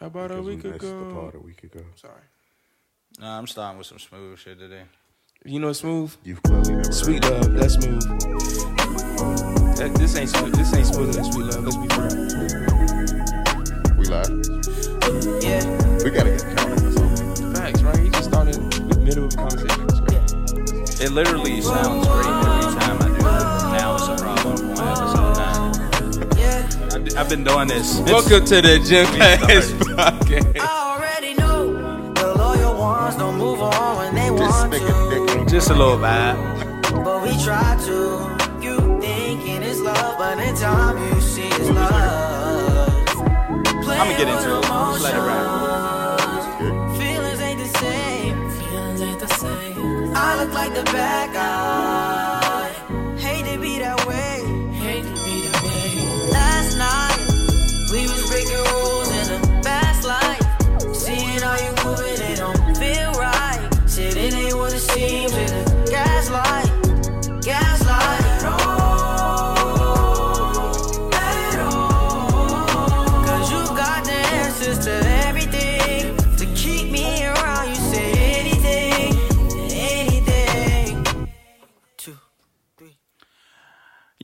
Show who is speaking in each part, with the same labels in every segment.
Speaker 1: About a
Speaker 2: Because we
Speaker 1: week
Speaker 2: missed the
Speaker 1: ago.
Speaker 2: part a week ago.
Speaker 1: Sorry.
Speaker 3: Nah, I'm starting with some smooth shit today.
Speaker 1: You know smooth.
Speaker 2: You've clearly never
Speaker 1: Sweet
Speaker 2: heard
Speaker 1: love. Let's move. That, this ain't smooth. This ain't smoother than sweet love. Let's be frank.
Speaker 2: it. We live.
Speaker 1: Yeah.
Speaker 2: We gotta get counting or something.
Speaker 1: Facts, right? He just started in the middle of a conversation. It's great.
Speaker 3: It literally sounds great every time I do it. Now it's a problem. On episode nine. I d- I've been doing this. since
Speaker 1: Welcome to the Gym
Speaker 3: we
Speaker 1: Pass
Speaker 3: started.
Speaker 1: Podcast.
Speaker 4: I already know the loyal ones don't move on when they
Speaker 2: This
Speaker 4: want
Speaker 2: nigga
Speaker 4: to,
Speaker 2: dick.
Speaker 3: Just a little vibe.
Speaker 4: but we try to. You thinking it's love, but in time you see it's love.
Speaker 3: I'ma get into it. Just let it ride.
Speaker 4: Feelings ain't the same.
Speaker 5: Feelings ain't the same.
Speaker 4: I look like the bad guy. Hate to be that way.
Speaker 5: Hate to be the way.
Speaker 4: Last night we was breaking rules in a fast life. Seeing how you moving, it don't feel right. Shit, it ain't what it seems. It's a gaslight. gaslight. Oh. Cause you got the answers to everything. To keep me around, you say anything, anything. Two, three.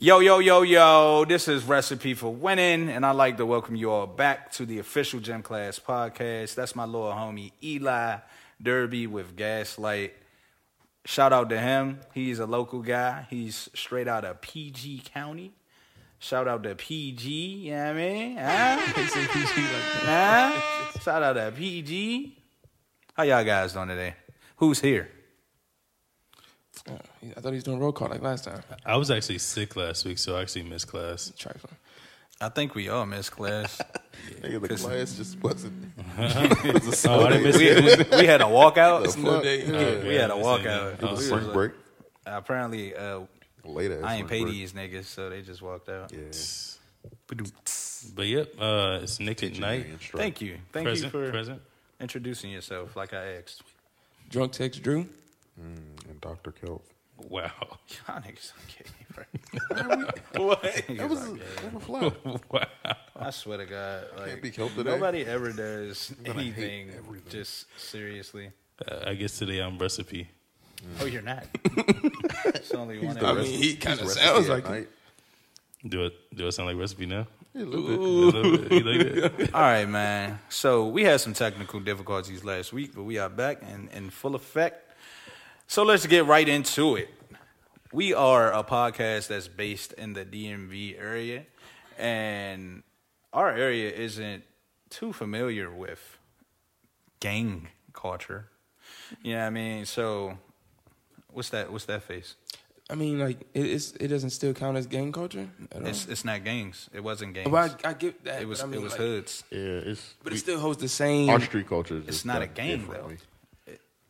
Speaker 3: Yo, yo, yo, yo. This is Recipe for Winning, and I'd like to welcome you all back to the official Gym Class podcast. That's my little homie Eli Derby with Gaslight. Shout out to him. He's a local guy. He's straight out of PG County. Shout out to PG, you know what I mean? Huh? Huh? Shout out to PG. How y'all guys doing today? Who's here?
Speaker 1: Oh, he- I thought he was doing roll call like last time.
Speaker 6: I was actually sick last week, so I actually missed class.
Speaker 1: Trifling.
Speaker 3: I think we all miss class.
Speaker 2: Nigga, the class just wasn't.
Speaker 6: Oh, I didn't miss
Speaker 3: we,
Speaker 6: it.
Speaker 3: we- we had a walkout.
Speaker 2: The fuck?
Speaker 6: Yeah,
Speaker 3: we had a
Speaker 6: I missed
Speaker 3: walkout.
Speaker 6: it, yeah.
Speaker 1: Oh,
Speaker 2: It was
Speaker 3: We
Speaker 2: spring
Speaker 3: was
Speaker 2: break.
Speaker 3: like- apparently, uh,
Speaker 2: Late ass.
Speaker 3: I ain't pay
Speaker 2: spring
Speaker 3: these niggas, so they just walked out.
Speaker 2: break. Yeah.
Speaker 6: But yep, uh, it's Nick at night.
Speaker 3: Thank you, thank
Speaker 6: present,
Speaker 3: you for
Speaker 6: present.
Speaker 3: introducing yourself, like I asked.
Speaker 1: Drunk text Drew.
Speaker 2: And Dr. Kelp.
Speaker 6: Wow,
Speaker 3: Y'all niggas are kidding, bro. what?
Speaker 2: That was never fly.
Speaker 6: wow. Uh,
Speaker 3: I swear to God, like,
Speaker 2: be helped today.
Speaker 3: nobody ever does
Speaker 2: gonna hate
Speaker 3: anything
Speaker 2: everything.
Speaker 3: just seriously.
Speaker 6: Uh, I guess today I'm recipe.
Speaker 3: Oh, you're not. it's only one.
Speaker 2: the
Speaker 3: of
Speaker 2: rest-
Speaker 3: us.
Speaker 1: he kinda
Speaker 2: he's
Speaker 1: sounds
Speaker 2: recipe at
Speaker 1: like it.
Speaker 2: night.
Speaker 6: Do it. Do I sound like recipe now?
Speaker 2: Yeah, a little bit.
Speaker 6: A little bit. You like that?
Speaker 3: All right, man. So we had some technical difficulties last week, but we are back and in full effect. So let's get right into it. We are a podcast that's based in the DMV area, and our area isn't too familiar with gang culture. You know what I mean? So what's that? What's that face?
Speaker 1: I mean, like it, it's it doesn't still count as gang culture. At all.
Speaker 3: It's it's not gangs. It wasn't gangs.
Speaker 1: Oh. Well, I, I get that.
Speaker 3: it was
Speaker 1: but I mean,
Speaker 3: it was
Speaker 1: like,
Speaker 3: hoods.
Speaker 2: Yeah, it's.
Speaker 1: but
Speaker 2: we-
Speaker 1: it still holds the same.
Speaker 2: Our street culture is just
Speaker 3: not a
Speaker 2: done
Speaker 3: gang, though.
Speaker 2: differently.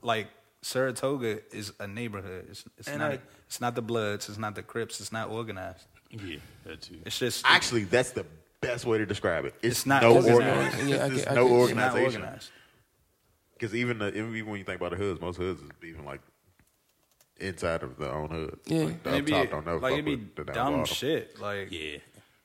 Speaker 3: like Saratoga is a neighborhood. It's, it's
Speaker 1: And
Speaker 3: not.
Speaker 1: I-
Speaker 3: it's not the Bloods. It's not the Crips. It's not organized.
Speaker 6: yeah, that too.
Speaker 3: It's just. it's-
Speaker 2: Actually, that's the best way to describe it. It's,
Speaker 3: not
Speaker 2: no
Speaker 3: organized.
Speaker 2: organization.
Speaker 1: Yeah, I
Speaker 2: it's
Speaker 1: get- I
Speaker 2: no
Speaker 1: get-
Speaker 3: it's not
Speaker 2: organization.
Speaker 3: organized.
Speaker 2: Because even the, even when you think about the hoods, most hoods is even like inside of their own hood.
Speaker 1: Yeah.
Speaker 2: like, the
Speaker 3: And
Speaker 2: up
Speaker 3: it'd be-
Speaker 2: top don't know.
Speaker 3: like
Speaker 2: fuck
Speaker 3: it'd be
Speaker 2: with the down
Speaker 3: dumb
Speaker 2: bottom.
Speaker 3: shit. Like
Speaker 6: Yeah,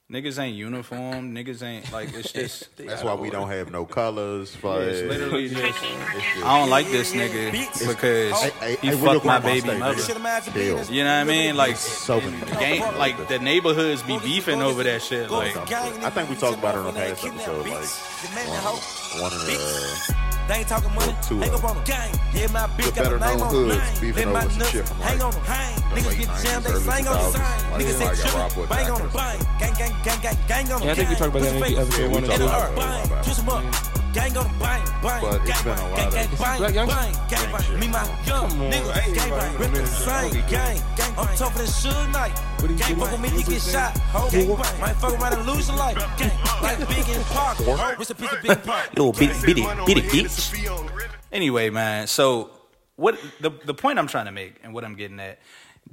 Speaker 3: niggas ain't uniform. niggas ain't like it's just.
Speaker 2: That's why we don't have no colors. Like,
Speaker 3: It's literally just.
Speaker 2: it's just-
Speaker 3: I don't like this nigga because
Speaker 2: I- I-
Speaker 3: he
Speaker 2: I would've
Speaker 3: fucked my
Speaker 2: grown my
Speaker 3: baby
Speaker 2: steak,
Speaker 3: mother.
Speaker 2: nigga.
Speaker 7: Hell.
Speaker 2: Hell.
Speaker 3: You know what I mean? Like
Speaker 2: So many niggas.
Speaker 3: gang, like the neighborhoods be beefing over that shit. Like
Speaker 7: I think we talked about it on the past episode. Like, one,
Speaker 2: one of the
Speaker 7: They ain't talking money.
Speaker 2: Two of
Speaker 7: Hang up on 'em. Yeah, my bitch got
Speaker 2: better
Speaker 7: a name
Speaker 2: known
Speaker 7: on
Speaker 2: hoods
Speaker 7: mine.
Speaker 2: beefing
Speaker 7: Let
Speaker 2: over
Speaker 7: my
Speaker 2: some
Speaker 7: nuts
Speaker 2: shit from,
Speaker 7: hang
Speaker 2: like,
Speaker 7: on 'em. Hang.
Speaker 2: the
Speaker 7: Niggas
Speaker 2: late
Speaker 7: get
Speaker 2: 90s,
Speaker 7: jammed, they
Speaker 2: early
Speaker 7: sang on the
Speaker 2: 2000s.
Speaker 7: sign.
Speaker 2: Like,
Speaker 7: Niggas
Speaker 2: yeah, like,
Speaker 7: say
Speaker 2: I rock
Speaker 7: jump,
Speaker 2: with
Speaker 7: bang on 'em,
Speaker 2: Dr.
Speaker 7: bang. Gang, gang, gang, gang, gang on 'em,
Speaker 1: Yeah, I think we
Speaker 7: gang.
Speaker 1: talked about
Speaker 7: Push
Speaker 1: that
Speaker 7: your
Speaker 1: in
Speaker 7: face.
Speaker 1: episode
Speaker 2: Yeah, we
Speaker 1: one. or
Speaker 2: talked
Speaker 7: In the
Speaker 1: two.
Speaker 2: about
Speaker 7: earth,
Speaker 2: it.
Speaker 7: bang. Juice 'em up. Gang on 'em, bang, bang,
Speaker 2: But it's
Speaker 7: gang,
Speaker 2: been a
Speaker 7: bang,
Speaker 2: lot
Speaker 7: gang,
Speaker 2: of
Speaker 7: gang,
Speaker 2: this
Speaker 7: bang,
Speaker 1: Black Youngster?
Speaker 7: bang, gang,
Speaker 2: Gang
Speaker 7: bang.
Speaker 2: shit.
Speaker 7: Me, my young
Speaker 1: Come on,
Speaker 7: nigga,
Speaker 1: everybody
Speaker 7: gang, bang.
Speaker 1: remember
Speaker 7: Rip the
Speaker 1: that.
Speaker 7: same gang, gang. I'm tougher than Suge Knight.
Speaker 1: do you
Speaker 7: Gang,
Speaker 1: do,
Speaker 7: fuck with
Speaker 1: Mike?
Speaker 7: me, you
Speaker 1: What's
Speaker 7: get
Speaker 1: it say?
Speaker 7: shot. Ho, gang, bang. Might fuck around and lose your life. Gang, like Big and Pac. Ho, what's a piece of Big Pac?
Speaker 8: Little bitty, bitty, bitty bitch.
Speaker 3: Anyway, man. So what the the point I'm trying to make and what I'm getting at,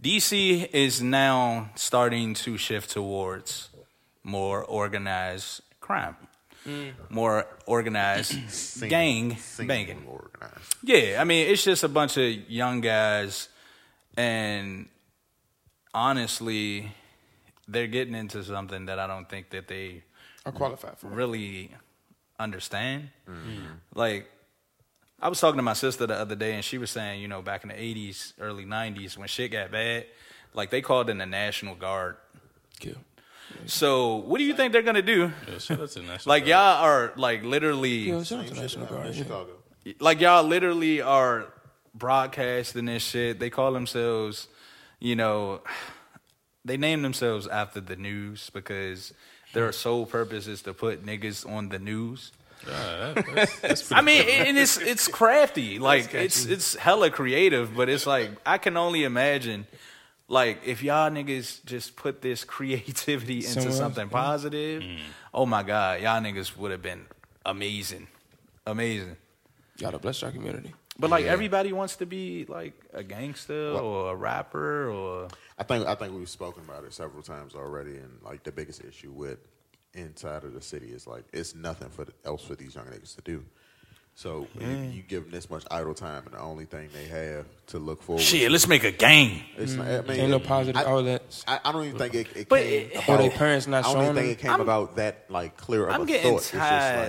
Speaker 3: DC is now starting to shift towards more organized crime, more organized
Speaker 2: Mm. sing-
Speaker 3: gang
Speaker 2: singing
Speaker 3: banging.
Speaker 2: organized.
Speaker 3: Yeah, I mean, it's just a bunch of young guys, and honestly, they're getting into something that I don't think that they
Speaker 1: Are qualified for.
Speaker 3: really understand. Like, I was talking to my sister the other day, and she was saying, you know, back in the 80s, early 90s, when shit got bad, like they called in the National Guard.
Speaker 6: Yeah.
Speaker 3: So, what do you think they're going to do?
Speaker 6: Yo, shout out to National
Speaker 3: Like,
Speaker 6: Guard.
Speaker 3: y'all are, like, literally.
Speaker 6: Yo, shout out to National Guard. yeah.
Speaker 2: Chicago.
Speaker 3: like y'all literally are broadcasting this shit. They call themselves, you know, they name themselves after the news because their sole purpose is to put niggas on the news.
Speaker 6: Ah, that- that's, that's pretty
Speaker 3: I mean, and it's it's crafty. Like it's it's hella creative, but it's like I can only imagine like if y'all niggas just put this creativity into
Speaker 6: Somewhere else,
Speaker 3: something
Speaker 6: yeah.
Speaker 3: positive,
Speaker 6: Mm-hmm.
Speaker 3: oh my god, y'all niggas would have been amazing. Amazing.
Speaker 9: Y'all to bless our community.
Speaker 3: But like everybody wants to be like a gangster or a rapper or
Speaker 2: I think I think we've spoken about it several times already, and like the biggest issue with inside of the city is like it's nothing for the, else for these young niggas to do. So if you give them this much idle time, and the only thing they have to look forward,
Speaker 3: shit.
Speaker 2: to,
Speaker 3: Let's make a gang.
Speaker 2: it's not, I mean,
Speaker 9: Mm. Ain't no positive oh,
Speaker 2: I,
Speaker 9: outlets.
Speaker 2: I, I don't even think it, it
Speaker 3: But
Speaker 2: came.
Speaker 3: it-
Speaker 2: about,
Speaker 9: Or they parents not
Speaker 2: I don't even
Speaker 9: showing
Speaker 2: think
Speaker 9: them.
Speaker 2: it came about that like clear of
Speaker 3: I'm
Speaker 2: a
Speaker 3: getting
Speaker 2: thought.
Speaker 3: tired.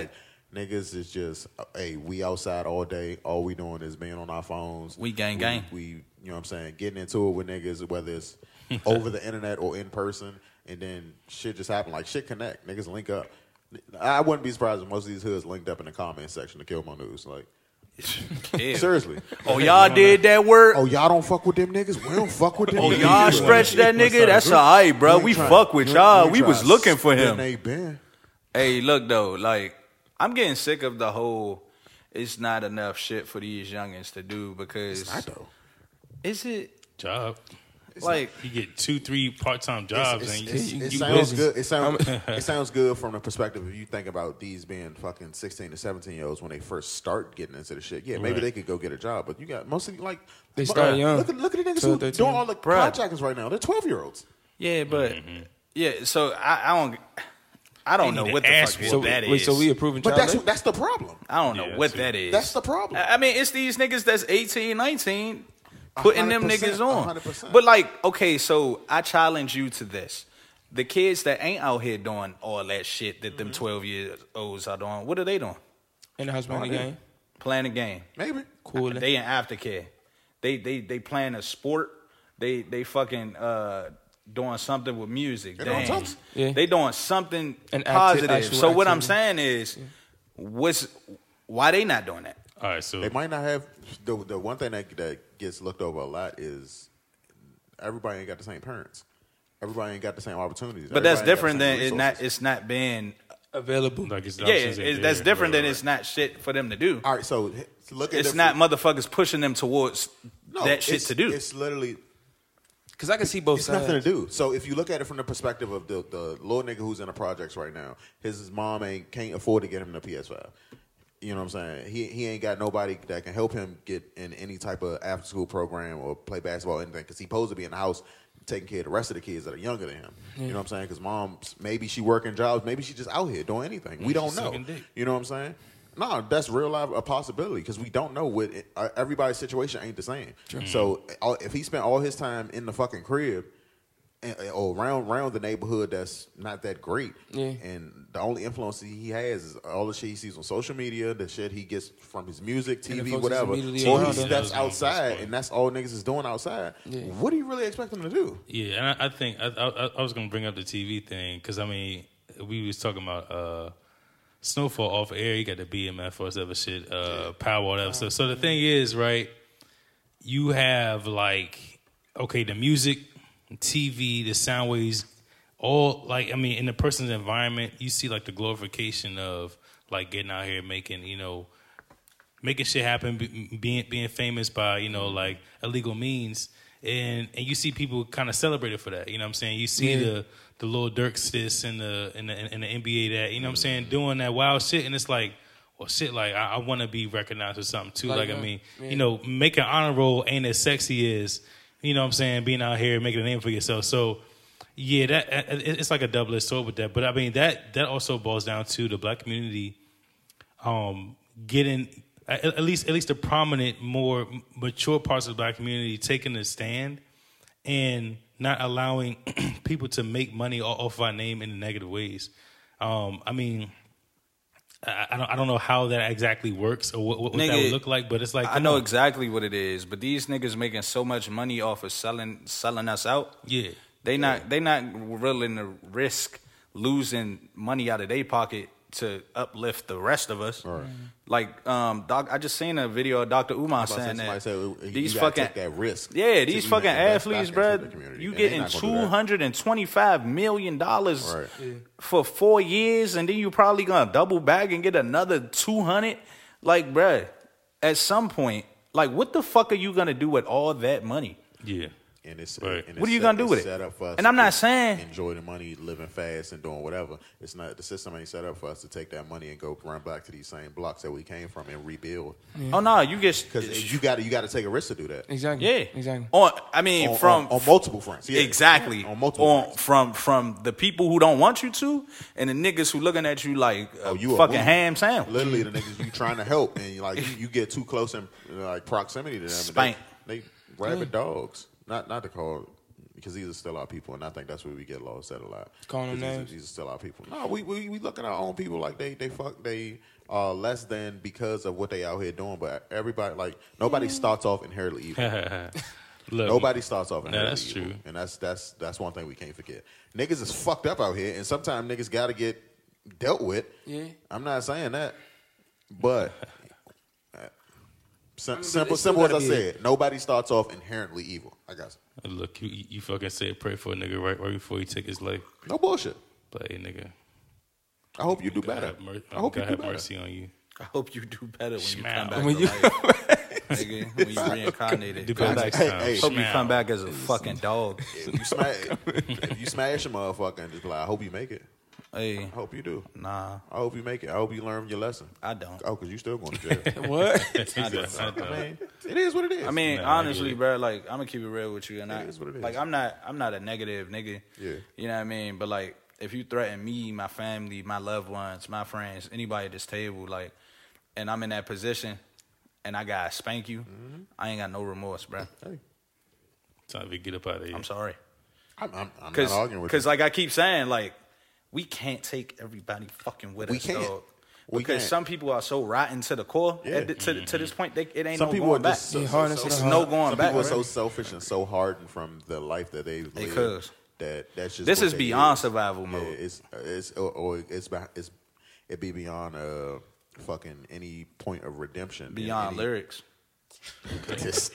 Speaker 2: It's just like niggas is just uh, hey, we outside all day. All we doing is being on our phones.
Speaker 3: We gang gang.
Speaker 2: We you know what I'm saying, getting into it with niggas, whether it's over the internet or in person, and then shit just happened. Like shit connect. Niggas link up. I wouldn't be surprised if most of these hoods linked up in the comment section to kill my news. Like
Speaker 3: Yeah.
Speaker 2: seriously.
Speaker 3: Oh y'all did that work.
Speaker 2: Oh y'all don't fuck with them niggas. We don't fuck with them.
Speaker 3: Oh
Speaker 2: niggas.
Speaker 3: y'all stretch that nigga. That's alright, bro. We fuck with y'all. We was looking for him.
Speaker 2: They been.
Speaker 3: Hey, look though, like I'm getting sick of the whole. It's not enough shit for these youngins to do because
Speaker 2: I though.
Speaker 3: is it
Speaker 6: job.
Speaker 3: like
Speaker 6: You get two, three part-time jobs,
Speaker 2: It's-
Speaker 6: and
Speaker 2: it's-
Speaker 6: you,
Speaker 2: it
Speaker 6: you
Speaker 2: sounds
Speaker 6: busy.
Speaker 2: good. It sounds it sounds good from the perspective of you think about these being fucking sixteen to seventeen year olds when they first start getting into the shit. Yeah, maybe
Speaker 6: Right.
Speaker 2: they could go get a job, but you got mostly like
Speaker 9: They
Speaker 2: mo-
Speaker 9: start young.
Speaker 2: Look at look at the niggas
Speaker 9: 12,
Speaker 2: who
Speaker 9: 13.
Speaker 2: doing all the
Speaker 3: Bruh.
Speaker 2: contractors right now. They're twelve year olds.
Speaker 3: yeah, but yeah. So I, I don't. I don't know
Speaker 6: Mm-hmm. need
Speaker 3: what
Speaker 6: to
Speaker 3: the
Speaker 6: ask
Speaker 3: fuck
Speaker 6: what
Speaker 9: So,
Speaker 3: that
Speaker 9: wait,
Speaker 3: is.
Speaker 9: so we approving
Speaker 2: But
Speaker 9: child
Speaker 2: that's
Speaker 9: labor?
Speaker 2: that's the problem.
Speaker 3: I don't know
Speaker 6: Yeah,
Speaker 3: what
Speaker 6: too.
Speaker 3: that is.
Speaker 2: That's the problem.
Speaker 3: I I mean, it's these niggas that's 18, 19 putting them
Speaker 2: 100%,
Speaker 3: niggas on.
Speaker 2: 100%.
Speaker 3: But like, okay, so I challenge you to this. The kids that ain't out here doing all that shit that
Speaker 9: Mm-hmm.
Speaker 3: them 12 year olds are doing, what are they doing?
Speaker 9: in the house playing the game.
Speaker 3: Playing a game.
Speaker 2: Maybe.
Speaker 9: Cool.
Speaker 3: They in aftercare. They they they playing a sport. They they fucking uh doing something with music.
Speaker 2: doing
Speaker 3: Dance.
Speaker 2: something.
Speaker 9: Yeah.
Speaker 3: They doing something
Speaker 9: An acti-
Speaker 3: positive.
Speaker 9: actual
Speaker 3: so what I'm saying
Speaker 9: activity.
Speaker 3: is, what's why they not doing that?
Speaker 6: All right, so
Speaker 2: They might not have the the one thing that that gets looked over a lot is everybody ain't got the same parents. Everybody ain't got the same opportunities.
Speaker 3: But that's
Speaker 2: Everybody ain't
Speaker 3: different
Speaker 2: got the
Speaker 3: than
Speaker 2: same
Speaker 3: it's not
Speaker 2: resources.
Speaker 3: it's not being
Speaker 9: Available.
Speaker 6: like it's the
Speaker 3: yeah
Speaker 6: options
Speaker 3: it's,
Speaker 6: ain't
Speaker 3: that's
Speaker 6: there.
Speaker 3: different
Speaker 6: Right,
Speaker 3: than
Speaker 6: right.
Speaker 3: it's not shit for them to do.
Speaker 2: All right, so h- look at
Speaker 3: It's
Speaker 2: the-
Speaker 3: not motherfuckers pushing them towards
Speaker 2: No,
Speaker 3: that shit
Speaker 2: it's-
Speaker 3: to do.
Speaker 2: It's literally
Speaker 9: Because I can see both
Speaker 2: It's
Speaker 9: sides.
Speaker 2: nothing to do. So if you look at it from the perspective of the the little nigga who's in the projects right now, his mom ain't can't afford to get him the PS5. You know what I'm saying? He he ain't got nobody that can help him get in any type of after school program or play basketball or anything because he supposed to be in the house taking care of the rest of the kids that are younger than him. You know what I'm saying? Because mom's maybe she working jobs, maybe she just out here doing anything. We don't know.
Speaker 6: sucking dick.
Speaker 2: You know what I'm saying? No, that's real life a possibility because we don't know what uh, everybody's situation ain't the same. So
Speaker 9: Mm.
Speaker 2: uh, all, if he spent all his time in the fucking crib and, uh, or around around the neighborhood that's not that great,
Speaker 9: Yeah.
Speaker 2: and the only influence he has is all the shit he sees on social media, the shit he gets from his music,
Speaker 9: And the
Speaker 2: TV,
Speaker 9: folks is
Speaker 2: whatever,
Speaker 9: immediately
Speaker 2: or he
Speaker 9: around him.
Speaker 2: steps
Speaker 6: Yeah, that's what I'm
Speaker 2: outside
Speaker 6: saying.
Speaker 2: and that's all niggas is doing outside.
Speaker 9: Yeah.
Speaker 2: What do you really expect him to do?
Speaker 6: Yeah, and I, I think I, I, I was gonna bring up the TV thing because I mean we was talking about uh, Snowfall off air. You got the BMF or whatever shit, uh, Power whatever. So, so the thing is, right? You have like okay, the music, TV, the sound waves, all like I mean, in the person's environment, you see like the glorification of like getting out here making you know making shit happen, be- being being famous by you know like illegal means, and and you see people kind of celebrated for that. You know what I'm saying? You see the the little Dirks this and the and the and the NBA that you know what I'm saying doing that wild shit, and it's like. Well, shit, like I, I want to be recognized or something too.
Speaker 9: Like,
Speaker 6: Like, I
Speaker 9: uh,
Speaker 6: mean,
Speaker 9: yeah.
Speaker 6: you know, making honor roll ain't as sexy as, you know, what I'm saying being out here making a name for yourself. So, yeah, that it- it's like a double edged sword with that. But I mean, that that also boils down to the black community um, getting at, at least at least the prominent, more mature parts of the black community taking a stand and not allowing people to make money o- off our name in negative ways. Um, I mean, I, I don't I don't know how that exactly works or what, what, what that
Speaker 3: Nigga,
Speaker 6: would look like, but it's like
Speaker 3: I
Speaker 6: come
Speaker 3: know
Speaker 6: on.
Speaker 3: exactly what it is, but these niggas making so much money off of selling selling us out.
Speaker 6: Yeah.
Speaker 3: They not they not willing to risk losing money out of their pocket to uplift the rest of us. Mm-hmm. Like um, doc, I just seen a video of Dr. Umar
Speaker 2: About
Speaker 3: saying
Speaker 2: somebody
Speaker 3: that
Speaker 2: said, "You
Speaker 3: these
Speaker 2: gotta
Speaker 3: fucking
Speaker 2: take that risk
Speaker 3: yeah
Speaker 2: to
Speaker 3: these
Speaker 2: even
Speaker 3: fucking
Speaker 2: invest back
Speaker 3: athletes,
Speaker 2: into the
Speaker 3: bruh,
Speaker 2: community."
Speaker 3: you
Speaker 2: And they
Speaker 3: getting
Speaker 2: not gonna do
Speaker 3: two
Speaker 2: that.
Speaker 3: hundred and twenty five million dollars
Speaker 2: Right. Yeah.
Speaker 3: for four years, and then you probably gonna double back and get another two hundred. Like, bruh, at some point, like, what the fuck are you gonna do with all that money?
Speaker 6: Yeah.
Speaker 2: And it's,
Speaker 6: Right.
Speaker 2: and it's
Speaker 3: What are you
Speaker 2: set-
Speaker 3: gonna do
Speaker 2: it's
Speaker 3: with it?
Speaker 2: Set up for us
Speaker 3: And I'm
Speaker 2: to
Speaker 3: not
Speaker 2: just
Speaker 3: saying-
Speaker 2: enjoy the money, living fast and doing whatever. It's not the system ain't set up for us to take that money and go run back to these same blocks that we came from and rebuild.
Speaker 3: Oh no, you get
Speaker 2: Because you got to you got to take a risk to do that.
Speaker 9: Exactly.
Speaker 3: yeah, Oh.
Speaker 9: Exactly.
Speaker 3: On, I mean,
Speaker 2: On,
Speaker 3: from
Speaker 2: on, on multiple fronts, yeah.
Speaker 3: Exactly.
Speaker 2: on multiple
Speaker 3: On-
Speaker 2: fronts.
Speaker 3: from from the people who don't want you to, and the niggas who looking at you like a
Speaker 2: Oh, you a
Speaker 3: fucking
Speaker 2: bully.
Speaker 3: ham sandwich.
Speaker 2: Literally, the niggas you trying to help and you like you, you get too close in like proximity to them. and
Speaker 3: Spank.
Speaker 2: They, they rabid dogs. Not not to call because these are still our people, and I think that's where we get lost at a lot. 'Cause
Speaker 9: Calling them
Speaker 2: these are-
Speaker 9: names?
Speaker 2: These are still our people. No, we, we we look at our own people like they they fuck they are less than because of what they out here doing. But everybody like nobody starts off inherently evil.
Speaker 6: Look,
Speaker 2: Nobody starts off in
Speaker 6: Yeah,
Speaker 2: hurt
Speaker 6: that's
Speaker 2: people.
Speaker 6: true.
Speaker 2: and that's that's that's one thing we can't forget. Niggas is fucked up out here, and sometimes niggas got to get dealt with.
Speaker 9: Yeah.
Speaker 2: I'm not saying that, but uh, sim- simple,
Speaker 9: but it's still
Speaker 2: simple as I
Speaker 9: gotta be
Speaker 2: said, nobody starts off inherently evil. I guess
Speaker 6: Look, you you fucking say pray for a nigga right right before he take his life.
Speaker 2: no bullshit.
Speaker 6: But hey, nigga,
Speaker 2: I hope you do
Speaker 6: God
Speaker 2: better.
Speaker 6: have mer-
Speaker 2: I hope you
Speaker 6: God
Speaker 2: do
Speaker 6: have
Speaker 2: better.
Speaker 6: mercy on you.
Speaker 3: I hope you do better when you
Speaker 6: Smile.
Speaker 3: come back
Speaker 9: When
Speaker 3: to
Speaker 9: you-
Speaker 3: life, nigga. When you reincarnated,
Speaker 6: Do
Speaker 3: come
Speaker 6: better
Speaker 3: back.
Speaker 6: next
Speaker 2: Hey,
Speaker 6: time.
Speaker 2: hey.
Speaker 3: Hope you
Speaker 6: Smile.
Speaker 3: come back as a fucking dog.
Speaker 2: If you smash, if you smash a motherfucker, and just be like, I hope you make it.
Speaker 3: Hey,
Speaker 2: I hope you do.
Speaker 3: nah,
Speaker 2: I hope you make it. I hope you learn your lesson.
Speaker 3: I don't.
Speaker 2: Oh, cause you still going to jail.
Speaker 9: What?
Speaker 6: I don't
Speaker 2: I
Speaker 6: know.
Speaker 2: mean, it is what it is.
Speaker 3: I mean,
Speaker 6: Nah, I
Speaker 3: honestly,
Speaker 6: get it.
Speaker 3: bro, like I'm gonna keep it real with you, and I
Speaker 2: is what it is.
Speaker 3: like I'm not I'm not a negative nigga.
Speaker 2: Yeah.
Speaker 3: you know what I mean. But like, if you threaten me, my family, my loved ones, my friends, anybody at this table, like, and I'm in that position, and I gotta spank you,
Speaker 2: Mm-hmm.
Speaker 3: I ain't got no remorse, bro.
Speaker 6: Time to get up out of here.
Speaker 3: I'm sorry,
Speaker 2: I'm, I'm, I'm not
Speaker 3: because
Speaker 2: arguing with you.
Speaker 3: because like I keep saying, like we can't take everybody fucking with
Speaker 2: We
Speaker 3: us,
Speaker 2: can't.
Speaker 3: dog.
Speaker 2: We
Speaker 3: because
Speaker 2: can't.
Speaker 3: some people are so rotten to the core
Speaker 2: Yeah. Mm-hmm.
Speaker 3: at the- to, to this point, they, it ain't
Speaker 2: Some
Speaker 3: no
Speaker 2: people
Speaker 3: going
Speaker 2: are
Speaker 3: back.
Speaker 2: just so,
Speaker 9: Yeah,
Speaker 2: so-
Speaker 9: hard as
Speaker 2: so-
Speaker 9: hell.
Speaker 3: it's
Speaker 2: so-
Speaker 3: no going
Speaker 2: some
Speaker 3: back.
Speaker 2: people are
Speaker 3: bro.
Speaker 2: so selfish and so hardened from the life that they've lived
Speaker 3: cuz.
Speaker 2: that that's just
Speaker 3: This
Speaker 2: what
Speaker 3: is
Speaker 2: they
Speaker 3: beyond
Speaker 2: is.
Speaker 3: survival
Speaker 2: Yeah,
Speaker 3: mode.
Speaker 2: it's it's or, or it's beh- it's it be beyond uh fucking any point of redemption. and
Speaker 3: Beyond
Speaker 2: any-
Speaker 3: lyrics.
Speaker 2: This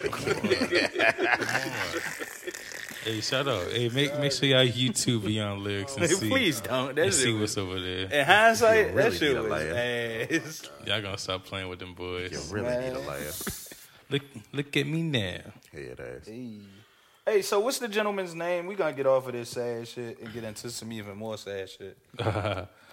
Speaker 6: Hey, shout out. Hey, make make sure y'all YouTube Beyond Lyrics and see.
Speaker 3: Please don't.
Speaker 6: and
Speaker 3: That's
Speaker 6: see
Speaker 3: it.
Speaker 6: what's over there.
Speaker 3: In hindsight,
Speaker 2: You'll really
Speaker 3: that
Speaker 2: need a
Speaker 3: shit was
Speaker 2: laugh.
Speaker 3: ass.
Speaker 6: Y'all gonna stop playing with them boys.
Speaker 2: you really need a laugh.
Speaker 6: Look look at me now.
Speaker 2: Head ass.
Speaker 3: Hey, so what's the gentleman's name? We gonna get off of this sad shit and get into some even more sad shit.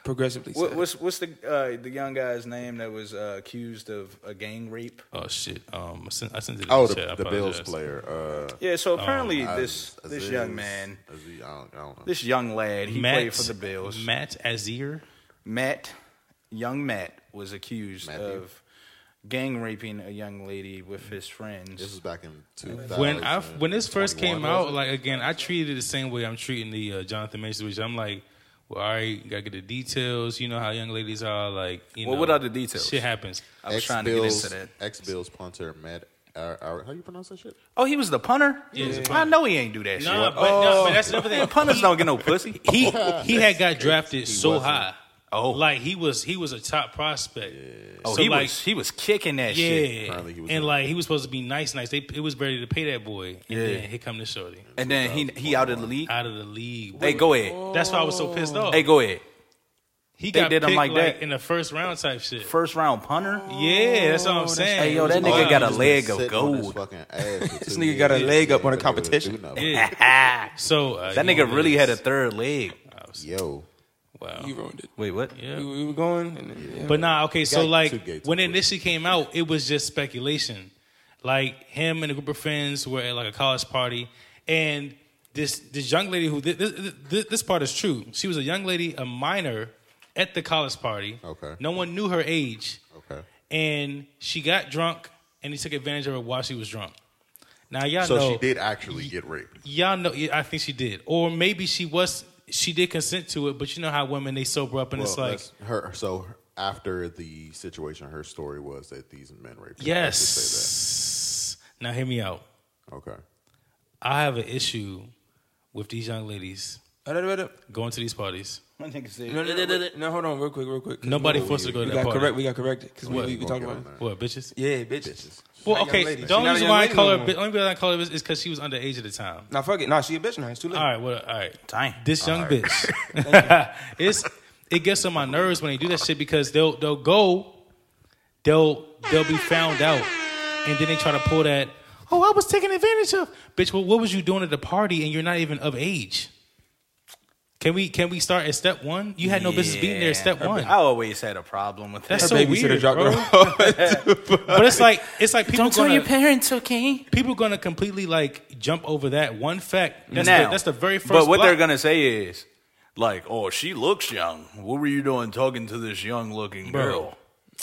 Speaker 9: Progressively.
Speaker 3: What,
Speaker 9: sad.
Speaker 3: what's what's the uh, the young guy's name that was uh, accused of a gang rape?
Speaker 6: Oh shit. Um, I sent, I sent it. In
Speaker 2: Oh,
Speaker 6: the, chat. I
Speaker 2: the, the Bills
Speaker 6: apologize.
Speaker 2: player. Uh,
Speaker 3: Yeah, so apparently this
Speaker 2: Aziz-
Speaker 3: this young man,
Speaker 2: Aziz- I, don't, I don't know.
Speaker 3: this young lad, he
Speaker 6: Matt,
Speaker 3: played for the Bills. Matt,
Speaker 6: Matt Azir.
Speaker 3: young Matt, was accused
Speaker 2: Matthew.
Speaker 3: of gang raping a young lady with his friends.
Speaker 2: This was back in 2000.
Speaker 6: When I when this first came
Speaker 2: 21, was
Speaker 6: out,
Speaker 2: it?
Speaker 6: like again, I treated it the same way I'm treating the uh, Jonathan Mason, which I'm like, well, all right, you gotta get the details. You know how young ladies are, like, you
Speaker 3: Well,
Speaker 6: know,
Speaker 3: what are the details?
Speaker 6: Shit happens.
Speaker 3: I was
Speaker 2: Ex
Speaker 3: trying to get
Speaker 2: Bills,
Speaker 3: into that.
Speaker 2: Ex Bills punter Matt. Ar- Ar- how you pronounce that shit?
Speaker 3: Oh, he was the punter.
Speaker 6: Yeah, he was the
Speaker 3: I
Speaker 6: punter.
Speaker 3: know he ain't do that
Speaker 6: Nah,
Speaker 3: shit.
Speaker 6: but, nah, but that's
Speaker 3: Oh.
Speaker 6: another thing.
Speaker 3: Punters don't get no pussy.
Speaker 6: he he had got drafted so
Speaker 2: wasn't.
Speaker 6: high.
Speaker 3: Oh.
Speaker 6: like he was he was a top prospect.
Speaker 3: Oh,
Speaker 6: So,
Speaker 3: he
Speaker 6: like,
Speaker 3: was he was kicking that
Speaker 6: yeah,
Speaker 3: shit.
Speaker 2: Apparently he was
Speaker 6: and
Speaker 2: not.
Speaker 6: like he was supposed to be nice, nice. They it was ready to pay that boy, and
Speaker 3: Yeah.
Speaker 6: then here come the shorty
Speaker 3: And then he he out of the league.
Speaker 6: out of the league.
Speaker 3: Hey, go ahead.
Speaker 6: That's why I was so pissed off.
Speaker 3: Hey, go ahead.
Speaker 6: he
Speaker 3: they
Speaker 6: got
Speaker 3: did him
Speaker 6: picked,
Speaker 3: like
Speaker 6: like,
Speaker 3: that.
Speaker 6: in the first round type shit.
Speaker 3: First round punter.
Speaker 6: yeah, that's what I'm saying.
Speaker 3: Oh, Hey, yo,
Speaker 6: It was
Speaker 3: that nigga
Speaker 6: wild.
Speaker 3: got a
Speaker 2: Oh, He's been
Speaker 3: leg of
Speaker 2: sitting on his
Speaker 3: gold.
Speaker 2: fucking ass for
Speaker 9: This
Speaker 2: two
Speaker 9: nigga got a
Speaker 2: years.
Speaker 9: leg up on
Speaker 2: Yeah, but it
Speaker 9: a
Speaker 2: was
Speaker 9: competition.
Speaker 2: doing nothing.
Speaker 6: Yeah.
Speaker 3: Ah,
Speaker 6: So uh,
Speaker 3: that
Speaker 6: you
Speaker 3: nigga
Speaker 6: know,
Speaker 3: really had a
Speaker 6: it's-
Speaker 3: third leg.
Speaker 2: Yo,
Speaker 6: wow.
Speaker 9: You ruined it.
Speaker 3: Wait, what?
Speaker 6: Yeah.
Speaker 9: You, you were going. And then, yeah.
Speaker 6: But nah, okay. So
Speaker 2: got too
Speaker 6: like
Speaker 2: gay too
Speaker 6: when it
Speaker 2: quick.
Speaker 6: initially came out, it was just speculation. Like him and a group of friends were at like a college party, and this this young lady who thi- this this, this part is true. She was a young lady, a minor, at the college party.
Speaker 2: Okay.
Speaker 6: No one knew her age.
Speaker 2: Okay.
Speaker 6: And she got drunk, and he took advantage of her while she was drunk. Now y'all
Speaker 2: So
Speaker 6: know
Speaker 2: she did actually get raped.
Speaker 6: y'all know yeah, i think she did or maybe she was she did consent to it but you know how women they sober up and
Speaker 2: Well,
Speaker 6: it's like
Speaker 2: that's her. So after the situation, her story was that these men raped her. Let's just
Speaker 6: Yes. Now hear me out.
Speaker 2: say that. Okay.
Speaker 6: I have an issue with these young ladies
Speaker 9: Uh, da- da- da-
Speaker 6: going to these parties.
Speaker 3: My nigga said,
Speaker 9: No, no, no, wait. no, hold on, real quick, real quick.
Speaker 6: Nobody forced her to go
Speaker 9: We
Speaker 6: to that
Speaker 9: got
Speaker 6: party.
Speaker 9: correct. We got corrected because we, we, we
Speaker 2: We're
Speaker 9: talked
Speaker 2: gonna
Speaker 9: about
Speaker 2: get
Speaker 9: it.
Speaker 2: on that.
Speaker 6: What bitches?
Speaker 9: Yeah, bitches.
Speaker 6: Well,
Speaker 9: Not a young
Speaker 6: okay.
Speaker 9: lady.
Speaker 6: The
Speaker 9: She
Speaker 6: only
Speaker 9: not a
Speaker 6: reason
Speaker 9: young
Speaker 6: why I
Speaker 9: lady
Speaker 6: call
Speaker 9: no
Speaker 6: her,
Speaker 9: more.
Speaker 6: bi- only reason I call her is because she was underage at the time.
Speaker 9: Nah, fuck it. Nah, she a bitch now. It's too late.
Speaker 6: All right, well, all right.
Speaker 3: Dang.
Speaker 6: This young bitch. it's it gets on my nerves when they do that shit because they'll they'll go, they'll they'll be found out, and then they try to pull that. Oh, I was taken advantage of, bitch. Well, what was you doing at the party and you're not even of age? Can we can we start at step one? You had no business being there. at Step
Speaker 3: Her-
Speaker 6: one.
Speaker 3: I always had a problem with that.
Speaker 6: That's
Speaker 9: Her
Speaker 6: so
Speaker 9: baby should
Speaker 6: weird,
Speaker 9: have dropped
Speaker 6: bro.
Speaker 9: her off.
Speaker 6: But it's like it's like people
Speaker 4: Don't tell
Speaker 6: gonna,
Speaker 4: your parents, okay?
Speaker 6: people gonna completely like jump over that one fact. That's
Speaker 3: now,
Speaker 6: the, that's the very first.
Speaker 3: But what
Speaker 6: block.
Speaker 3: they're gonna say is, like, oh, she looks young. What were you doing talking to this young-looking
Speaker 6: Bro.
Speaker 3: girl?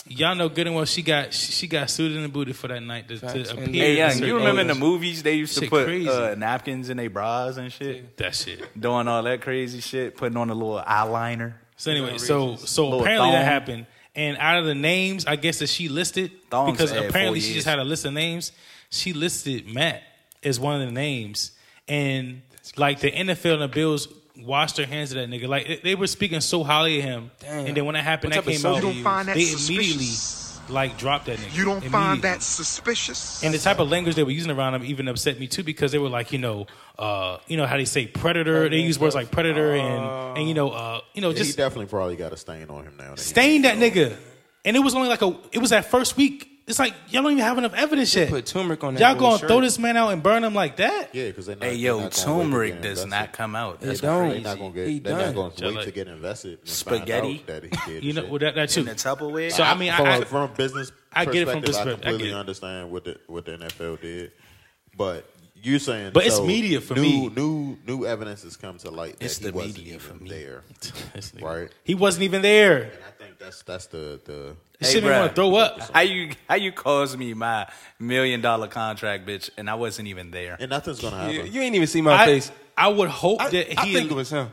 Speaker 6: Y'all know good and well she got she, she got suited and booted for that night to, to
Speaker 9: Facts.
Speaker 6: appear.
Speaker 9: And-
Speaker 3: Hey,
Speaker 6: at a
Speaker 3: young,
Speaker 6: certain
Speaker 3: you remember in the
Speaker 6: age.
Speaker 3: movies they used to
Speaker 6: Shit
Speaker 3: put
Speaker 6: crazy.
Speaker 3: uh, napkins in their bras and shit,
Speaker 6: that shit.
Speaker 3: doing all that crazy shit, putting on a little eyeliner.
Speaker 6: So anyway, so so
Speaker 3: Little
Speaker 6: apparently that
Speaker 3: thong.
Speaker 6: happened, and out of the names, I guess that she listed
Speaker 3: Thongs
Speaker 6: because
Speaker 3: had
Speaker 6: apparently
Speaker 3: four
Speaker 6: she
Speaker 3: years.
Speaker 6: just had a list of names. She listed Matt as one of the names, and like the NFL and the Bills washed their hands of that nigga. Like they- they were speaking so highly of him,
Speaker 9: Damn.
Speaker 6: and then when that happened,
Speaker 9: What
Speaker 6: that
Speaker 9: type of
Speaker 6: came out.
Speaker 9: soldier you
Speaker 10: find that
Speaker 6: they immediately
Speaker 10: suspicious?
Speaker 6: like dropped that nigga.
Speaker 10: You don't find
Speaker 6: Immediately.
Speaker 10: that suspicious?
Speaker 6: And the type of language they were using around him even upset me too because they were like, you know, uh, you know how they say predator. They use words like predator and and you know, uh, you know,
Speaker 2: Yeah, he
Speaker 6: just
Speaker 2: definitely probably got a stain on him now. that he-
Speaker 6: stain that nigga. And it was only like a, it was that first week. It's like y'all don't even have enough evidence yet.
Speaker 9: Put turmeric on that.
Speaker 6: y'all
Speaker 9: boy's
Speaker 6: gonna
Speaker 9: shirt.
Speaker 6: throw this man out and burn him like that?
Speaker 2: Yeah, because they not.
Speaker 3: Hey,
Speaker 2: they
Speaker 3: yo,
Speaker 2: not gonna wait to
Speaker 3: turmeric
Speaker 2: get
Speaker 3: does
Speaker 2: invested.
Speaker 3: not come out. That's
Speaker 9: don't.
Speaker 2: They
Speaker 3: crazy.
Speaker 2: not gonna
Speaker 9: He
Speaker 2: get. They not
Speaker 9: done.
Speaker 2: gonna wait
Speaker 6: like-
Speaker 2: to get invested. and find
Speaker 3: Spaghetti?
Speaker 2: out That he did
Speaker 6: You know
Speaker 2: shit.
Speaker 6: well, that, that too.
Speaker 3: In the Tupperware.
Speaker 6: So I mean,
Speaker 2: from,
Speaker 6: I,
Speaker 2: a-
Speaker 6: I,
Speaker 2: from a business
Speaker 6: I get it from
Speaker 2: perspective,
Speaker 6: perspective. I
Speaker 2: I
Speaker 6: get
Speaker 2: completely
Speaker 6: it.
Speaker 2: understand what the what the NFL did, but you saying,
Speaker 6: But it's
Speaker 2: so
Speaker 6: media for
Speaker 2: new,
Speaker 6: me.
Speaker 2: New new evidence has come to light that
Speaker 3: It's
Speaker 2: he
Speaker 3: the
Speaker 2: wasn't
Speaker 3: media
Speaker 2: even
Speaker 3: for me.
Speaker 2: there,
Speaker 6: This nigga.
Speaker 2: right?
Speaker 6: he wasn't even there.
Speaker 2: And I think that's that's the the.
Speaker 6: It
Speaker 3: Hey,
Speaker 6: shit made me
Speaker 3: bruh.
Speaker 6: want to throw up.
Speaker 3: How you how you caused me my million dollar contract, bitch, and I wasn't even there.
Speaker 2: And nothing's gonna happen.
Speaker 9: You, you ain't even see my
Speaker 6: I,
Speaker 9: face.
Speaker 6: I would hope
Speaker 9: I,
Speaker 6: that
Speaker 9: I
Speaker 6: he
Speaker 9: think it was him.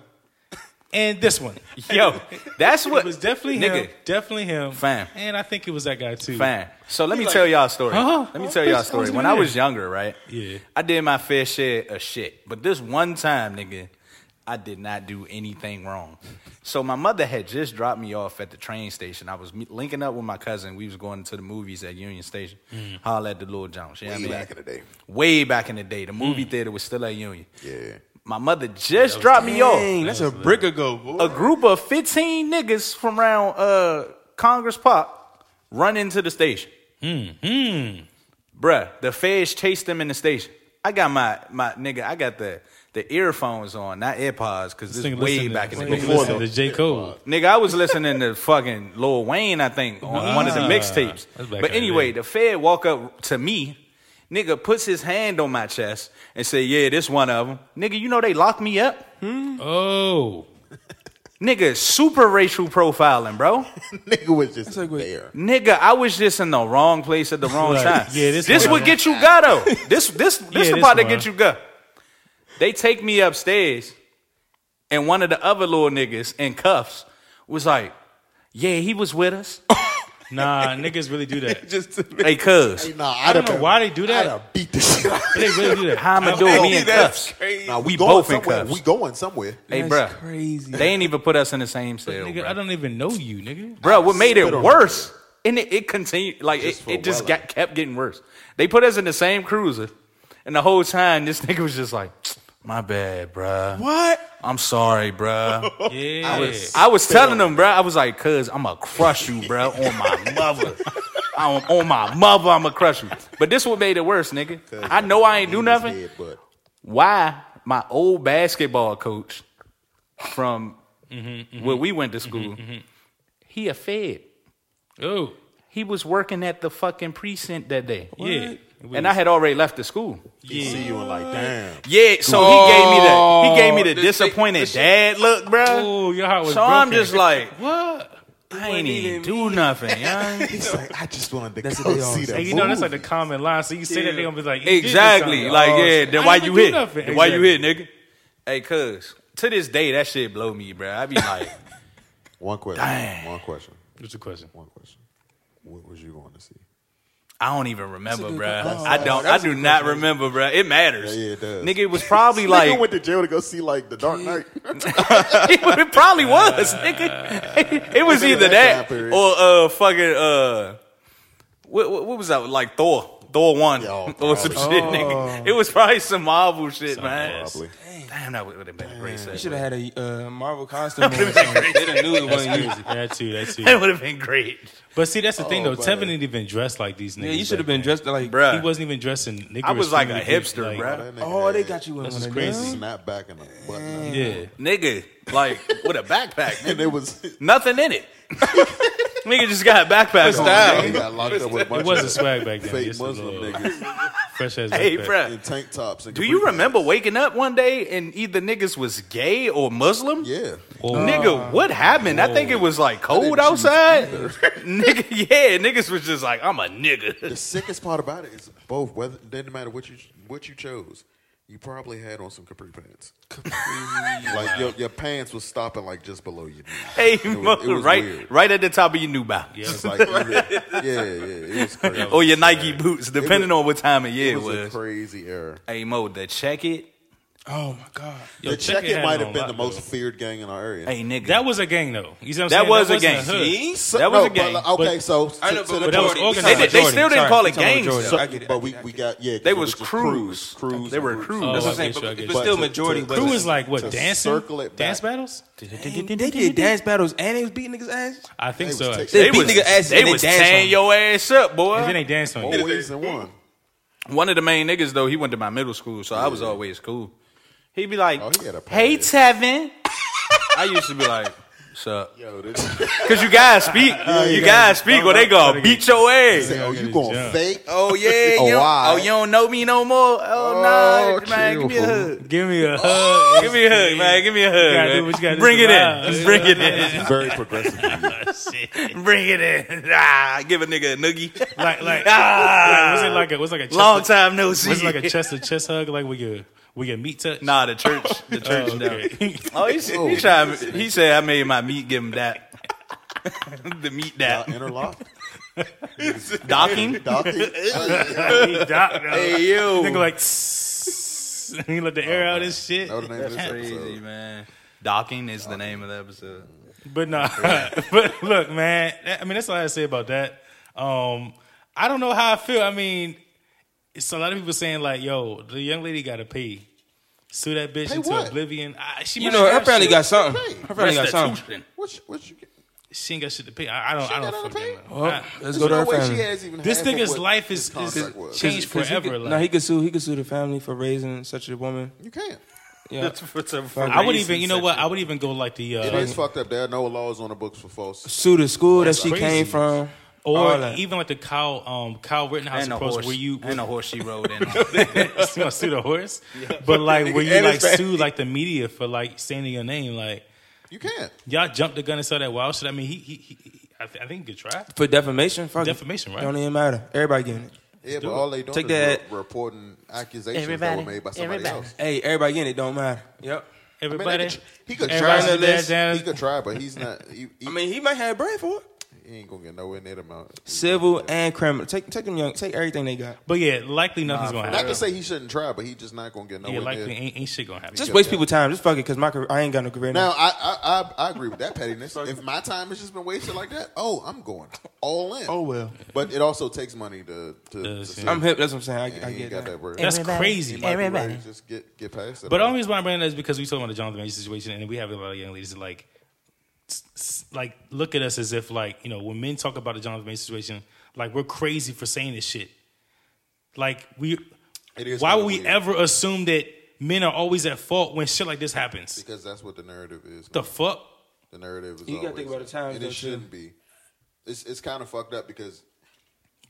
Speaker 6: and this one.
Speaker 3: Yo, that's what
Speaker 6: It was definitely
Speaker 3: nigga,
Speaker 6: him. Definitely him.
Speaker 3: Fam.
Speaker 6: And I think it was that guy too.
Speaker 3: Fan. So let me tell y'all a story.
Speaker 6: Huh?
Speaker 3: Let me
Speaker 6: Oh,
Speaker 3: tell y'all
Speaker 6: bitch, I
Speaker 3: a story.
Speaker 6: wasn't
Speaker 3: When I
Speaker 6: even
Speaker 3: was
Speaker 6: there.
Speaker 3: younger, right?
Speaker 6: Yeah.
Speaker 3: I did my fair share of shit. But this one time, nigga, I did not do anything wrong. So my mother had just dropped me off at the train station. I was me- linking up with my cousin. We was going to the movies at Union Station. Holla at the little Jones. You know what I
Speaker 2: Mm. Way
Speaker 3: mean?
Speaker 2: back in the day. Mm.
Speaker 3: Way back in the day. The movie theater was still at Union.
Speaker 2: Yeah.
Speaker 3: My mother just dropped me off
Speaker 9: Dang, that's a brick ago, boy.
Speaker 3: a group of 15 niggas from around uh, Congress Park run into the station. Bruh, the feds chased them in the station. I got my, my nigga, I got the, the earphones on, not AirPods, because this,
Speaker 6: This nigga
Speaker 3: is way
Speaker 6: listened
Speaker 3: back in
Speaker 6: to,
Speaker 3: the
Speaker 6: this
Speaker 3: day.
Speaker 6: nigga
Speaker 2: Before
Speaker 6: listened
Speaker 2: the-
Speaker 6: to J. Cole.
Speaker 3: Nigga, I was listening to fucking Lil Wayne, I think, on one of the
Speaker 6: Ah,
Speaker 3: mixtapes.
Speaker 6: that's back in
Speaker 3: But
Speaker 6: the
Speaker 3: anyway,
Speaker 6: day.
Speaker 3: the Fed walk up to me, nigga puts his hand on my chest and say, yeah, this one of them. Nigga, you know they locked me up?
Speaker 6: Oh.
Speaker 3: Nigga, super racial profiling, bro.
Speaker 2: nigga was just
Speaker 9: a good-
Speaker 2: there.
Speaker 3: Nigga, I was just in the wrong place at the wrong
Speaker 6: Right.
Speaker 3: time.
Speaker 6: Yeah, this
Speaker 3: this
Speaker 6: one.
Speaker 3: would get you go though. This this this
Speaker 6: Yeah,
Speaker 3: the
Speaker 6: this
Speaker 3: part that
Speaker 6: one.
Speaker 3: get you go. They take me upstairs, and one of the other little niggas in cuffs was like, "Yeah, he was with us."
Speaker 6: Nah, niggas really do that.
Speaker 9: Just to make
Speaker 3: hey, cuz
Speaker 2: Nah, I'd
Speaker 6: I don't
Speaker 2: have
Speaker 6: know
Speaker 2: been-
Speaker 6: why they do
Speaker 2: I'd
Speaker 6: that.
Speaker 2: have beat the shit. out of
Speaker 6: They
Speaker 2: him.
Speaker 6: really do that.
Speaker 3: how am I doing? Me in
Speaker 9: that's
Speaker 3: cuffs.
Speaker 9: crazy.
Speaker 2: Nah, we,
Speaker 3: We
Speaker 2: going
Speaker 3: both in
Speaker 2: somewhere.
Speaker 3: cuffs.
Speaker 2: We going somewhere.
Speaker 3: Hey,
Speaker 9: That's
Speaker 3: bruh,
Speaker 9: crazy.
Speaker 3: they ain't even put us in the same cell,
Speaker 6: Nigga,
Speaker 3: bruh.
Speaker 6: I don't even know you, nigga.
Speaker 3: Bro, what made
Speaker 2: Spit
Speaker 3: it
Speaker 2: on
Speaker 3: worse, and it, it continued, like,
Speaker 2: Just
Speaker 3: it,
Speaker 2: for
Speaker 3: it just
Speaker 2: Weller.
Speaker 3: got kept getting worse. They put us in the same cruiser, and the whole time, this nigga was just like, my bad, bruh.
Speaker 9: What?
Speaker 3: I'm sorry, bruh.
Speaker 6: Yeah.
Speaker 3: I was telling them, bruh, I was like, cuz, I'm gonna crush you, bruh, on my mother. I'm, on my mother, I'm gonna crush you. But this what made it worse, nigga. I know I ain't do
Speaker 2: In his
Speaker 3: nothing
Speaker 2: head, but
Speaker 3: why my old basketball coach from
Speaker 2: Mm-hmm,
Speaker 3: where we went to school, he a fed.
Speaker 6: oh,
Speaker 3: He was working at the fucking precinct that day.
Speaker 6: yeah. We-
Speaker 3: And I had already left the school.
Speaker 2: he see you and like, damn.
Speaker 3: Yeah, so he gave
Speaker 2: Oh,
Speaker 3: me the he gave me the disappointed dad look, bro.
Speaker 6: oh, your heart was
Speaker 3: So I'm
Speaker 6: broken.
Speaker 3: just like,
Speaker 6: what?
Speaker 3: I ain't even do nothing, young.
Speaker 2: He's like, I just wanted to
Speaker 9: That's
Speaker 2: go
Speaker 9: what they all
Speaker 2: see that.
Speaker 6: And you know that's like the common line. So you say that
Speaker 9: Yeah.
Speaker 6: they gonna be like you did this
Speaker 3: Exactly.
Speaker 6: something.
Speaker 3: Like,
Speaker 6: Oh,
Speaker 3: yeah,
Speaker 6: I
Speaker 3: then why
Speaker 6: ain't
Speaker 3: you
Speaker 6: do
Speaker 3: hit?
Speaker 6: nothing.
Speaker 3: Then why you
Speaker 6: Exactly.
Speaker 3: hit, nigga? Hey, cuz, to this day, that shit blow me, bro. I be like,
Speaker 2: One question. One question.
Speaker 6: What's the question?
Speaker 2: One question. What was you going to see?
Speaker 3: I don't even remember,
Speaker 9: good
Speaker 3: bruh.
Speaker 9: question.
Speaker 3: I don't. I
Speaker 2: That's a
Speaker 3: do
Speaker 2: good
Speaker 3: not
Speaker 2: question.
Speaker 3: remember, bruh. It matters.
Speaker 2: Yeah, yeah, it does.
Speaker 3: Nigga, it was probably
Speaker 2: Nigga
Speaker 3: like
Speaker 2: went to jail to go see like The Dark Knight.
Speaker 3: it probably was, nigga. It was
Speaker 2: Look at
Speaker 3: either
Speaker 2: that
Speaker 3: that
Speaker 2: time period.
Speaker 3: or uh fucking uh what, what, what was that like Thor. Thor one
Speaker 2: Yeah, oh,
Speaker 3: or some shit, nigga. It was probably some Marvel shit, man.
Speaker 6: ass.
Speaker 2: Probably.
Speaker 3: Damn, that would have been a great
Speaker 9: should
Speaker 3: set.
Speaker 9: have had a uh, Marvel costume. on or something. They done knew it wasn't you.
Speaker 6: That too, that too.
Speaker 3: That would have been great,
Speaker 6: But see, that's the thing
Speaker 2: Oh,
Speaker 6: though.
Speaker 2: buddy.
Speaker 6: Tevin didn't even dress like these niggas.
Speaker 9: Yeah, you should have
Speaker 6: back
Speaker 9: been dressed like.
Speaker 3: bruh.
Speaker 6: then. He wasn't even dressing. Nigga
Speaker 3: I was like a
Speaker 6: extremely good,
Speaker 3: hipster,
Speaker 6: like-
Speaker 3: bruh.
Speaker 9: Oh, they got you in
Speaker 6: This
Speaker 9: one
Speaker 6: is
Speaker 9: of
Speaker 6: crazy.
Speaker 9: them.
Speaker 2: Snap back in the button.
Speaker 6: Yeah,
Speaker 3: nigga. Like with a backpack,
Speaker 2: And
Speaker 3: nigga.
Speaker 2: it was
Speaker 3: nothing in it. nigga just got a backpack. on.
Speaker 2: He got locked up with a bunch
Speaker 6: it was
Speaker 2: of
Speaker 6: a swag back then.
Speaker 2: fake
Speaker 6: It's a
Speaker 2: Muslim
Speaker 6: little
Speaker 2: niggas
Speaker 6: Fresh ass.
Speaker 3: Hey,
Speaker 6: backpack.
Speaker 3: bruh.
Speaker 2: in tank tops. And
Speaker 3: Do you
Speaker 2: capri
Speaker 3: remember
Speaker 2: pants.
Speaker 3: waking up one day and either niggas was gay or Muslim?
Speaker 2: Yeah.
Speaker 6: Oh,
Speaker 3: Nigga, what happened? I think it was like cold
Speaker 2: choose
Speaker 3: outside. nigga, yeah, niggas was just like, I'm a nigga.
Speaker 2: The sickest part about it is both. Whether didn't matter what you what you chose, you probably had on some capri pants. like your, your pants was stopping like just below your knee.
Speaker 3: Hey,
Speaker 2: was-
Speaker 3: mother,
Speaker 2: it was
Speaker 3: right,
Speaker 2: weird.
Speaker 3: right at the top of your new bounce
Speaker 6: Yeah,
Speaker 2: It's like, yeah, yeah, yeah, it was crazy.
Speaker 3: or your Nike boots, depending on what time of year
Speaker 2: it
Speaker 3: it
Speaker 2: was
Speaker 3: was.
Speaker 2: a crazy era.
Speaker 3: hey, Mo, the check it.
Speaker 9: Oh my god.
Speaker 6: Yo,
Speaker 2: the check it
Speaker 6: had
Speaker 2: might
Speaker 6: on
Speaker 2: have been the
Speaker 6: lock,
Speaker 2: most feared gang in our area.
Speaker 3: Hey, nigga,
Speaker 6: though. That was a gang though. You see what I'm
Speaker 3: that
Speaker 6: saying?
Speaker 3: was a
Speaker 6: wasn't
Speaker 3: gang.
Speaker 6: hood.
Speaker 2: So-
Speaker 3: that was
Speaker 2: no,
Speaker 3: a gang.
Speaker 2: But, uh, like, okay,
Speaker 6: But-
Speaker 2: so to-
Speaker 9: I
Speaker 2: to
Speaker 9: know, but,
Speaker 2: the
Speaker 9: but that was
Speaker 2: point-
Speaker 6: organized.
Speaker 3: they,
Speaker 6: Nah,
Speaker 3: did- they
Speaker 6: Jordan,
Speaker 3: still didn't
Speaker 9: sorry.
Speaker 3: call it
Speaker 9: Talking about
Speaker 3: gangs.
Speaker 9: Jordan.
Speaker 3: though.
Speaker 9: I get it,
Speaker 2: but
Speaker 9: I
Speaker 2: we,
Speaker 9: get it,
Speaker 2: we
Speaker 9: I get
Speaker 2: got yeah.
Speaker 3: They
Speaker 2: 'cause
Speaker 3: was
Speaker 2: it just
Speaker 3: crews.
Speaker 2: crews.
Speaker 3: They were
Speaker 2: and
Speaker 3: crews.
Speaker 6: Oh,
Speaker 9: That's what I'm
Speaker 6: I
Speaker 9: saying,
Speaker 6: get you, I
Speaker 9: but-
Speaker 6: get
Speaker 9: but
Speaker 6: you.
Speaker 9: still
Speaker 2: to-
Speaker 9: majority
Speaker 2: to-
Speaker 9: was-
Speaker 6: Crew is like
Speaker 2: to
Speaker 6: what dancing?
Speaker 2: circle it back.
Speaker 6: Dance battles?
Speaker 9: They did dance battles and they was beating niggas ass.
Speaker 6: I think
Speaker 2: They
Speaker 6: so.
Speaker 2: was
Speaker 6: actually.
Speaker 9: They
Speaker 3: They
Speaker 9: beat
Speaker 3: was,
Speaker 9: nigga ass
Speaker 3: they
Speaker 9: and they
Speaker 3: was
Speaker 9: danced on
Speaker 3: tearing
Speaker 9: him.
Speaker 3: your ass up, boy.
Speaker 6: And then they danced on you.
Speaker 2: Always in one.
Speaker 3: one of the main niggas though, he went to my middle school, so I was always cool. He'd be like,
Speaker 2: Oh, he had a
Speaker 3: "Hey,
Speaker 2: pass.
Speaker 3: Tevin." I used to be like, "What's up?"
Speaker 2: Yo, this.
Speaker 3: Because you guys speak,
Speaker 6: Oh,
Speaker 3: you guys speak, or they gonna beat your ass.
Speaker 2: oh, you
Speaker 6: Yeah.
Speaker 2: going to
Speaker 6: Yeah.
Speaker 2: fake?
Speaker 3: Oh yeah,
Speaker 2: Oh,
Speaker 3: you don't-
Speaker 2: why?
Speaker 3: oh you don't know me no more. Oh,
Speaker 2: Oh,
Speaker 3: nah, man, give me a
Speaker 2: chill.
Speaker 3: hug.
Speaker 6: Give me a hug.
Speaker 3: Give me a hug, man. Give me a hug.
Speaker 6: gotta do
Speaker 3: Man.
Speaker 6: what you gotta do
Speaker 3: Bring
Speaker 6: to
Speaker 3: it in.
Speaker 6: survive.
Speaker 3: Just bring it in.
Speaker 2: Very progressive.
Speaker 3: Bring it in. Ah, give a nigga a noogie.
Speaker 6: Like like
Speaker 3: Ah.
Speaker 6: was it like a was like a chest
Speaker 3: Long time no see.
Speaker 6: was it like a chest to chest hug like with your with your meat touch?
Speaker 3: Nah, the church. The
Speaker 6: Oh,
Speaker 3: church. no.
Speaker 6: okay.
Speaker 3: Oh, he, said- he tried. He said I made my meat give him that. the meat that
Speaker 2: Interlock.
Speaker 3: docking.
Speaker 2: Docking.
Speaker 6: he docked, though.
Speaker 3: Hey yo,
Speaker 6: Nigga like "Tss," and he let the air out and shit.
Speaker 2: Know the name of this
Speaker 3: crazy
Speaker 2: episode.
Speaker 3: man. Docking is the name of the episode.
Speaker 6: But nah, but look, man. that- I mean, that's all I have to say about that. Um, I don't know how I feel. I mean, it's a lot of people saying like, "Yo, the young lady got to pay." Sue that bitch into
Speaker 2: what?
Speaker 6: oblivion. I, she
Speaker 9: You
Speaker 6: might
Speaker 9: know,
Speaker 6: have
Speaker 9: her family
Speaker 6: shit.
Speaker 9: got something. Her family got something.
Speaker 3: Restitution.
Speaker 2: What you, what you get?
Speaker 6: She ain't got shit to pay. I, I don't. I
Speaker 2: got
Speaker 6: don't
Speaker 2: nothing to
Speaker 6: fucking
Speaker 2: pay?
Speaker 6: know.
Speaker 9: Well, let's go
Speaker 2: There's no
Speaker 9: to her
Speaker 2: way
Speaker 9: family.
Speaker 2: she has even
Speaker 6: This
Speaker 2: half of
Speaker 6: nigga's
Speaker 2: what
Speaker 6: life is-
Speaker 2: his contract
Speaker 6: is-
Speaker 2: was.
Speaker 6: changed. forever,
Speaker 9: He could,
Speaker 6: like-
Speaker 9: no, he could sue. He could sue the family for raising such a woman.
Speaker 2: You can't.
Speaker 9: Yeah,
Speaker 6: I would even. You know what? I would even go like the
Speaker 2: It
Speaker 6: uh,
Speaker 2: is fucked up. There are no laws on the books for false.
Speaker 9: sue the school that she
Speaker 6: crazy.
Speaker 9: came from. all
Speaker 6: or
Speaker 9: that.
Speaker 6: even like the cow um Kyle Rittenhouse
Speaker 3: And a
Speaker 6: approach
Speaker 3: horse.
Speaker 6: where you
Speaker 3: and a horse she rode in.
Speaker 6: you gonna sue the horse, but like where you
Speaker 2: And
Speaker 6: like
Speaker 2: his family.
Speaker 6: sue like the media for like saying your name like.
Speaker 2: You can't.
Speaker 6: Y'all jumped the gun and saw that wild shit. I mean, he, he, he he- I, th- I think he could try.
Speaker 9: for defamation. Fuck it.
Speaker 6: Defamation, right?
Speaker 9: Don't even matter. Everybody getting it.
Speaker 2: Yeah, but all they doing
Speaker 9: Take
Speaker 2: is re-
Speaker 9: that-
Speaker 2: reporting accusations that were made by somebody else.
Speaker 9: Hey, everybody getting it. Don't matter. Yep.
Speaker 2: I mean,
Speaker 6: Everybody,
Speaker 2: they could, he could
Speaker 6: everybody
Speaker 2: try.
Speaker 6: sit there, Dan.
Speaker 2: He could try, but he's not. He, he,
Speaker 9: I mean, he might have bread for it.
Speaker 2: he ain't gonna get nowhere near the amount.
Speaker 9: Civil and criminal. Take take them young. Take everything they got.
Speaker 6: but yeah, likely nothing's gonna
Speaker 2: Not
Speaker 6: happen.
Speaker 2: to say he shouldn't try, but he's just not gonna get
Speaker 6: yeah,
Speaker 2: nowhere
Speaker 6: likely
Speaker 2: near.
Speaker 6: ain't, ain't shit gonna happen.
Speaker 9: Just
Speaker 2: Yeah,
Speaker 9: waste
Speaker 2: yeah.
Speaker 9: people time. Just fuck it, cause my career, I ain't got no career now.
Speaker 2: Now, I, I I I agree with that pettiness. if my time has just been wasted like that, oh, I'm going all in.
Speaker 9: Oh, well.
Speaker 2: But it also takes money to to. to
Speaker 6: Does,
Speaker 2: see.
Speaker 6: yeah.
Speaker 9: I'm hip. That's what I'm saying.
Speaker 2: And
Speaker 9: I, I
Speaker 2: he
Speaker 9: get
Speaker 2: ain't got
Speaker 9: that.
Speaker 2: that word.
Speaker 6: That's crazy.
Speaker 2: He might be ready to Just get get past it.
Speaker 6: But the only reason why I'm bringing that is because we talking about the Jonathan Major situation, and we have a lot of young ladies that like, s- s- like look at us as if like you know when men talk about the Jonathan Major situation, like we're crazy for saying this shit. Like we,
Speaker 2: It is
Speaker 6: why
Speaker 2: kinda
Speaker 6: would we
Speaker 2: weird.
Speaker 6: ever assume that men are always at fault when shit like this happens?
Speaker 2: because that's what the narrative is.
Speaker 6: The fuck.
Speaker 2: The narrative is.
Speaker 9: You gotta
Speaker 2: always-
Speaker 9: think about the times,
Speaker 2: and
Speaker 9: though,
Speaker 2: it
Speaker 9: too.
Speaker 2: shouldn't be. It's it's kind of fucked up because.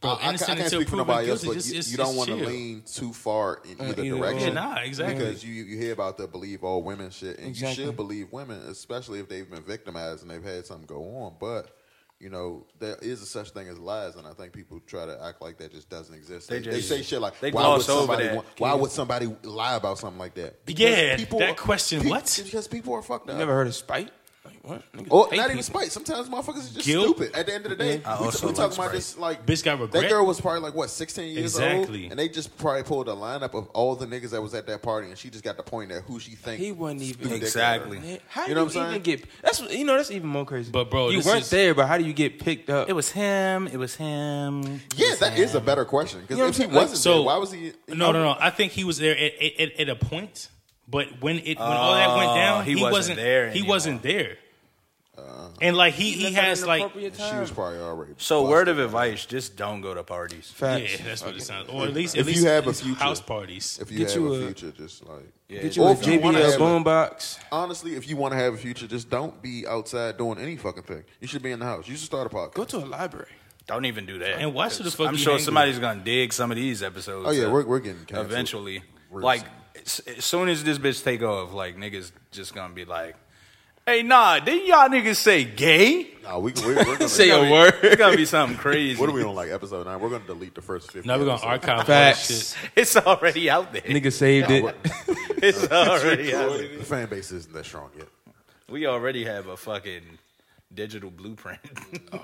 Speaker 6: Bro,
Speaker 2: I- I, ca-
Speaker 6: innocent
Speaker 2: I can't
Speaker 6: until
Speaker 2: speak for
Speaker 6: proven
Speaker 2: nobody else,
Speaker 6: guilty,
Speaker 2: but
Speaker 6: just-
Speaker 2: you,
Speaker 6: it's-
Speaker 2: you don't
Speaker 6: it's
Speaker 2: want to
Speaker 6: chill.
Speaker 2: lean too far in either
Speaker 9: either
Speaker 2: direction.
Speaker 9: way.
Speaker 6: Yeah, nah, exactly.
Speaker 2: Because you, you hear about the believe all women shit, and
Speaker 9: Exactly.
Speaker 2: you should believe women, especially if they've been victimized and they've had something go on. But you know there is a such thing as lies, and I think people try to act like that just doesn't exist. They,
Speaker 3: They
Speaker 2: they
Speaker 3: just-
Speaker 2: say shit like,
Speaker 3: they
Speaker 2: "Why would
Speaker 3: gloss over
Speaker 2: somebody?
Speaker 3: that.
Speaker 2: wa- Why would somebody lie about something like that?"
Speaker 6: Yeah, that question,
Speaker 2: pe-
Speaker 6: what?
Speaker 2: Because people are fucked up.
Speaker 9: Never heard of spite. Like, what? Niggas
Speaker 2: Or
Speaker 6: Hey,
Speaker 2: Oh, not
Speaker 6: people.
Speaker 2: even spite. Sometimes motherfuckers are just
Speaker 6: Guilt.
Speaker 2: stupid. At the end of the day, we,
Speaker 3: also
Speaker 2: we talking
Speaker 3: like
Speaker 2: about
Speaker 3: Sprite.
Speaker 2: just like
Speaker 6: Bitch got regret.
Speaker 2: That girl was probably like what sixteen years
Speaker 6: Exactly.
Speaker 2: old, and they just probably pulled a lineup of all the niggas that was at that party, and she just got the point at who she think
Speaker 9: He wasn't even-
Speaker 2: threw dick at her.
Speaker 3: Exactly.
Speaker 9: Man, How do
Speaker 2: You
Speaker 9: you,
Speaker 2: know what I'm saying?
Speaker 9: even get? That's you know that's even more crazy.
Speaker 6: But, bro,
Speaker 9: you
Speaker 6: this
Speaker 9: weren't
Speaker 6: is-
Speaker 9: there. But how do you get picked up?
Speaker 3: It was him. It was him.
Speaker 2: Yeah, that is a better question because
Speaker 9: You know
Speaker 2: if he
Speaker 9: what I'm saying? Like,
Speaker 2: wasn't
Speaker 6: So
Speaker 2: there, why was he?
Speaker 6: No, no, no. I think he was there at, at, at- at a point, but when it when all that went
Speaker 3: Oh,
Speaker 6: down,
Speaker 3: he
Speaker 6: he,
Speaker 3: wasn't
Speaker 6: wasn't,
Speaker 3: there
Speaker 6: there. He
Speaker 3: anymore.
Speaker 6: wasn't there.
Speaker 2: Uh,
Speaker 6: and like he he
Speaker 9: Left at an
Speaker 6: has like
Speaker 9: appropriate
Speaker 2: She
Speaker 9: time.
Speaker 2: was probably already.
Speaker 3: So,
Speaker 2: busted.
Speaker 3: word of advice: just don't go to parties.
Speaker 6: yeah,
Speaker 9: Facts.
Speaker 6: that's what it sounds. Or at least at
Speaker 2: If you
Speaker 6: least
Speaker 2: have a
Speaker 6: it's
Speaker 2: future.
Speaker 6: house parties.
Speaker 2: If you
Speaker 9: Get
Speaker 2: have
Speaker 9: you
Speaker 2: a
Speaker 9: a-
Speaker 2: future, just like
Speaker 9: Get you
Speaker 2: Or
Speaker 9: a
Speaker 2: if you wanna
Speaker 9: JBL
Speaker 2: have a-
Speaker 9: boombox.
Speaker 2: honestly, if you want to have a future, just don't be outside doing any fucking thing. You should be in the house. You should start a podcast.
Speaker 9: Go to a library.
Speaker 3: Don't even do that.
Speaker 6: And why should the fuck
Speaker 3: I'm
Speaker 6: you
Speaker 3: sure
Speaker 6: hang
Speaker 3: somebody's gonna dig some of these episodes.
Speaker 2: Oh, yeah,
Speaker 3: up
Speaker 2: we're- we're getting canceled.
Speaker 3: eventually.
Speaker 2: We're
Speaker 3: like
Speaker 2: just-
Speaker 3: as, as soon as this bitch take off, like niggas just gonna be like, "Hey, nah, didn't y'all niggas say gay?"
Speaker 2: Nah, we, we, we're gonna
Speaker 9: Say a word.
Speaker 3: It's gonna be something crazy.
Speaker 2: What are we on like episode nine? We're gonna delete the first fifty.
Speaker 6: Now we're gonna
Speaker 2: episodes.
Speaker 6: archive all that
Speaker 9: Facts.
Speaker 6: shit.
Speaker 3: It's already out there.
Speaker 9: Nigga saved
Speaker 2: Yeah,
Speaker 9: it.
Speaker 2: we're-
Speaker 3: It's already out there.
Speaker 2: the fan base isn't that strong yet.
Speaker 3: We already have a fucking digital blueprint.
Speaker 9: Oh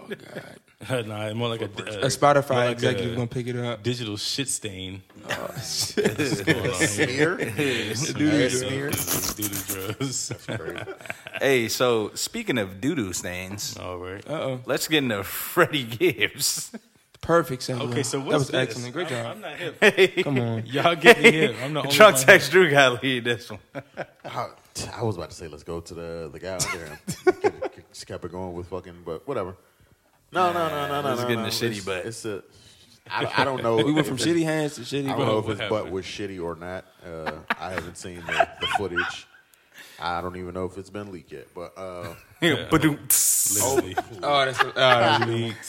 Speaker 9: god.
Speaker 6: nah, more like a, a,
Speaker 9: A
Speaker 6: more
Speaker 9: Spotify
Speaker 6: like
Speaker 9: executive
Speaker 6: a
Speaker 9: gonna pick it up. Oh,
Speaker 6: digital shit stain.
Speaker 2: Smear?
Speaker 6: Dude,
Speaker 2: smear?
Speaker 6: drugs.
Speaker 3: hey, so speaking of doo doo stains,
Speaker 6: All right.
Speaker 9: Uh oh.
Speaker 3: let's get into Freddie Gibbs.
Speaker 9: Perfect. segue.
Speaker 6: Okay, so what's
Speaker 9: that was
Speaker 6: this?
Speaker 9: excellent. Great
Speaker 6: I'm-
Speaker 9: job.
Speaker 6: I'm not hip.
Speaker 9: Come on.
Speaker 6: Y'all get me hip. I'm the only
Speaker 3: Drunk
Speaker 6: one.
Speaker 3: text Drew got lead this one.
Speaker 2: I, I was about to say let's go to the the guy out there. Just kept it going with fucking, but whatever. No, no, no, no, no.
Speaker 3: Let's
Speaker 2: no,
Speaker 3: get in
Speaker 2: no.
Speaker 3: the shitty
Speaker 2: It's-
Speaker 3: butt.
Speaker 2: It's a. I, I don't know.
Speaker 9: We went from
Speaker 2: if it's-
Speaker 9: shitty hands to shitty.
Speaker 2: I
Speaker 9: butt.
Speaker 2: don't know if
Speaker 6: What
Speaker 2: his butt
Speaker 6: happened?
Speaker 2: was shitty or not. Uh, I haven't seen the, the footage. I don't even know if it's been leaked yet. But uh,
Speaker 3: Ba-doom.
Speaker 6: Literally.
Speaker 9: Oh, that's oh, that's-
Speaker 6: Leaked.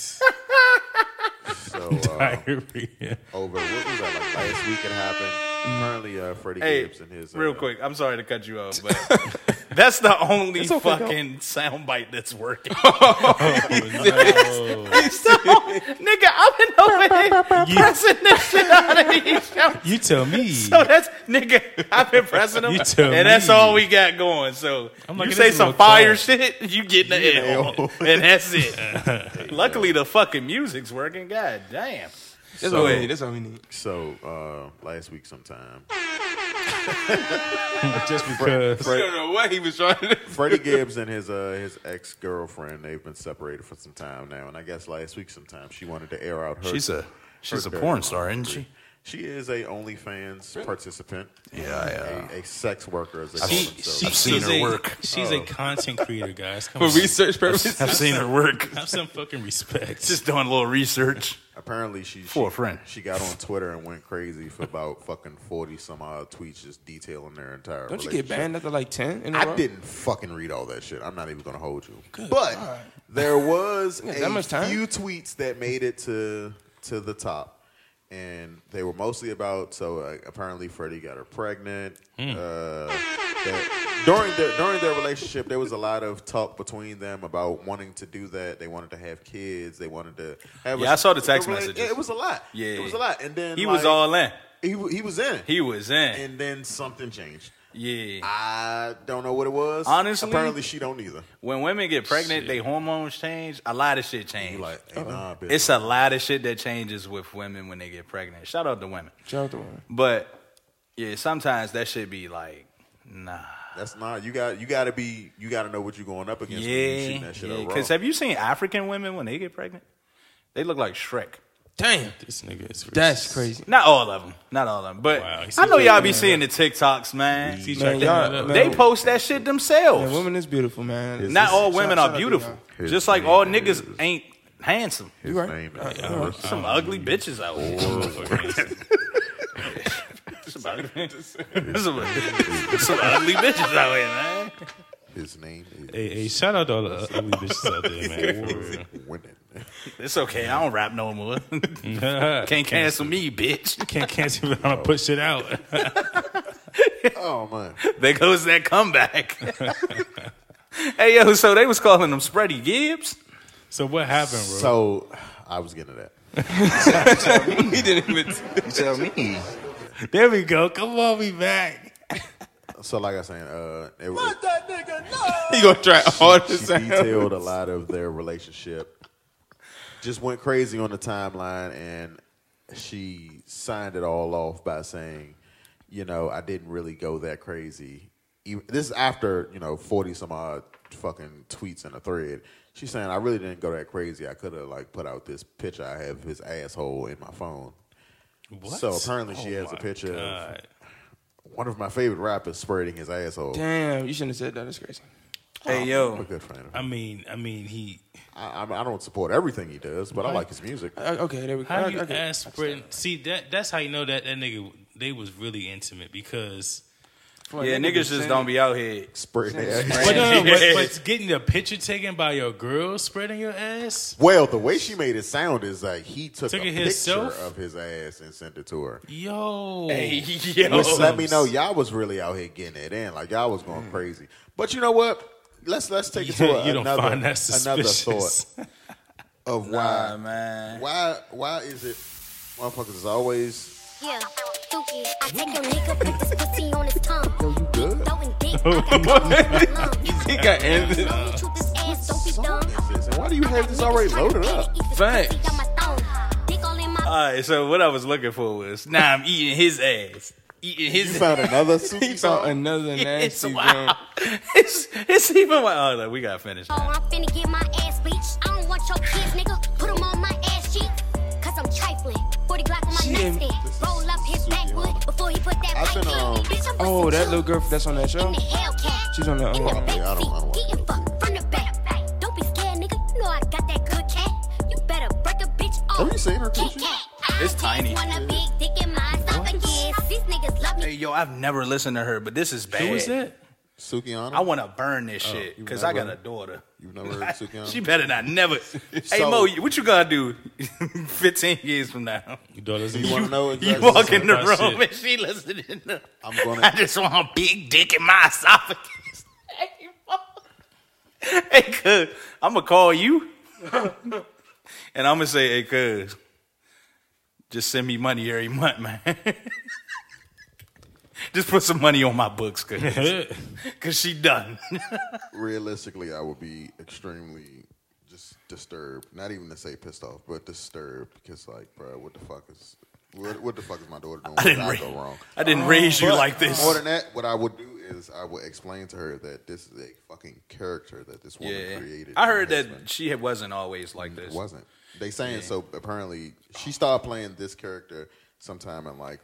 Speaker 2: so uh,
Speaker 6: Diarrhea.
Speaker 2: over what was that like last week? It happened. Currently, uh, Freddie
Speaker 3: Hey,
Speaker 2: Gibbs and his uh,
Speaker 3: real quick, I'm sorry to cut you off, but that's the only
Speaker 9: It's okay,
Speaker 3: fucking soundbite that's working.
Speaker 6: Oh, no.
Speaker 3: Nigga, I've been over here pressing this shit out of these show.
Speaker 6: You tell me.
Speaker 3: So that's nigga, I've been pressing them,
Speaker 6: You
Speaker 3: and
Speaker 6: tell me.
Speaker 3: that's all we got going. So
Speaker 6: I'm like,
Speaker 3: you
Speaker 6: it
Speaker 3: say
Speaker 6: is a
Speaker 3: some
Speaker 6: little
Speaker 3: fire
Speaker 6: quiet.
Speaker 3: shit, you get the L, and that's it. Luckily, the fucking music's working. God damn.
Speaker 9: that's all we need. That's all we need.
Speaker 2: So uh, last week, sometime
Speaker 6: Just because.
Speaker 9: I don't know what he was trying to. do.
Speaker 2: Freddie Gibbs and his uh, his ex girlfriend they've been separated for some time now, and I guess last week, sometime she wanted to air out her. she's a porn
Speaker 3: star, isn't she?
Speaker 2: she is a OnlyFans participant,
Speaker 3: Yeah, uh,
Speaker 2: a, a sex worker as they call
Speaker 6: She,
Speaker 2: themselves.
Speaker 6: she,
Speaker 3: seen
Speaker 6: she's
Speaker 3: her
Speaker 6: a-
Speaker 3: work. Oh.
Speaker 6: She's a content creator, guys. Come
Speaker 9: For
Speaker 6: on.
Speaker 9: research purposes.
Speaker 3: I've seen her work.
Speaker 6: Have some fucking respect.
Speaker 3: Just doing a little research.
Speaker 2: Apparently, she
Speaker 3: For
Speaker 2: she,
Speaker 3: a friend.
Speaker 2: She got on Twitter and went crazy for about fucking forty some odd tweets, just detailing their entire.
Speaker 9: Don't you get
Speaker 2: relationship.
Speaker 9: banned after like ten? In a
Speaker 2: I
Speaker 9: row?
Speaker 2: didn't fucking read all that shit. I'm not even gonna hold you. but there was
Speaker 9: Yeah,
Speaker 2: a
Speaker 9: that much time?
Speaker 2: few tweets that made it to to the top, and they were mostly about. So uh, apparently, Freddie got her pregnant.
Speaker 9: Hmm.
Speaker 2: Uh, that- during their during their relationship, there was a lot of talk between them about wanting to do that. They wanted to have kids. They wanted to have.
Speaker 3: Yeah, I saw the text
Speaker 2: rela-
Speaker 3: messages.
Speaker 2: It was a lot.
Speaker 3: Yeah.
Speaker 2: it was a lot. And then
Speaker 3: He
Speaker 2: like,
Speaker 3: was all in.
Speaker 2: he w- he was in.
Speaker 3: He was in.
Speaker 2: and then something changed.
Speaker 3: Yeah.
Speaker 2: I don't know what it was.
Speaker 3: Honestly-
Speaker 2: apparently she don't either.
Speaker 3: When women get pregnant, they hormones change. A lot of shit change.
Speaker 2: You like, hey, nah, bitch.
Speaker 3: It's a lot of shit that changes with women when they get pregnant. Shout out to women.
Speaker 9: Shout out to one.
Speaker 3: But yeah, sometimes that should be like, nah.
Speaker 2: That's not. You got. You got to be. You got to know what you're going up against. when you shooting
Speaker 3: Yeah.
Speaker 2: that shit up raw.
Speaker 3: Because have you seen African women when they get pregnant? They look like Shrek.
Speaker 9: Damn,
Speaker 6: This nigga is
Speaker 9: that's crazy.
Speaker 3: Not all of them. Not all of them. But
Speaker 6: Wow, you see
Speaker 3: I know
Speaker 6: that,
Speaker 3: y'all be seeing the TikToks, man.
Speaker 6: He's
Speaker 9: Man,
Speaker 6: trying
Speaker 9: y'all- man,
Speaker 6: to-
Speaker 3: They post that shit
Speaker 9: Man,
Speaker 3: themselves.
Speaker 9: woman is beautiful, man.
Speaker 2: Is
Speaker 3: Not all
Speaker 9: Shout- shout
Speaker 3: women
Speaker 9: out
Speaker 3: are
Speaker 9: to
Speaker 3: beautiful.
Speaker 9: y'all.
Speaker 2: y'all.
Speaker 3: Just like
Speaker 2: His
Speaker 3: all
Speaker 2: name
Speaker 3: niggas ain't handsome.
Speaker 2: His
Speaker 9: You right.
Speaker 2: name
Speaker 9: Uh,
Speaker 2: is
Speaker 9: you right.
Speaker 2: Anderson.
Speaker 3: Some ugly bitches out here. Some ugly some ugly bitches out here, man.
Speaker 2: His name
Speaker 6: Hey, hey, shout out to all the ugly bitches out there, man. For real.
Speaker 2: is Winning.
Speaker 3: It's okay. I don't rap no more. Can't cancel me, bitch.
Speaker 6: Can't cancel me. I'm gonna push it out.
Speaker 2: Oh man.
Speaker 3: There goes that comeback. hey yo, so they was calling them Spready Gibbs.
Speaker 6: So what happened, bro?
Speaker 2: So I was getting to that.
Speaker 9: He didn't even.
Speaker 6: there we go. Come on, we back.
Speaker 2: so like I was saying, uh, it,
Speaker 7: Fuck
Speaker 2: it,
Speaker 7: that nigga, no.
Speaker 9: He gonna try all the
Speaker 2: she
Speaker 9: sounds.
Speaker 2: detailed a lot of their relationship. Just went crazy on the timeline, and she signed it all off by saying, "You know, I didn't really go that crazy." Even, this is after you know forty some odd fucking tweets in a thread. She's saying, "I really didn't go that crazy. I could have like put out this picture I have of his asshole in my phone."
Speaker 6: What?
Speaker 2: So apparently, she
Speaker 6: Oh
Speaker 2: has a
Speaker 6: my
Speaker 2: picture of
Speaker 6: God.
Speaker 2: one of my favorite rappers spreading his asshole.
Speaker 9: Damn, you shouldn't have said that. That's crazy.
Speaker 3: Hey
Speaker 2: I'm a
Speaker 3: yo,
Speaker 2: good fan. Of him.
Speaker 6: I mean, I mean, he.
Speaker 2: I, I, I don't support everything he does, but I like his music.
Speaker 9: Uh, okay, there we go.
Speaker 6: How
Speaker 9: I-
Speaker 6: you
Speaker 9: I get-
Speaker 6: ask Brent? See that? That's how you know that that nigga they was really intimate because.
Speaker 9: Fuck,
Speaker 3: yeah,
Speaker 9: that
Speaker 3: niggas just
Speaker 9: saying-
Speaker 3: don't be out here.
Speaker 2: Spreading
Speaker 6: But no, no, but,
Speaker 3: Yeah.
Speaker 6: but getting a picture taken by your girl spreading your ass.
Speaker 2: Well, the way she made it sound is like he took,
Speaker 6: Took
Speaker 2: a
Speaker 6: it
Speaker 2: picture
Speaker 6: himself?
Speaker 2: of his ass and sent it to her.
Speaker 6: Yo,
Speaker 3: yo.
Speaker 2: Which let me know y'all was really out here getting it in, like y'all was going crazy. But you know what? Let's let's take it to
Speaker 6: Yeah,
Speaker 2: a,
Speaker 6: you don't
Speaker 2: another
Speaker 6: find that
Speaker 2: another
Speaker 6: suspicious.
Speaker 2: thought of
Speaker 3: Nah,
Speaker 2: why
Speaker 3: man.
Speaker 2: why why is it motherfuckers is always
Speaker 10: Yeah, Dookie, I take your nigga, put this pussy on his tongue.
Speaker 2: yo you good?
Speaker 10: Throwing dick, I got cookies in my lungs.
Speaker 9: He got ended.
Speaker 10: Know me, shoot this ass, don't be
Speaker 2: Song
Speaker 10: dumb.
Speaker 2: is this? And why do you have this already loaded up?
Speaker 9: Facts. Uh.
Speaker 3: All right, so what I was looking for was now I'm eating his ass, eating his.
Speaker 2: You found another
Speaker 9: He
Speaker 2: Suki
Speaker 9: found
Speaker 2: song.
Speaker 9: another
Speaker 3: It's
Speaker 9: nasty
Speaker 3: wild.
Speaker 9: one.
Speaker 3: It's, it's even wild. Oh, no, we gotta finish.
Speaker 10: Oh,
Speaker 3: Now.
Speaker 10: I'm finna get my ass beat. I don't want your kids, nigga. Put 'em on my ass cheek. Cause I'm trifling. 40 Glock on my
Speaker 9: Shit.
Speaker 10: nightstand. Roll up his backwood before he put that
Speaker 2: I've
Speaker 10: right
Speaker 2: been, um,
Speaker 10: hand. Bitch, I'm
Speaker 9: Oh,
Speaker 10: busting
Speaker 9: that little
Speaker 10: chops
Speaker 9: girl that's on that
Speaker 10: in
Speaker 9: show.
Speaker 10: the Hellcat.
Speaker 9: She's on the.
Speaker 10: In the
Speaker 9: Um,
Speaker 10: back
Speaker 2: yeah, I don't- I don't
Speaker 10: seat,
Speaker 2: watch
Speaker 10: getting fucked from the back. Don't be scared, nigga. You know I got that good cat. You better break a bitch off.
Speaker 2: Have you seen her
Speaker 10: Cat,
Speaker 2: coochie?
Speaker 10: cat.
Speaker 3: It's
Speaker 10: I
Speaker 3: tiny.
Speaker 10: Just want a big dick in my esophagus. These niggas love me.
Speaker 3: Hey, yo, I've never listened to her, but this is Oh, bad.
Speaker 6: who is that?
Speaker 2: Sukiana?
Speaker 3: I want to burn this shit because I got a daughter.
Speaker 2: You've never heard Sukiana?
Speaker 3: She better not never. hey
Speaker 2: So-
Speaker 3: Mo, what you gonna do? Fifteen years from now,
Speaker 6: You daughters,
Speaker 2: you want to know
Speaker 3: you
Speaker 2: exactly
Speaker 3: walk in the
Speaker 6: that
Speaker 3: room
Speaker 6: shit.
Speaker 3: and she listening. To,
Speaker 2: I'm gonna-
Speaker 3: I just want a big dick in my esophagus. Hey, Mo. hey, cuz, I'm gonna call you, and I'm gonna say, hey, cuz, just send me money every month, man. just put some money on my books, cuz, cause she done.
Speaker 2: realistically, I would be extremely just disturbed. Not even to say pissed off, but disturbed because, like, bro, what the fuck is what, what the fuck is my daughter doing?
Speaker 3: I didn't
Speaker 2: What
Speaker 3: ra-
Speaker 2: did I go wrong?
Speaker 3: I didn't raise you
Speaker 2: But
Speaker 3: like this.
Speaker 2: More than that, what I would do is I would explain to her that this is a fucking character that this woman
Speaker 3: Yeah,
Speaker 2: created.
Speaker 3: I heard
Speaker 2: for her
Speaker 3: that
Speaker 2: husband.
Speaker 3: she wasn't always like this.
Speaker 2: It wasn't. They saying so. Apparently, she started playing this character sometime in like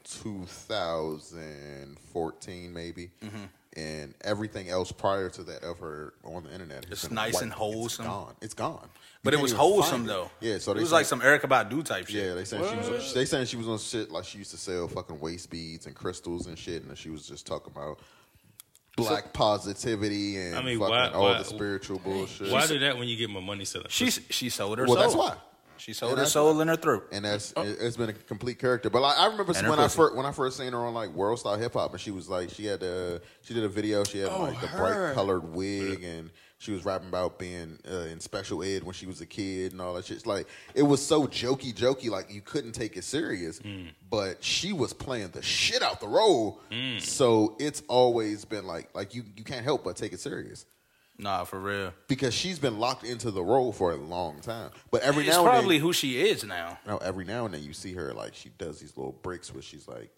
Speaker 2: 2014, maybe.
Speaker 3: Mm-hmm.
Speaker 2: And everything else prior to that of her on the internet, has
Speaker 3: It's
Speaker 2: been
Speaker 3: nice
Speaker 2: wiped.
Speaker 3: and wholesome.
Speaker 2: It's gone. It's gone. You
Speaker 3: But it
Speaker 2: can't
Speaker 3: was
Speaker 2: even find
Speaker 3: wholesome
Speaker 2: it.
Speaker 3: though.
Speaker 2: Yeah. So
Speaker 3: it
Speaker 2: they
Speaker 3: was
Speaker 2: saying-
Speaker 3: like some Erica Badu type shit.
Speaker 2: Yeah, they saying she was. They saying she was on shit like she used to sell fucking waist beads and crystals and shit, and she was just talking about black positivity and
Speaker 6: I mean,
Speaker 2: fucking
Speaker 6: why-
Speaker 2: all
Speaker 6: why-
Speaker 2: the spiritual bullshit.
Speaker 6: Why do that when you get my money seller?
Speaker 3: She she sold her
Speaker 2: well,
Speaker 3: soul.
Speaker 2: that's why.
Speaker 3: She sold
Speaker 2: Yeah,
Speaker 3: her
Speaker 2: that's
Speaker 3: soul
Speaker 2: why.
Speaker 3: in her throat.
Speaker 2: and that's it- it's been a complete character. But like, I remember
Speaker 3: And her
Speaker 2: when I
Speaker 3: pussy.
Speaker 2: first when I first seen her on like World Style Hip Hop, and she was like she had uh she did a video. She had like the bright colored wig, and she was rapping about being uh, in special ed when she was a kid and all that shit. It's like it was so jokey, jokey, like you couldn't take it serious.
Speaker 3: Mm.
Speaker 2: But she was playing the shit out the role,
Speaker 3: Mm.
Speaker 2: so it's always been like like you you can't help but take it serious.
Speaker 3: Nah, for real.
Speaker 2: Because she's been locked into the role for a long time, but every
Speaker 3: It's
Speaker 2: now and then,
Speaker 3: probably who she is now.
Speaker 2: now every now and then you see her like she does these little breaks where she's like,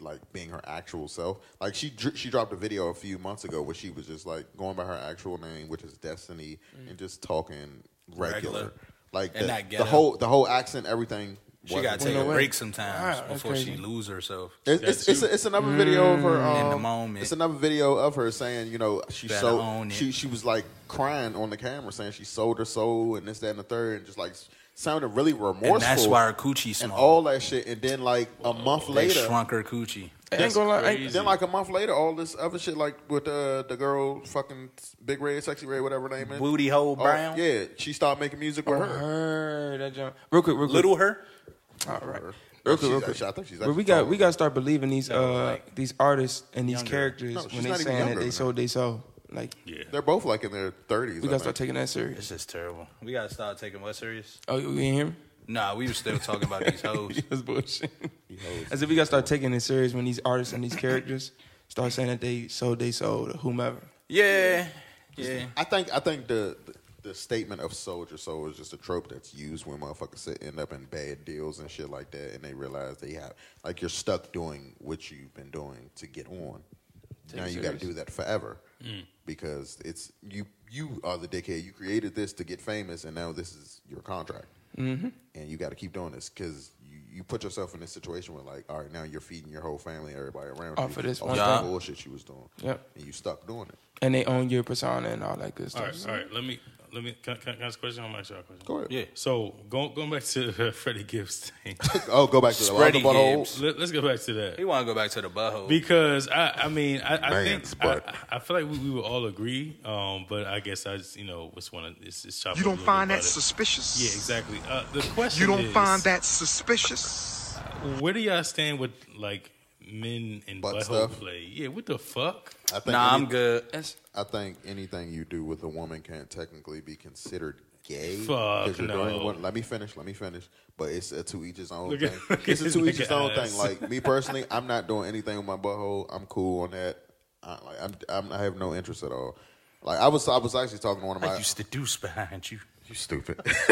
Speaker 2: like being her actual self. Like she dr- she dropped a video a few months ago where she was just like going by her actual name, which is Destiny, and just talking regular,
Speaker 3: Regular.
Speaker 2: like
Speaker 3: And
Speaker 2: the,
Speaker 3: not
Speaker 2: the
Speaker 3: ghetto.
Speaker 2: whole the whole accent, everything.
Speaker 3: She
Speaker 2: wasn't-
Speaker 3: gotta take a
Speaker 9: way.
Speaker 3: break sometimes
Speaker 9: Wow, that's
Speaker 3: before she
Speaker 9: crazy.
Speaker 3: lose herself.
Speaker 2: It's it's, it's, it's another video of her um,
Speaker 3: Mm, In the moment.
Speaker 2: It's another video of her saying, you know, she
Speaker 3: Better
Speaker 2: sold.
Speaker 3: own it.
Speaker 2: She she was like crying on the camera, saying she sold her soul and this, that, and the third, and just like sounded really remorseful.
Speaker 3: And that's why her coochie
Speaker 2: and
Speaker 3: small.
Speaker 2: all that shit. And then like a month
Speaker 3: they
Speaker 2: later,
Speaker 3: shrunk her coochie.
Speaker 9: ain't gonna lie. ain't-
Speaker 2: then like a month later, all this other shit like with uh, the girl, fucking big red, sexy red, whatever her name is,
Speaker 3: Booty hole
Speaker 2: Oh,
Speaker 3: brown.
Speaker 2: yeah, she started making music with her.
Speaker 9: Oh, Her, that jump. Real quick, real quick.
Speaker 3: Little her.
Speaker 9: All right.
Speaker 2: Real
Speaker 9: Real quick, real quick.
Speaker 2: I think she's.
Speaker 9: But
Speaker 2: actually
Speaker 9: we got
Speaker 2: taller.
Speaker 9: we got to start believing these uh these artists and these
Speaker 3: Younger.
Speaker 9: characters
Speaker 2: No, she's
Speaker 9: when they
Speaker 2: not even
Speaker 9: saying
Speaker 2: younger
Speaker 9: that
Speaker 2: than
Speaker 9: they
Speaker 2: that.
Speaker 9: sold they sold. Like
Speaker 2: They're both like in their thirties.
Speaker 9: we got to start taking that serious.
Speaker 3: This is terrible. We gotta start taking what serious?
Speaker 9: Oh, you didn't hear me?
Speaker 3: Nah, we were still talking about these hoes.
Speaker 9: That's bullshit. As if we got to start taking it serious when these artists and these characters start saying that they sold, they sold whomever.
Speaker 3: Yeah,
Speaker 2: yeah. I think I think the the statement of soldier soul is just a trope that's used when motherfuckers sit- end up in bad deals and shit like that, and they realize they have like you're stuck doing what you've been doing to get on.
Speaker 9: Take
Speaker 2: now
Speaker 9: it
Speaker 2: you got to
Speaker 9: serious.
Speaker 2: do that forever
Speaker 9: Mm.
Speaker 2: because it's you you are the dickhead. You created this to get famous, and now this is your contract.
Speaker 9: Mhm.
Speaker 2: And you got to keep doing this because you, you put yourself in this situation where like, all right, now you're feeding your whole family, everybody around you,
Speaker 9: Off of this
Speaker 2: off
Speaker 9: one
Speaker 2: that
Speaker 9: job.
Speaker 2: bullshit you was doing.
Speaker 9: Yep.
Speaker 2: and you stuck doing it.
Speaker 9: And they own your persona and all that good
Speaker 6: All
Speaker 9: stuff.
Speaker 6: right, all right. Let me let me can, can, can I ask a question? I'm gonna ask y'all a question.
Speaker 2: Go ahead.
Speaker 3: Yeah.
Speaker 6: So go, going back to uh, Freddie Gibbs thing.
Speaker 2: Oh, go back to the- all the
Speaker 3: Spready
Speaker 2: butthole.
Speaker 3: Gibbs.
Speaker 6: Let, us go back to that.
Speaker 3: He want to go back to the butthole.
Speaker 6: Because I, I mean, I, I think
Speaker 2: Man's
Speaker 6: I,
Speaker 2: butt.
Speaker 6: I feel like we, we would all agree. Um, but I guess I just you know was one to it's, it's chopped
Speaker 11: You
Speaker 6: up a
Speaker 11: don't
Speaker 6: little
Speaker 11: find
Speaker 6: bit
Speaker 11: that
Speaker 6: about it.
Speaker 11: suspicious?
Speaker 6: Yeah, exactly. Uh, the question
Speaker 11: You don't
Speaker 6: is,
Speaker 11: find that suspicious?
Speaker 6: Where do y'all stand with like men and
Speaker 2: Butt
Speaker 6: butthole
Speaker 2: stuff?
Speaker 6: play? Yeah, what the fuck?
Speaker 2: I think
Speaker 3: Nah,
Speaker 2: any-
Speaker 3: I'm good.
Speaker 2: I think anything you do with a woman can't technically be considered gay.
Speaker 6: Fuck,
Speaker 2: 'cause you're
Speaker 6: no.
Speaker 2: doing one- Let me finish. Let me finish. But it's a to each his own
Speaker 6: Look at-
Speaker 2: thing.
Speaker 6: look at
Speaker 2: it's a
Speaker 6: his
Speaker 2: to each
Speaker 6: nigga
Speaker 2: his own
Speaker 6: ass.
Speaker 2: thing. Like me personally, I'm not doing anything with my butthole. I'm cool on that. I, like, I'm, I'm, I have no interest at all. Like I was, I was actually talking to one of my.
Speaker 3: I used to deuce behind you.
Speaker 2: You stupid.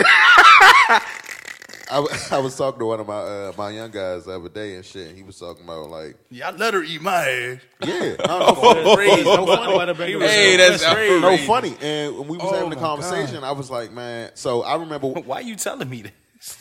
Speaker 2: I, w- I was talking to one of my uh, my young guys the other day and shit. And he was talking about like,
Speaker 3: Yeah, I let her eat my ass.
Speaker 2: yeah, no, no, funny,
Speaker 3: Crazy.
Speaker 2: no funny.
Speaker 3: He was
Speaker 9: Hey,
Speaker 3: a-
Speaker 9: that's
Speaker 3: crazy.
Speaker 2: no funny. And when we was
Speaker 9: Oh
Speaker 2: having a
Speaker 9: my
Speaker 2: conversation, I was like, man. So I remember.
Speaker 3: Why you telling me that?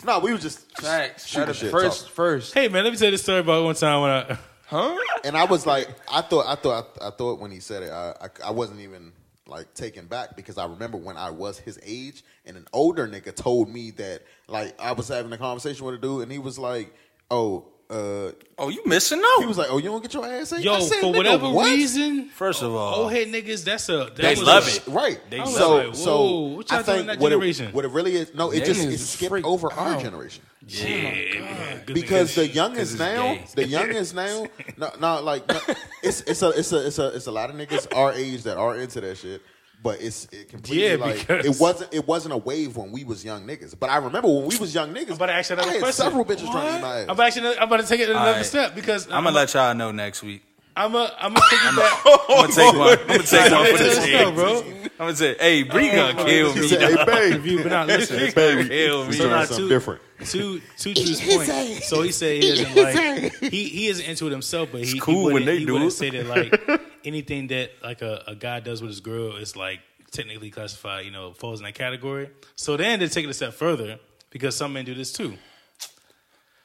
Speaker 2: No, we was just
Speaker 3: Facts.
Speaker 2: shooting
Speaker 9: That is
Speaker 2: shit,
Speaker 9: first,
Speaker 2: talking.
Speaker 9: first,
Speaker 6: Hey man, let me tell you this story about one time when I
Speaker 9: huh?
Speaker 2: and I was like, I thought, I thought, I thought when he said it, I, I, I wasn't even like taken back because I remember when I was his age, and an older nigga told me that like I was having a conversation with a dude, and he was like, oh. Uh,
Speaker 3: Oh, you missing out.
Speaker 2: he was like, "Oh, you don't get your ass ate."
Speaker 6: yo
Speaker 2: I said,
Speaker 6: for
Speaker 2: "Nigga,
Speaker 6: whatever
Speaker 2: what?"
Speaker 6: reason,
Speaker 3: First of all,
Speaker 6: old head niggas. That's a
Speaker 3: Uh,
Speaker 6: that
Speaker 3: They
Speaker 6: was
Speaker 3: love
Speaker 6: a,
Speaker 3: it.
Speaker 2: Right.
Speaker 3: They
Speaker 2: so,
Speaker 3: was
Speaker 6: like,
Speaker 2: so
Speaker 6: whoa, what y'all
Speaker 2: I
Speaker 6: doing
Speaker 2: think
Speaker 6: that
Speaker 2: what
Speaker 6: generation?
Speaker 2: it, what it really is, no, it just
Speaker 9: Niggas
Speaker 2: it
Speaker 9: is
Speaker 2: skipped
Speaker 9: freaked
Speaker 2: over our
Speaker 9: out.
Speaker 2: generation.
Speaker 6: Yeah, good
Speaker 2: because the
Speaker 6: thing
Speaker 2: youngest now,
Speaker 3: gay.
Speaker 2: the youngest now, no, no, like no, it's it's a it's a it's a it's a lot of niggas our age that are into that shit. But it's it completely
Speaker 6: Yeah,
Speaker 2: like
Speaker 6: because-
Speaker 2: it wasn't it wasn't a wave when we was young niggas. But I remember when we was young niggas.
Speaker 6: I'm about to ask you another
Speaker 2: I had
Speaker 6: question.
Speaker 2: several bitches trying to eat my ass.
Speaker 6: I'm actually I'm about to take it another
Speaker 3: right.
Speaker 6: step because
Speaker 3: I'm gonna let y'all know next week.
Speaker 6: I'm a I'm gonna take it back.
Speaker 3: I'm gonna take one. I'm gonna take one
Speaker 6: Hey,
Speaker 3: for the
Speaker 6: let's go,
Speaker 3: team.
Speaker 6: bro.
Speaker 3: I'm gonna say, hey, Bree gonna kill
Speaker 2: He
Speaker 3: me.
Speaker 2: said, "Hey, babe,
Speaker 6: If you've been out listening,
Speaker 2: baby,
Speaker 3: Kill
Speaker 2: we
Speaker 3: me.
Speaker 2: doing
Speaker 6: now
Speaker 2: something
Speaker 6: two-
Speaker 2: different."
Speaker 6: to to Drew's point, so he said he doesn't like he he isn't into it himself, but he,
Speaker 3: cool
Speaker 6: he
Speaker 3: when
Speaker 6: wouldn't,
Speaker 3: they
Speaker 6: he
Speaker 3: do
Speaker 6: wouldn't
Speaker 3: it.
Speaker 6: say that like anything that like a, a guy does with his girl is like technically classified, you know, falls in that category. So then they take it a step further because some men do this too.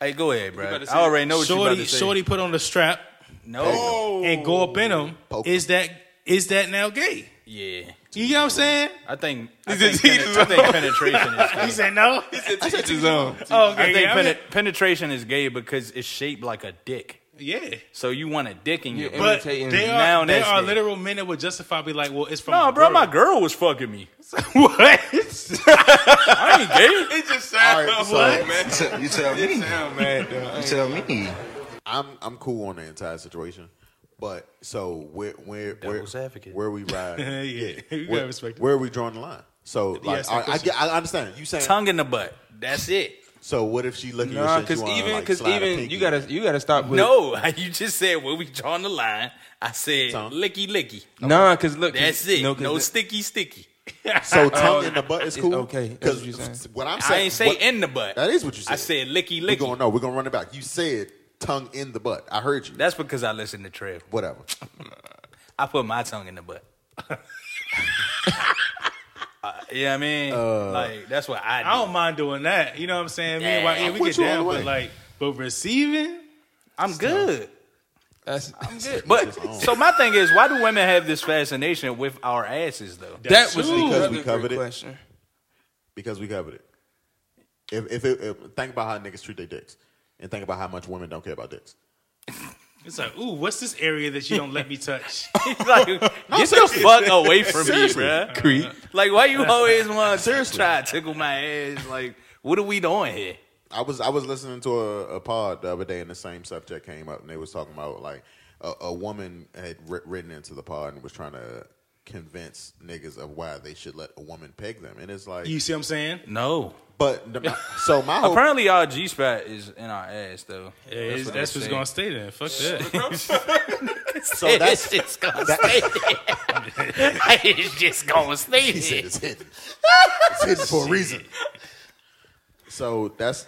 Speaker 3: Hey, go ahead, bro.
Speaker 9: to say-
Speaker 3: I already know what you
Speaker 6: Shorty
Speaker 3: about to say.
Speaker 6: Shorty put on the strap
Speaker 3: no,
Speaker 6: and go up in him.
Speaker 2: Poke
Speaker 6: Is that is that now gay?
Speaker 3: yeah.
Speaker 6: You know what I'm saying?
Speaker 3: I think I
Speaker 9: He's
Speaker 3: think,
Speaker 9: a
Speaker 3: penet-
Speaker 9: teacher's
Speaker 3: I think penetration is.
Speaker 6: He said no.
Speaker 9: Teach his own.
Speaker 6: Oh, okay,
Speaker 3: I think
Speaker 6: yeah,
Speaker 3: pene- penetration is gay because it's shaped like a dick.
Speaker 6: yeah.
Speaker 3: So you want a dick in your
Speaker 9: Yeah,
Speaker 3: butt.
Speaker 6: But
Speaker 9: Imitating
Speaker 6: there
Speaker 3: now
Speaker 6: are, there
Speaker 3: that's
Speaker 6: are
Speaker 3: gay.
Speaker 6: literal men that would justify be like, well, it's from
Speaker 3: No,
Speaker 6: my
Speaker 3: bro,
Speaker 6: girl.
Speaker 3: my girl was fucking me.
Speaker 6: what?
Speaker 3: I ain't gay.
Speaker 9: It just
Speaker 2: All
Speaker 9: sounds
Speaker 2: right, so-
Speaker 9: man.
Speaker 8: You tell me.
Speaker 9: Sound mad though.
Speaker 8: You tell me.
Speaker 2: I'm I'm cool on the entire situation, but so where where where
Speaker 3: Devil's advocate.
Speaker 2: where we ride?
Speaker 6: Yeah, you gotta
Speaker 2: where,
Speaker 6: respect it.
Speaker 2: where we drawing the line? So like
Speaker 6: asked that
Speaker 2: I, I, get, I understand you saying.
Speaker 3: Tongue in the butt. That's it.
Speaker 2: so what if she looking
Speaker 9: Nah,
Speaker 2: your shit?
Speaker 9: because
Speaker 2: you wanna,
Speaker 9: even
Speaker 2: like,
Speaker 9: because
Speaker 2: slide a
Speaker 9: even
Speaker 2: pinky
Speaker 9: you
Speaker 2: in?
Speaker 9: gotta you gotta stop with
Speaker 3: No, you just said where we drawing the line. I said
Speaker 2: Tongue.
Speaker 3: licky licky.
Speaker 9: Nah, because look, 'cause-
Speaker 3: That's it. No,
Speaker 9: 'cause the-
Speaker 3: sticky sticky. Oh,
Speaker 2: So tongue in the butt is
Speaker 9: it's
Speaker 2: cool.
Speaker 9: okay. That's what you're saying.
Speaker 2: what I'm
Speaker 3: I
Speaker 2: saying,
Speaker 3: ain't say
Speaker 2: what-
Speaker 3: in the butt.
Speaker 2: That is what you said.
Speaker 3: I said licky
Speaker 2: We're
Speaker 3: licky.
Speaker 2: going no. We're gonna run it back. You said tongue in the butt. I heard you.
Speaker 3: That's because I listen to Trev.
Speaker 2: Whatever.
Speaker 3: I put my tongue in the butt. uh, yeah, I mean,
Speaker 2: Uh,
Speaker 3: like that's what I do.
Speaker 6: I don't mind doing that. You know what I'm saying? Me
Speaker 3: Yeah.
Speaker 6: and Wa- yeah, we
Speaker 2: What
Speaker 6: get
Speaker 2: you on
Speaker 6: down,
Speaker 2: the
Speaker 6: but
Speaker 2: way?
Speaker 6: like, but receiving,
Speaker 3: I'm good.
Speaker 9: That's,
Speaker 3: But so my thing is, why do women have this fascination with our asses though?
Speaker 9: that was
Speaker 6: Ooh.
Speaker 2: Because
Speaker 9: another
Speaker 2: we
Speaker 9: great
Speaker 2: covered it.
Speaker 9: question.
Speaker 2: Because we covered it. If if, it, if think about how niggas treat their dicks, and think about how much women don't care about dicks.
Speaker 6: it's like, ooh, what's this area that you don't let me touch?
Speaker 3: like, get the fuck away from
Speaker 2: Seriously.
Speaker 3: me, bruh. Like, why you always want to try to tickle my ass? Like, what are we doing here?
Speaker 2: I was I was listening to a, a pod the other day, and the same subject came up, and they was talking about like a, a woman had writ- written into the pod and was trying to convince niggas of why they should let a woman peg them. And it's like
Speaker 6: You see what I'm saying?
Speaker 3: No.
Speaker 2: But the- my- so my whole
Speaker 3: Apparently, our G spot is in our ass, though.
Speaker 6: Yeah, that's,
Speaker 3: they
Speaker 6: that's what's
Speaker 3: say.
Speaker 6: gonna stay there. Fuck that.
Speaker 2: So that's-
Speaker 12: just gonna
Speaker 2: that-
Speaker 12: stay there. it's just gonna stay
Speaker 2: He said
Speaker 12: there.
Speaker 2: it's hidden. It's hidden for a reason. So that's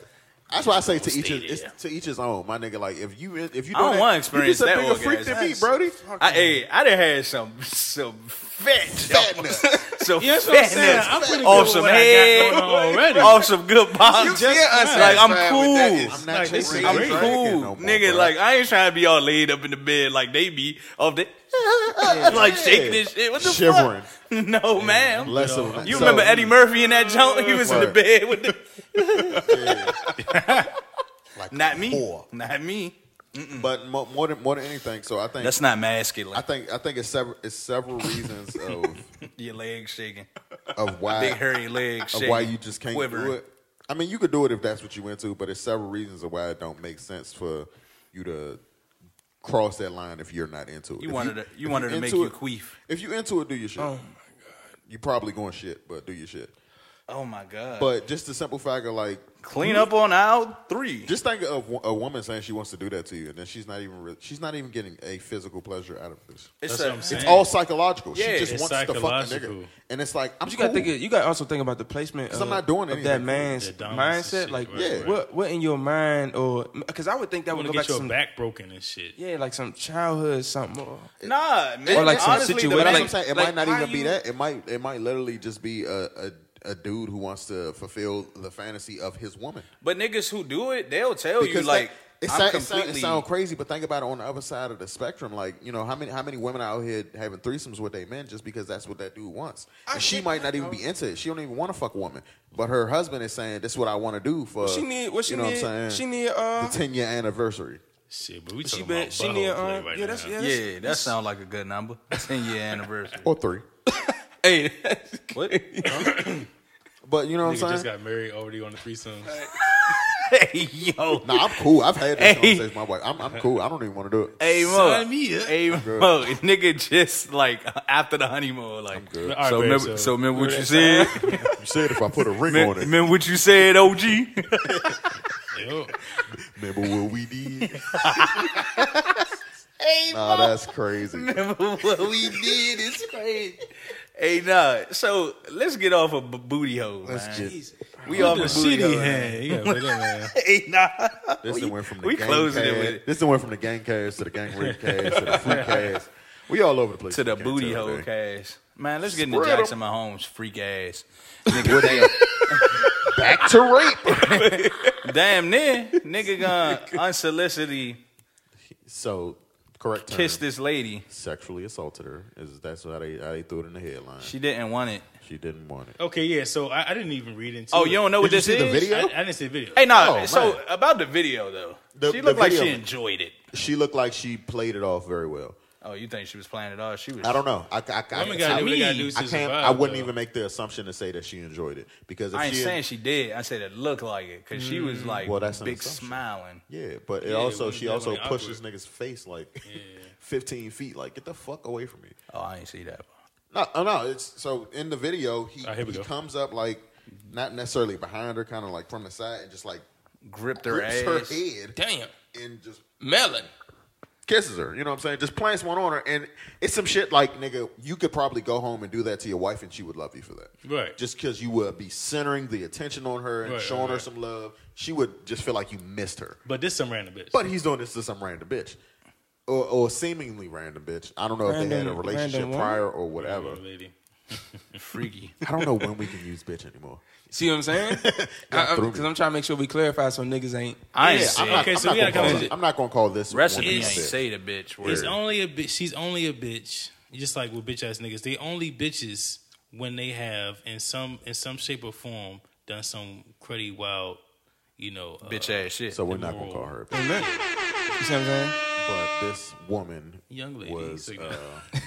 Speaker 2: that's why I say to each his, it's to each his own. My nigga, like if you if you
Speaker 3: I don't
Speaker 2: that,
Speaker 3: want to experience
Speaker 2: you
Speaker 3: that
Speaker 2: just a bigger
Speaker 3: orgasm.
Speaker 2: freak than me, Brody.
Speaker 3: I, hey, I done had some some fat, some
Speaker 2: Yeah, that's what I'm saying.
Speaker 3: fatness
Speaker 2: I'm pretty good
Speaker 3: off
Speaker 2: with
Speaker 3: some
Speaker 2: what I got
Speaker 3: head,
Speaker 2: going on already.
Speaker 3: off some good bottom.
Speaker 2: You see us
Speaker 3: like I'm
Speaker 2: satisfied with
Speaker 3: cool.
Speaker 2: that. I'm not
Speaker 3: Like,
Speaker 2: chasing
Speaker 3: I'm
Speaker 2: you.
Speaker 3: cool,
Speaker 2: No more,
Speaker 3: nigga.
Speaker 2: bro.
Speaker 3: Like I ain't trying to be all laid up in the bed like they be off the like shaking this shit. What the
Speaker 2: Shivering.
Speaker 3: fuck? No, ma'am.
Speaker 2: Less of a-
Speaker 3: you
Speaker 2: so-
Speaker 3: remember Eddie Murphy in that joint? He was in the
Speaker 2: Word.
Speaker 3: bed with the. Not me. Not me.
Speaker 2: But mo- more than more than anything, so I think
Speaker 3: That's not masculine.
Speaker 2: I think I think it's several it's several reasons of
Speaker 3: Your legs shaking.
Speaker 2: of why
Speaker 3: Big hairy legs.
Speaker 2: of why you just can't do
Speaker 3: quivering.
Speaker 2: it. I mean, you could do it if that's what you went to, but it's several reasons of why it don't make sense for you to cross that line if you're not into it.
Speaker 3: You
Speaker 2: If
Speaker 3: wanted to- you
Speaker 2: if you're
Speaker 3: wanted to make
Speaker 2: into
Speaker 3: you
Speaker 2: it-
Speaker 3: queef.
Speaker 2: If you into it, do your shit. Oh my god, you probably going shit, but do your shit.
Speaker 3: Oh my god.
Speaker 2: But just the simple fact of like
Speaker 3: Clean up on aisle three.
Speaker 2: Just think of wo- a woman saying she wants to do that to you, and then she's not even re- she's not even getting a physical pleasure out of this.
Speaker 3: It's That's a- what I'm
Speaker 2: it's
Speaker 3: saying.
Speaker 2: all psychological.
Speaker 3: Yeah,
Speaker 2: she just
Speaker 3: it's
Speaker 2: wants to fuck the
Speaker 9: psychological.
Speaker 2: nigga, and it's like I'm
Speaker 9: you
Speaker 2: cool.
Speaker 9: gotta think. Of, you gotta also think about the placement.
Speaker 2: 'Cause
Speaker 9: Of,
Speaker 2: I'm not doing
Speaker 9: of that
Speaker 2: anything.
Speaker 9: man's
Speaker 2: The dominance and
Speaker 9: mindset.
Speaker 2: shit,
Speaker 9: Like,
Speaker 2: right, right.
Speaker 9: what what in your mind or because I would think that would
Speaker 6: wanna
Speaker 9: go
Speaker 6: get
Speaker 9: back to
Speaker 6: your
Speaker 9: some
Speaker 6: back broken and shit.
Speaker 9: Yeah, like some childhood something. Or,
Speaker 3: Nah,
Speaker 9: or like some
Speaker 3: honestly, the
Speaker 9: situation.
Speaker 2: But that's
Speaker 9: like,
Speaker 2: what I'm saying. It
Speaker 9: like,
Speaker 2: might not
Speaker 9: how
Speaker 2: even be
Speaker 9: you-
Speaker 2: that. It might it might literally just be a, a a dude who wants to fulfill the fantasy of his woman.
Speaker 3: But niggas who do it, they'll tell you
Speaker 2: Because
Speaker 3: like
Speaker 2: that- it,
Speaker 3: I'm
Speaker 2: sound, it sound- it
Speaker 3: completely.
Speaker 2: sound crazy, but think about it on the other side of the spectrum. Like, you know, how many how many women out here having threesomes with their men just because that's what that dude wants? And she might not even be into it. She don't even want to fuck a woman, but her husband is saying this is what I want to do for.
Speaker 9: What she need- what she
Speaker 2: you know
Speaker 9: need-
Speaker 2: What I'm saying?
Speaker 9: she need, uh,
Speaker 2: the ten year anniversary.
Speaker 6: Shit, but we
Speaker 9: She talking been- about she butthole need,
Speaker 6: uh,
Speaker 9: play um, right yeah, that's- now. yeah, that's-
Speaker 3: yeah, that sound like a good number. Ten year anniversary.
Speaker 2: or three.
Speaker 3: hey, what?
Speaker 2: But you know what I'm
Speaker 6: Nigga
Speaker 2: saying?
Speaker 6: just got married already on the threesome.
Speaker 3: hey, yo.
Speaker 2: Nah, I'm cool. I've had that
Speaker 3: Hey.
Speaker 2: conversation with my wife. I'm, I'm cool. I don't even want to do it.
Speaker 3: Hey Mo,
Speaker 6: Sign me up.
Speaker 3: hey Mo, nigga, just like after the honeymoon, like.
Speaker 2: good.
Speaker 6: All right,
Speaker 3: so,
Speaker 6: babe,
Speaker 3: remember,
Speaker 6: so-
Speaker 3: so, remember what you
Speaker 6: Remember
Speaker 3: said.
Speaker 6: that
Speaker 2: You said if I put a ring
Speaker 3: Mem-
Speaker 2: on it,
Speaker 3: Remember what you said, OG.
Speaker 6: Yo.
Speaker 2: remember what we did? Nah, that's crazy.
Speaker 3: Remember what we did is crazy. Hey, nah. So let's get off of b- booty hole, man.
Speaker 2: Let's just-
Speaker 3: we off
Speaker 6: The
Speaker 3: of
Speaker 6: shit
Speaker 3: booty
Speaker 6: he
Speaker 3: hole.
Speaker 6: had. Yeah, but, uh,
Speaker 3: Hey, nah.
Speaker 2: This
Speaker 3: We-
Speaker 2: we, went from the
Speaker 3: we
Speaker 2: gang
Speaker 3: closing it
Speaker 2: cast-
Speaker 3: with it.
Speaker 2: This done went from the gang cast to the gang rape cast to the free cast. We all over the place.
Speaker 3: To the
Speaker 2: You can't
Speaker 3: booty
Speaker 2: tell,
Speaker 3: hole
Speaker 2: man.
Speaker 3: cast. Man, let's get into
Speaker 2: Spread 'em.
Speaker 3: Jackson Mahomes freak ass. Nigga, damn,
Speaker 2: Back to rape.
Speaker 3: damn near. Nigga gonna unsolicited
Speaker 2: so correct. Term,
Speaker 3: kiss this lady.
Speaker 2: Sexually assaulted her. Is that's how they, how they threw it in the headline? She,
Speaker 3: She didn't want it.
Speaker 2: didn't want it.
Speaker 6: okay, yeah. So I, I didn't even read into.
Speaker 3: Oh,
Speaker 6: it.
Speaker 3: you don't know what
Speaker 2: Did you
Speaker 3: this
Speaker 2: see the
Speaker 3: is?
Speaker 2: video?
Speaker 6: I, I didn't see the video.
Speaker 3: Hey, nah.
Speaker 2: Oh,
Speaker 3: so
Speaker 2: man.
Speaker 3: about the video though,
Speaker 2: The-
Speaker 3: she
Speaker 2: the
Speaker 3: looked like
Speaker 2: video.
Speaker 3: she enjoyed it.
Speaker 2: She looked like she played it off very well.
Speaker 3: Oh, you think she was playing it off? She was.
Speaker 2: I don't know. I, I, I, I,
Speaker 6: Women gotta do what they gotta do to
Speaker 2: I can't.
Speaker 6: survive,
Speaker 2: I wouldn't
Speaker 6: though.
Speaker 2: even make the assumption to say that she enjoyed it because if
Speaker 3: I ain't
Speaker 2: she Mm.
Speaker 3: saying she did. I said it looked like it because she was like
Speaker 2: Well, that's an
Speaker 3: big
Speaker 2: assumption.
Speaker 3: smiling.
Speaker 2: Yeah, but it
Speaker 6: Yeah,
Speaker 2: also
Speaker 6: women
Speaker 2: she also
Speaker 6: definitely
Speaker 2: pushed this
Speaker 6: awkward.
Speaker 2: nigga's face like fifteen feet. Like get the fuck away from me.
Speaker 3: Oh, I ain't see that.
Speaker 2: No, oh, no. It's so in the video he,
Speaker 6: Ah, here we
Speaker 2: he
Speaker 6: go.
Speaker 2: comes up like not necessarily behind her, kind of like from the side and just like
Speaker 3: Gripped her
Speaker 2: grips her
Speaker 3: ass.
Speaker 2: head
Speaker 9: Damn,
Speaker 2: and just
Speaker 9: melon.
Speaker 2: kisses her. You know what I'm saying? Just plants one on her, and it's some shit like nigga, you could probably go home and do that to your wife, and she would love you for that.
Speaker 6: Right.
Speaker 2: Just because you would be centering the attention on her and
Speaker 6: Right,
Speaker 2: showing
Speaker 6: right,
Speaker 2: her
Speaker 6: right.
Speaker 2: some love, she would just feel like you missed her.
Speaker 6: But this some random bitch.
Speaker 2: But he's doing this to some random bitch. Or, or seemingly random bitch. I don't know if they had a
Speaker 9: Random-
Speaker 2: relationship
Speaker 9: random woman?
Speaker 2: prior or whatever.
Speaker 6: lady.
Speaker 3: Freaky.
Speaker 2: I don't know when we can use bitch anymore.
Speaker 9: See what I'm saying?
Speaker 2: threw me.
Speaker 9: Because I'm trying to make sure we clarify so niggas ain't.
Speaker 3: I ain't
Speaker 6: Yeah,
Speaker 3: say
Speaker 2: I'm not,
Speaker 6: Okay, so
Speaker 2: I'm
Speaker 6: we
Speaker 2: not
Speaker 6: gotta
Speaker 2: gonna
Speaker 6: come
Speaker 2: call,
Speaker 6: to-
Speaker 2: I'm not gonna call this
Speaker 3: Recipe
Speaker 2: one
Speaker 3: ain't
Speaker 6: It's-
Speaker 2: bitch.
Speaker 3: say the bitch word.
Speaker 6: It's only a bitch. She's only a bitch. Just like with bitch ass niggas, they only bitches when they have in some in some shape or form done some cruddy wild, you know, uh,
Speaker 3: bitch ass shit.
Speaker 2: So we're not gonna call her a bitch.
Speaker 9: Melon. You see what I'm saying?
Speaker 2: But this woman
Speaker 6: Young lady,
Speaker 2: was
Speaker 6: so you-
Speaker 2: uh,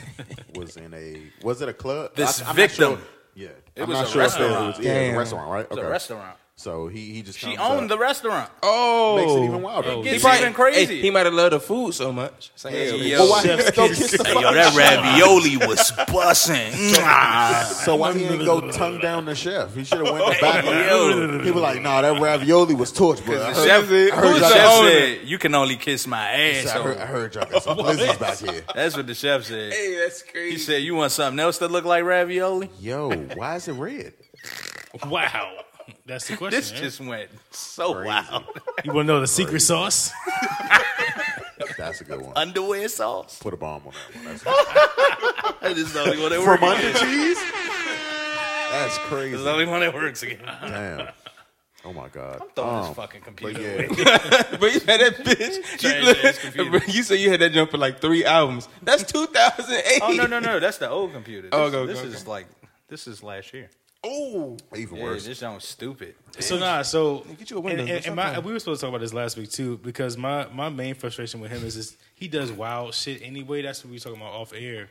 Speaker 2: was in a was it a club?
Speaker 3: This
Speaker 2: I'm not sure-
Speaker 3: victim.
Speaker 2: yeah, I'm
Speaker 3: was
Speaker 2: not
Speaker 3: a
Speaker 2: sure if it was
Speaker 3: restaurant.
Speaker 2: yeah, it was a
Speaker 9: Damn.
Speaker 2: restaurant, right?
Speaker 3: It's a restaurant.
Speaker 2: So he he just
Speaker 3: She
Speaker 2: comes
Speaker 3: owned
Speaker 2: up.
Speaker 3: the restaurant.
Speaker 2: Oh. Makes it even wilder.
Speaker 3: It
Speaker 2: Oh,
Speaker 3: gets
Speaker 2: yeah.
Speaker 3: even crazy.
Speaker 9: Hey, he might have loved the food so much. Say,
Speaker 3: Hell
Speaker 9: hey,
Speaker 3: yeah.
Speaker 9: well, why-
Speaker 3: Chef
Speaker 9: go
Speaker 3: kiss.
Speaker 9: kiss the
Speaker 3: Hey,
Speaker 9: fucking
Speaker 3: yo, that
Speaker 9: chef.
Speaker 3: ravioli was bussin'.
Speaker 2: So why he didn't go tongue down the chef? He should have went the back. way. He was like, "Nah, that ravioli was torch, bro." I
Speaker 3: The
Speaker 2: heard-
Speaker 3: chef,
Speaker 2: I heard
Speaker 3: the
Speaker 2: y'all-
Speaker 3: chef said, "You can only kiss my
Speaker 2: I
Speaker 3: ass."
Speaker 2: heard- I heard y'all got some blizzards back here.
Speaker 3: That's what the chef said.
Speaker 9: Hey, that's crazy.
Speaker 3: He said, "You want something else that look like ravioli?"
Speaker 2: Yo, why is it red?
Speaker 6: Wow. That's the question.
Speaker 3: This
Speaker 6: man.
Speaker 3: just went so wild.
Speaker 6: You want to know the secret sauce?
Speaker 2: That's a good one.
Speaker 3: Underwear sauce.
Speaker 2: Put a bomb on that one. That's
Speaker 3: That is the only one that
Speaker 2: From
Speaker 3: works.
Speaker 2: under
Speaker 3: again.
Speaker 2: cheese? That's
Speaker 3: This
Speaker 2: crazy.
Speaker 3: is the only one that works again.
Speaker 2: Damn. Oh my god. I'm
Speaker 3: throwing this fucking computer
Speaker 9: but you had that bitch. You, look, you said you had that jump for like three albums. That's 2008.
Speaker 3: Oh no no no! That's the old computer. This,
Speaker 9: Oh, go,
Speaker 3: this
Speaker 9: go,
Speaker 3: is like this is last year.
Speaker 9: Oh,
Speaker 2: even
Speaker 3: Yeah, this sounds stupid.
Speaker 6: So nah, so
Speaker 9: Get you a Windows,
Speaker 6: and- and-
Speaker 9: that's
Speaker 6: and my-
Speaker 9: okay.
Speaker 6: we were supposed to talk about this last week too, because my my main frustration with him is this, he does wild shit anyway. That's what we were talking about off air.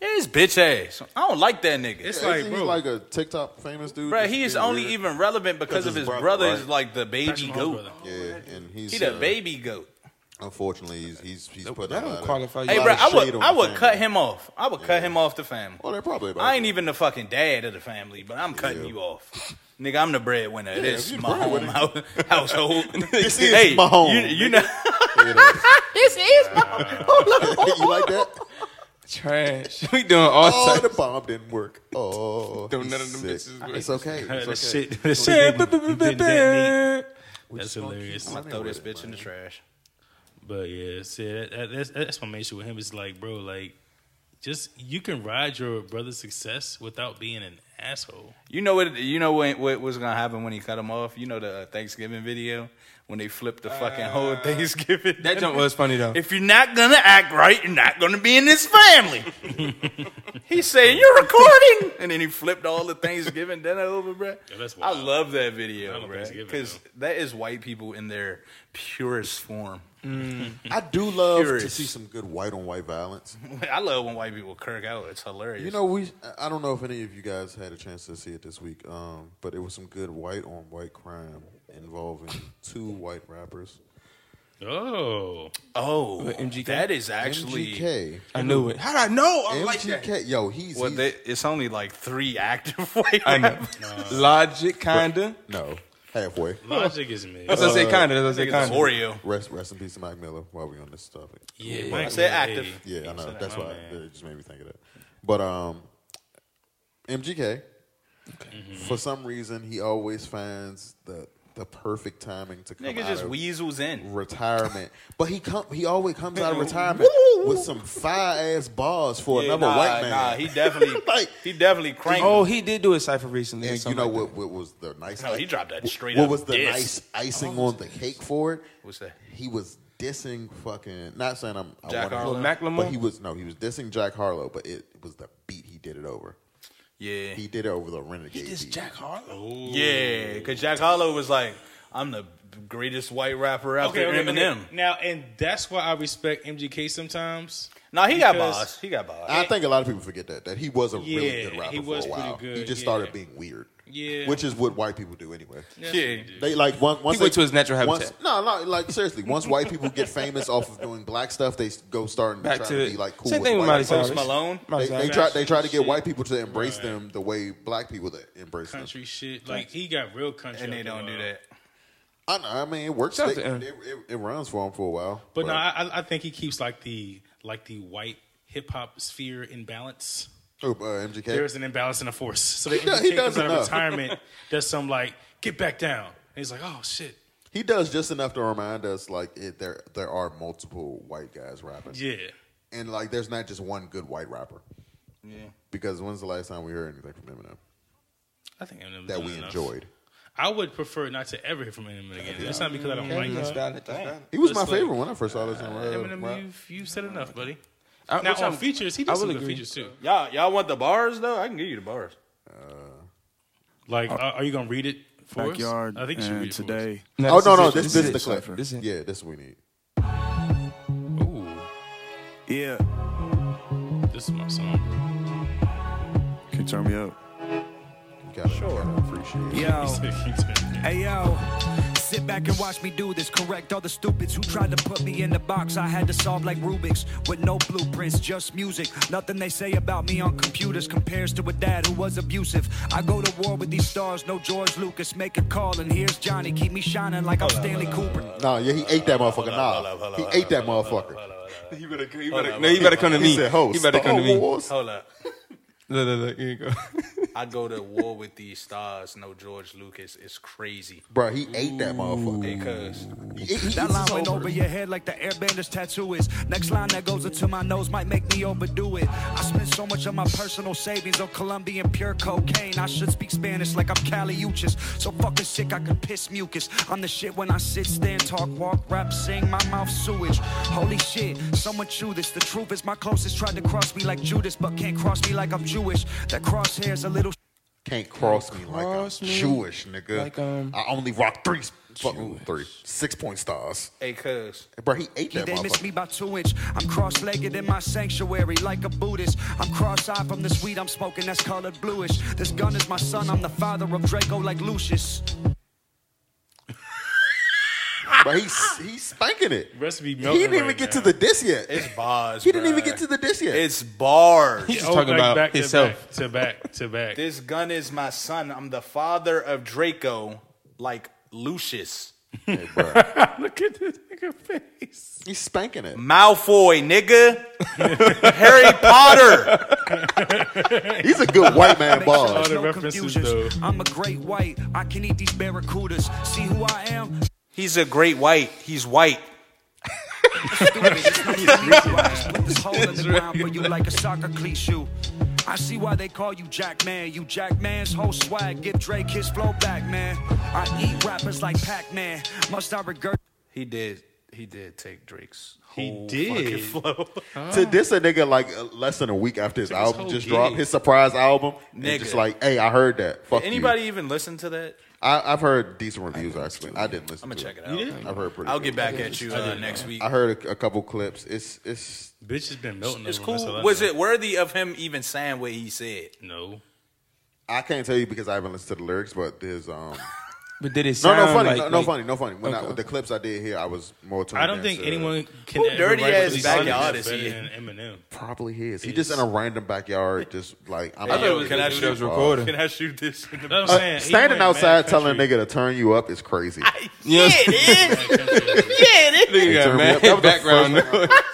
Speaker 3: Yeah, this bitch ass. I don't like that nigga.
Speaker 6: It's
Speaker 2: Yeah,
Speaker 6: like,
Speaker 2: isn't he
Speaker 6: bro,
Speaker 2: like a TikTok famous dude.
Speaker 3: Bruh,
Speaker 2: That's
Speaker 3: he is
Speaker 2: getting
Speaker 3: only
Speaker 2: weird?
Speaker 3: even relevant because
Speaker 2: That's
Speaker 3: of
Speaker 2: his
Speaker 3: his
Speaker 2: brother,
Speaker 3: brother
Speaker 2: right?
Speaker 3: is like the baby
Speaker 6: my
Speaker 3: goat.
Speaker 6: brother.
Speaker 2: Yeah, and he's
Speaker 3: He the
Speaker 2: uh,
Speaker 3: baby goat.
Speaker 2: Unfortunately, he's he's, he's put
Speaker 9: that
Speaker 2: out
Speaker 9: don't
Speaker 2: a-
Speaker 9: qualify you.
Speaker 2: a
Speaker 3: Hey,
Speaker 2: lot
Speaker 3: bro,
Speaker 2: of
Speaker 3: I would
Speaker 2: shade on
Speaker 3: I
Speaker 2: the
Speaker 3: would cut
Speaker 2: family.
Speaker 3: him off. I would cut him off the family.
Speaker 2: Well, Oh, they're probably. About
Speaker 3: I ain't even the fucking dad of the family, but I'm cutting
Speaker 2: Yeah.
Speaker 3: you off. Nigga, I'm the breadwinner. of this
Speaker 2: you the
Speaker 3: my home
Speaker 2: breadwinner.
Speaker 3: hou- household.
Speaker 2: This is my home,
Speaker 3: You, you know,
Speaker 4: This is my
Speaker 2: you like that?
Speaker 9: trash. We doing all
Speaker 2: Oh, the
Speaker 9: types.
Speaker 2: bomb didn't work. Oh,
Speaker 9: Don't
Speaker 2: he's
Speaker 9: none of them
Speaker 2: sick.
Speaker 9: bitches work.
Speaker 2: It's okay. It's
Speaker 6: that
Speaker 2: okay.
Speaker 6: shit, that shit didn't, didn't detonate.
Speaker 2: We
Speaker 6: That's
Speaker 2: just gonna keep
Speaker 6: hilarious.
Speaker 2: running
Speaker 3: throw
Speaker 2: with
Speaker 3: this
Speaker 2: it,
Speaker 3: bitch in
Speaker 2: man.
Speaker 3: the trash.
Speaker 6: But yeah, see, that, that, that's, that's my main issue with him. Is like, bro, like, just you can ride your brother's success without being an asshole.
Speaker 3: You know what? You know what, what was gonna happen when he cut him off? You know the uh, Thanksgiving video when they flipped the fucking whole Thanksgiving.
Speaker 9: Uh, That jump was funny though.
Speaker 3: If you're not gonna act right, you're not gonna be in this family. he said, "You're recording," and then he flipped all the Thanksgiving dinner over, bruh.
Speaker 6: Yeah, that's
Speaker 3: I
Speaker 6: wild.
Speaker 3: love that
Speaker 6: I
Speaker 3: video,
Speaker 6: love
Speaker 3: bruh,
Speaker 6: Thanksgiving,
Speaker 3: because that is white people in their purest form.
Speaker 2: I do love to
Speaker 3: Curious.
Speaker 2: see some good white on white violence.
Speaker 3: I love when white people kirk out. It's hilarious.
Speaker 2: You know, we I- I don't know if any of you guys had a chance to see it this week, um, but it was some good white on white crime involving two white rappers.
Speaker 6: Oh,
Speaker 3: oh,
Speaker 9: With MGK?
Speaker 3: that is actually
Speaker 2: MGK,
Speaker 9: I knew it. How did I know? I'm like that.
Speaker 2: MGK, yo, he's,
Speaker 3: well.
Speaker 2: he's-
Speaker 3: They, it's only like three active white.
Speaker 9: I know.
Speaker 3: rappers.
Speaker 9: Logic, kinda.
Speaker 2: no halfway.
Speaker 6: logic is mid.
Speaker 9: That's what I say, kinda. That's what I say,
Speaker 3: Uh, Niggas
Speaker 9: kinda.
Speaker 3: Oreo.
Speaker 2: Rest rest in peace to Mac Miller. While we on this topic,
Speaker 6: Yeah,
Speaker 3: I
Speaker 6: Mike
Speaker 3: said
Speaker 6: Miller,
Speaker 3: active.
Speaker 6: hey.
Speaker 2: yeah, I know
Speaker 6: that,
Speaker 2: that's
Speaker 6: my
Speaker 2: why
Speaker 6: man.
Speaker 2: it just made me think of that. But um, MGK, for some reason, he always finds the the perfect timing to come
Speaker 3: Nigga
Speaker 2: out
Speaker 3: just
Speaker 2: of
Speaker 3: weasels in.
Speaker 2: retirement. But he come he always comes out of retirement with some fire ass bars for
Speaker 3: Yeah,
Speaker 2: another
Speaker 3: nah,
Speaker 2: white man.
Speaker 3: Nah, he definitely
Speaker 2: Like-
Speaker 3: he definitely cranked.
Speaker 9: Oh,
Speaker 3: Oh,
Speaker 9: he did do a cipher recently. or
Speaker 2: and you
Speaker 9: something
Speaker 2: know
Speaker 9: like
Speaker 2: what, what was the nice
Speaker 3: no, he dropped that straight
Speaker 2: what
Speaker 3: up.
Speaker 2: was the
Speaker 3: diss.
Speaker 2: nice icing on the cake for it?
Speaker 3: What's that?
Speaker 2: He was dissing fucking not saying I'm I
Speaker 3: Jack
Speaker 2: wanna-
Speaker 3: Harlow?
Speaker 9: With Macklemore?
Speaker 2: But he was no, he was dissing Jack Harlow, but it was the beat he did it over.
Speaker 3: Yeah,
Speaker 2: He did it over the
Speaker 9: that.
Speaker 2: renegade.
Speaker 9: He dissed
Speaker 2: beat.
Speaker 9: Jack Harlow.
Speaker 3: yeah, because Jack Harlow was like, "I'm the greatest white rapper out there." Eminem.
Speaker 6: Now, and that's why I respect MGK sometimes.
Speaker 3: Nah, he got
Speaker 6: Because-
Speaker 3: boss. He got boss.
Speaker 2: I think a lot of people forget that that he was a really
Speaker 6: Yeah,
Speaker 2: good rapper
Speaker 6: he was
Speaker 2: for a
Speaker 6: pretty
Speaker 2: while.
Speaker 6: good,
Speaker 2: he just
Speaker 6: yeah.
Speaker 2: started being weird,
Speaker 6: Yeah.
Speaker 2: which is what white people do anyway.
Speaker 3: yeah,
Speaker 2: They like one, once
Speaker 9: He
Speaker 2: they-
Speaker 9: went to his natural
Speaker 2: once-
Speaker 9: habitat.
Speaker 2: no, no, like seriously, once white people get famous off of doing black stuff, they s- go starting
Speaker 9: Back
Speaker 2: to try
Speaker 9: to
Speaker 2: to,
Speaker 9: it.
Speaker 2: be like cool.
Speaker 9: Same
Speaker 2: with
Speaker 9: thing with
Speaker 2: white
Speaker 9: Miley
Speaker 2: people.
Speaker 9: Cyrus.
Speaker 3: Post Malone?
Speaker 9: Miley
Speaker 2: They, they
Speaker 9: Cyrus.
Speaker 2: try they try to get
Speaker 6: Shit.
Speaker 2: white people to embrace
Speaker 6: Right.
Speaker 2: them the way black people that embrace
Speaker 6: country shit. Like he got real country, uh,
Speaker 3: and they
Speaker 6: after a
Speaker 3: don't do
Speaker 6: while.
Speaker 3: that.
Speaker 2: them. I, know, I mean, it works.
Speaker 9: Shout out
Speaker 2: They-
Speaker 9: to him.
Speaker 2: it, it, it runs for them for a while.
Speaker 6: But no, I, I- I think he keeps like the like the white hip hop sphere in balance.
Speaker 2: oh, uh, MGK.
Speaker 6: There's an imbalance in the force. So they
Speaker 2: He does-
Speaker 6: MGK
Speaker 2: he
Speaker 6: comes
Speaker 2: does
Speaker 6: out of
Speaker 2: enough.
Speaker 6: retirement, does some like get back down. And he's like, oh shit,
Speaker 2: he does just enough to remind us like it, there there are multiple white guys rapping,
Speaker 6: yeah.
Speaker 2: and like there's not just one good white rapper.
Speaker 3: Yeah,
Speaker 2: Because when's the last time we heard anything from Eminem
Speaker 6: I think Eminem's
Speaker 2: that
Speaker 6: done
Speaker 2: we
Speaker 6: enough.
Speaker 2: enjoyed?
Speaker 6: I would prefer not to ever hear from Eminem again. That's not because I don't like
Speaker 9: That's
Speaker 6: him.
Speaker 9: valid. That's valid.
Speaker 2: He was
Speaker 6: Just
Speaker 2: my
Speaker 6: like,
Speaker 2: favorite when I first saw this. in, uh, rap.
Speaker 6: Eminem, you've, you've said enough, buddy.
Speaker 9: I-
Speaker 6: Now
Speaker 9: which
Speaker 6: on
Speaker 9: I'm-
Speaker 6: features, he
Speaker 9: I
Speaker 6: does
Speaker 9: will
Speaker 6: some good
Speaker 9: agree.
Speaker 6: features too.
Speaker 3: y'all y'all want the bars though? I can give you the bars.
Speaker 6: Like, are are you gonna read it for
Speaker 13: Backyard.
Speaker 6: us? I think you should
Speaker 13: and
Speaker 6: read it for
Speaker 13: today.
Speaker 2: Oh no no!
Speaker 9: it.
Speaker 2: This,
Speaker 9: is
Speaker 2: this is the
Speaker 9: it.
Speaker 2: clip.
Speaker 9: This is it.
Speaker 2: Yeah, this we need.
Speaker 6: us. Ooh,
Speaker 13: Yeah.
Speaker 6: this is my song.
Speaker 13: Can you turn me up?
Speaker 2: gotta, sure. gotta appreciate it.
Speaker 13: Yo. hey, yo. Sit back and watch me do this. Correct all the stupids who tried to put me in the box. I had to solve like Rubik's with no blueprints, just music. Nothing they say about me on computers compares to a dad who was abusive. I go to war with these stars, no George Lucas. Make a call, and here's Johnny. Keep me shining like I'm Stanley Cooper.
Speaker 2: No, yeah, he ate that motherfucker. Nah, he ate that motherfucker.
Speaker 9: You better, you better, no, you better come to me.
Speaker 2: He said, "Host,
Speaker 9: You better come to me.
Speaker 2: Star Wars."
Speaker 3: Hold up.
Speaker 9: Look, look, look, here you go.
Speaker 3: I go to war with these stars. No George Lucas. It's crazy.
Speaker 2: Bro, he ate that motherfucker.
Speaker 3: Because
Speaker 13: That line went over your head like the airbender's tattoo is. Next line that goes into my nose might make me overdo it. I spent so much of my personal savings on Colombian pure cocaine. I should speak Spanish like I'm Cali Uchis. So fucking sick I could piss mucus. I'm the shit when I sit, stand, talk, walk, rap, sing. My mouth sewage. Holy shit, someone chew this. The truth is my closest tried to cross me like Judas, but can't cross me like I'm Jewish. That crosshair's a little.
Speaker 2: Can't cross me like I'm
Speaker 9: Cross me
Speaker 2: Jewish, nigga.
Speaker 9: like I'm
Speaker 2: I only rock three, fucking three, six point stars.
Speaker 3: Hey, cuz.
Speaker 2: Bro, he ate
Speaker 13: He
Speaker 2: that
Speaker 13: they miss
Speaker 2: motherfucker.
Speaker 13: me by two inch. I'm cross-legged in my sanctuary like a Buddhist. I'm cross-eyed from this weed I'm smoking that's colored bluish. This gun is my son. I'm the father of Draco like Lucius.
Speaker 2: Bro, he's he's spanking it.
Speaker 6: Recipe
Speaker 2: He didn't even get to the diss yet.
Speaker 3: It's bars.
Speaker 2: He didn't
Speaker 3: bruh.
Speaker 2: even get to the diss yet.
Speaker 3: It's bars.
Speaker 9: He's just talking about himself.
Speaker 6: Oh, To back, to back.
Speaker 3: This gun is my son. I'm the father of Draco, like Lucius.
Speaker 6: Look at this nigga face.
Speaker 2: He's spanking it.
Speaker 3: Malfoy, nigga. Harry Potter.
Speaker 2: He's a good white man
Speaker 13: Make sure
Speaker 2: boss.
Speaker 13: there's
Speaker 6: the
Speaker 13: no
Speaker 6: references,
Speaker 13: confusions. I'm a great white. I can eat these barracudas. See who I am?
Speaker 3: He's a great white. He's white.
Speaker 13: Stupid. It's not for you. I just put this hole in the ground for you like a soccer cliche. I see why they call you Jack Man. You Jack Man's whole swag. Give Drake his flow back, man. I eat rappers like Pac-Man. Must I regret?
Speaker 3: He did. He did take Drake's.
Speaker 6: He
Speaker 3: whole fucking
Speaker 6: did.
Speaker 3: flow.
Speaker 2: To diss a nigga like uh, less than a week after his album
Speaker 6: whole
Speaker 2: just
Speaker 6: gig.
Speaker 2: dropped, his surprise album,
Speaker 3: Nigga.
Speaker 2: and just like, hey, I heard that. Fuck
Speaker 3: Anybody
Speaker 2: You.
Speaker 3: even listen to that?
Speaker 2: I, I've heard decent reviews actually. I didn't listen.
Speaker 3: I'm
Speaker 2: to
Speaker 3: gonna check it
Speaker 2: it.
Speaker 3: out.
Speaker 2: I've heard pretty.
Speaker 3: I'll
Speaker 2: good.
Speaker 3: get back at you uh, next week.
Speaker 2: I heard a, a couple clips. It's it's
Speaker 6: Bitch has been melting.
Speaker 3: It's
Speaker 6: over him, that's all
Speaker 3: cool.
Speaker 6: I
Speaker 3: Was
Speaker 6: know.
Speaker 3: it worthy of him even saying what he said?
Speaker 6: No.
Speaker 2: I can't tell you because I haven't listened to the lyrics, but there's um
Speaker 9: But did it
Speaker 2: no
Speaker 9: sound
Speaker 2: no funny
Speaker 9: like,
Speaker 2: no, no
Speaker 9: like-
Speaker 2: funny no funny. When I,
Speaker 9: Okay.
Speaker 2: the clips I did here, I was more. tuned
Speaker 6: I don't
Speaker 2: in
Speaker 6: think
Speaker 2: to-
Speaker 6: anyone can.
Speaker 3: Who
Speaker 6: ever
Speaker 3: dirty
Speaker 6: write
Speaker 3: ass
Speaker 6: what he's
Speaker 3: backyard
Speaker 6: singing
Speaker 3: is
Speaker 6: better
Speaker 3: he?
Speaker 6: than Eminem.
Speaker 2: probably his. He just in a random backyard, just like I'm.
Speaker 9: I Oh. thought it was
Speaker 3: Can I
Speaker 9: the dude that was
Speaker 3: shoot-
Speaker 9: recording.
Speaker 3: Can I shoot this? In
Speaker 6: That's what I'm
Speaker 3: the-
Speaker 6: saying. He
Speaker 2: Standing
Speaker 6: went
Speaker 2: outside
Speaker 6: mad
Speaker 2: telling a
Speaker 6: country.
Speaker 2: nigga to turn you up is crazy.
Speaker 9: Yeah,
Speaker 2: They
Speaker 9: yeah,
Speaker 2: turn me
Speaker 9: man.
Speaker 2: up. That was the
Speaker 9: Background
Speaker 2: first
Speaker 9: noise.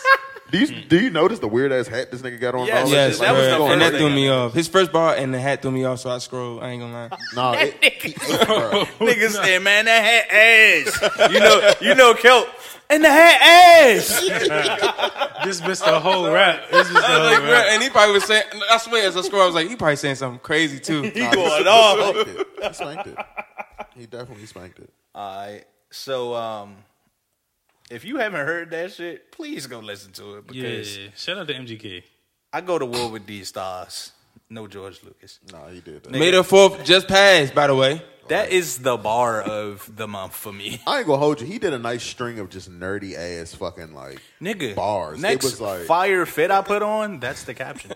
Speaker 2: Do you do you notice the weird ass hat this nigga got on? and all
Speaker 3: Yes,
Speaker 2: that
Speaker 9: Yes,
Speaker 2: shit?
Speaker 3: that was
Speaker 9: bruh,
Speaker 3: the
Speaker 9: and
Speaker 3: first
Speaker 9: that threw
Speaker 3: thing.
Speaker 9: me off. His first bar and the hat threw me off, so I scrolled. I ain't gonna lie.
Speaker 2: no. It, he ate, bro.
Speaker 3: Niggas say, man, that hat ass. You know, you know, Kelp. And the hat ass.
Speaker 6: This missed the whole rap. This missed the
Speaker 9: I was like,
Speaker 6: whole
Speaker 9: bruh,
Speaker 6: rap.
Speaker 9: and he probably was saying, I swear, as I scroll, I was like, he probably saying something crazy too.
Speaker 2: Nah,
Speaker 3: going
Speaker 2: he, He spanked
Speaker 3: off.
Speaker 2: it. He spanked it. He definitely spanked it.
Speaker 3: All right. So, um, if you haven't heard that shit, please go listen to it because
Speaker 6: Yeah, shout out to MGK.
Speaker 3: I go to war with these stars. No George Lucas.
Speaker 2: No, he did that.
Speaker 9: May the fourth just passed, by the way.
Speaker 3: That is the bar of the month for me,
Speaker 2: I ain't gonna hold you. He did a nice string of just nerdy ass fucking like
Speaker 3: nigga.
Speaker 2: bars.
Speaker 3: Next
Speaker 2: it was like
Speaker 3: fire fit I put on. That's the caption.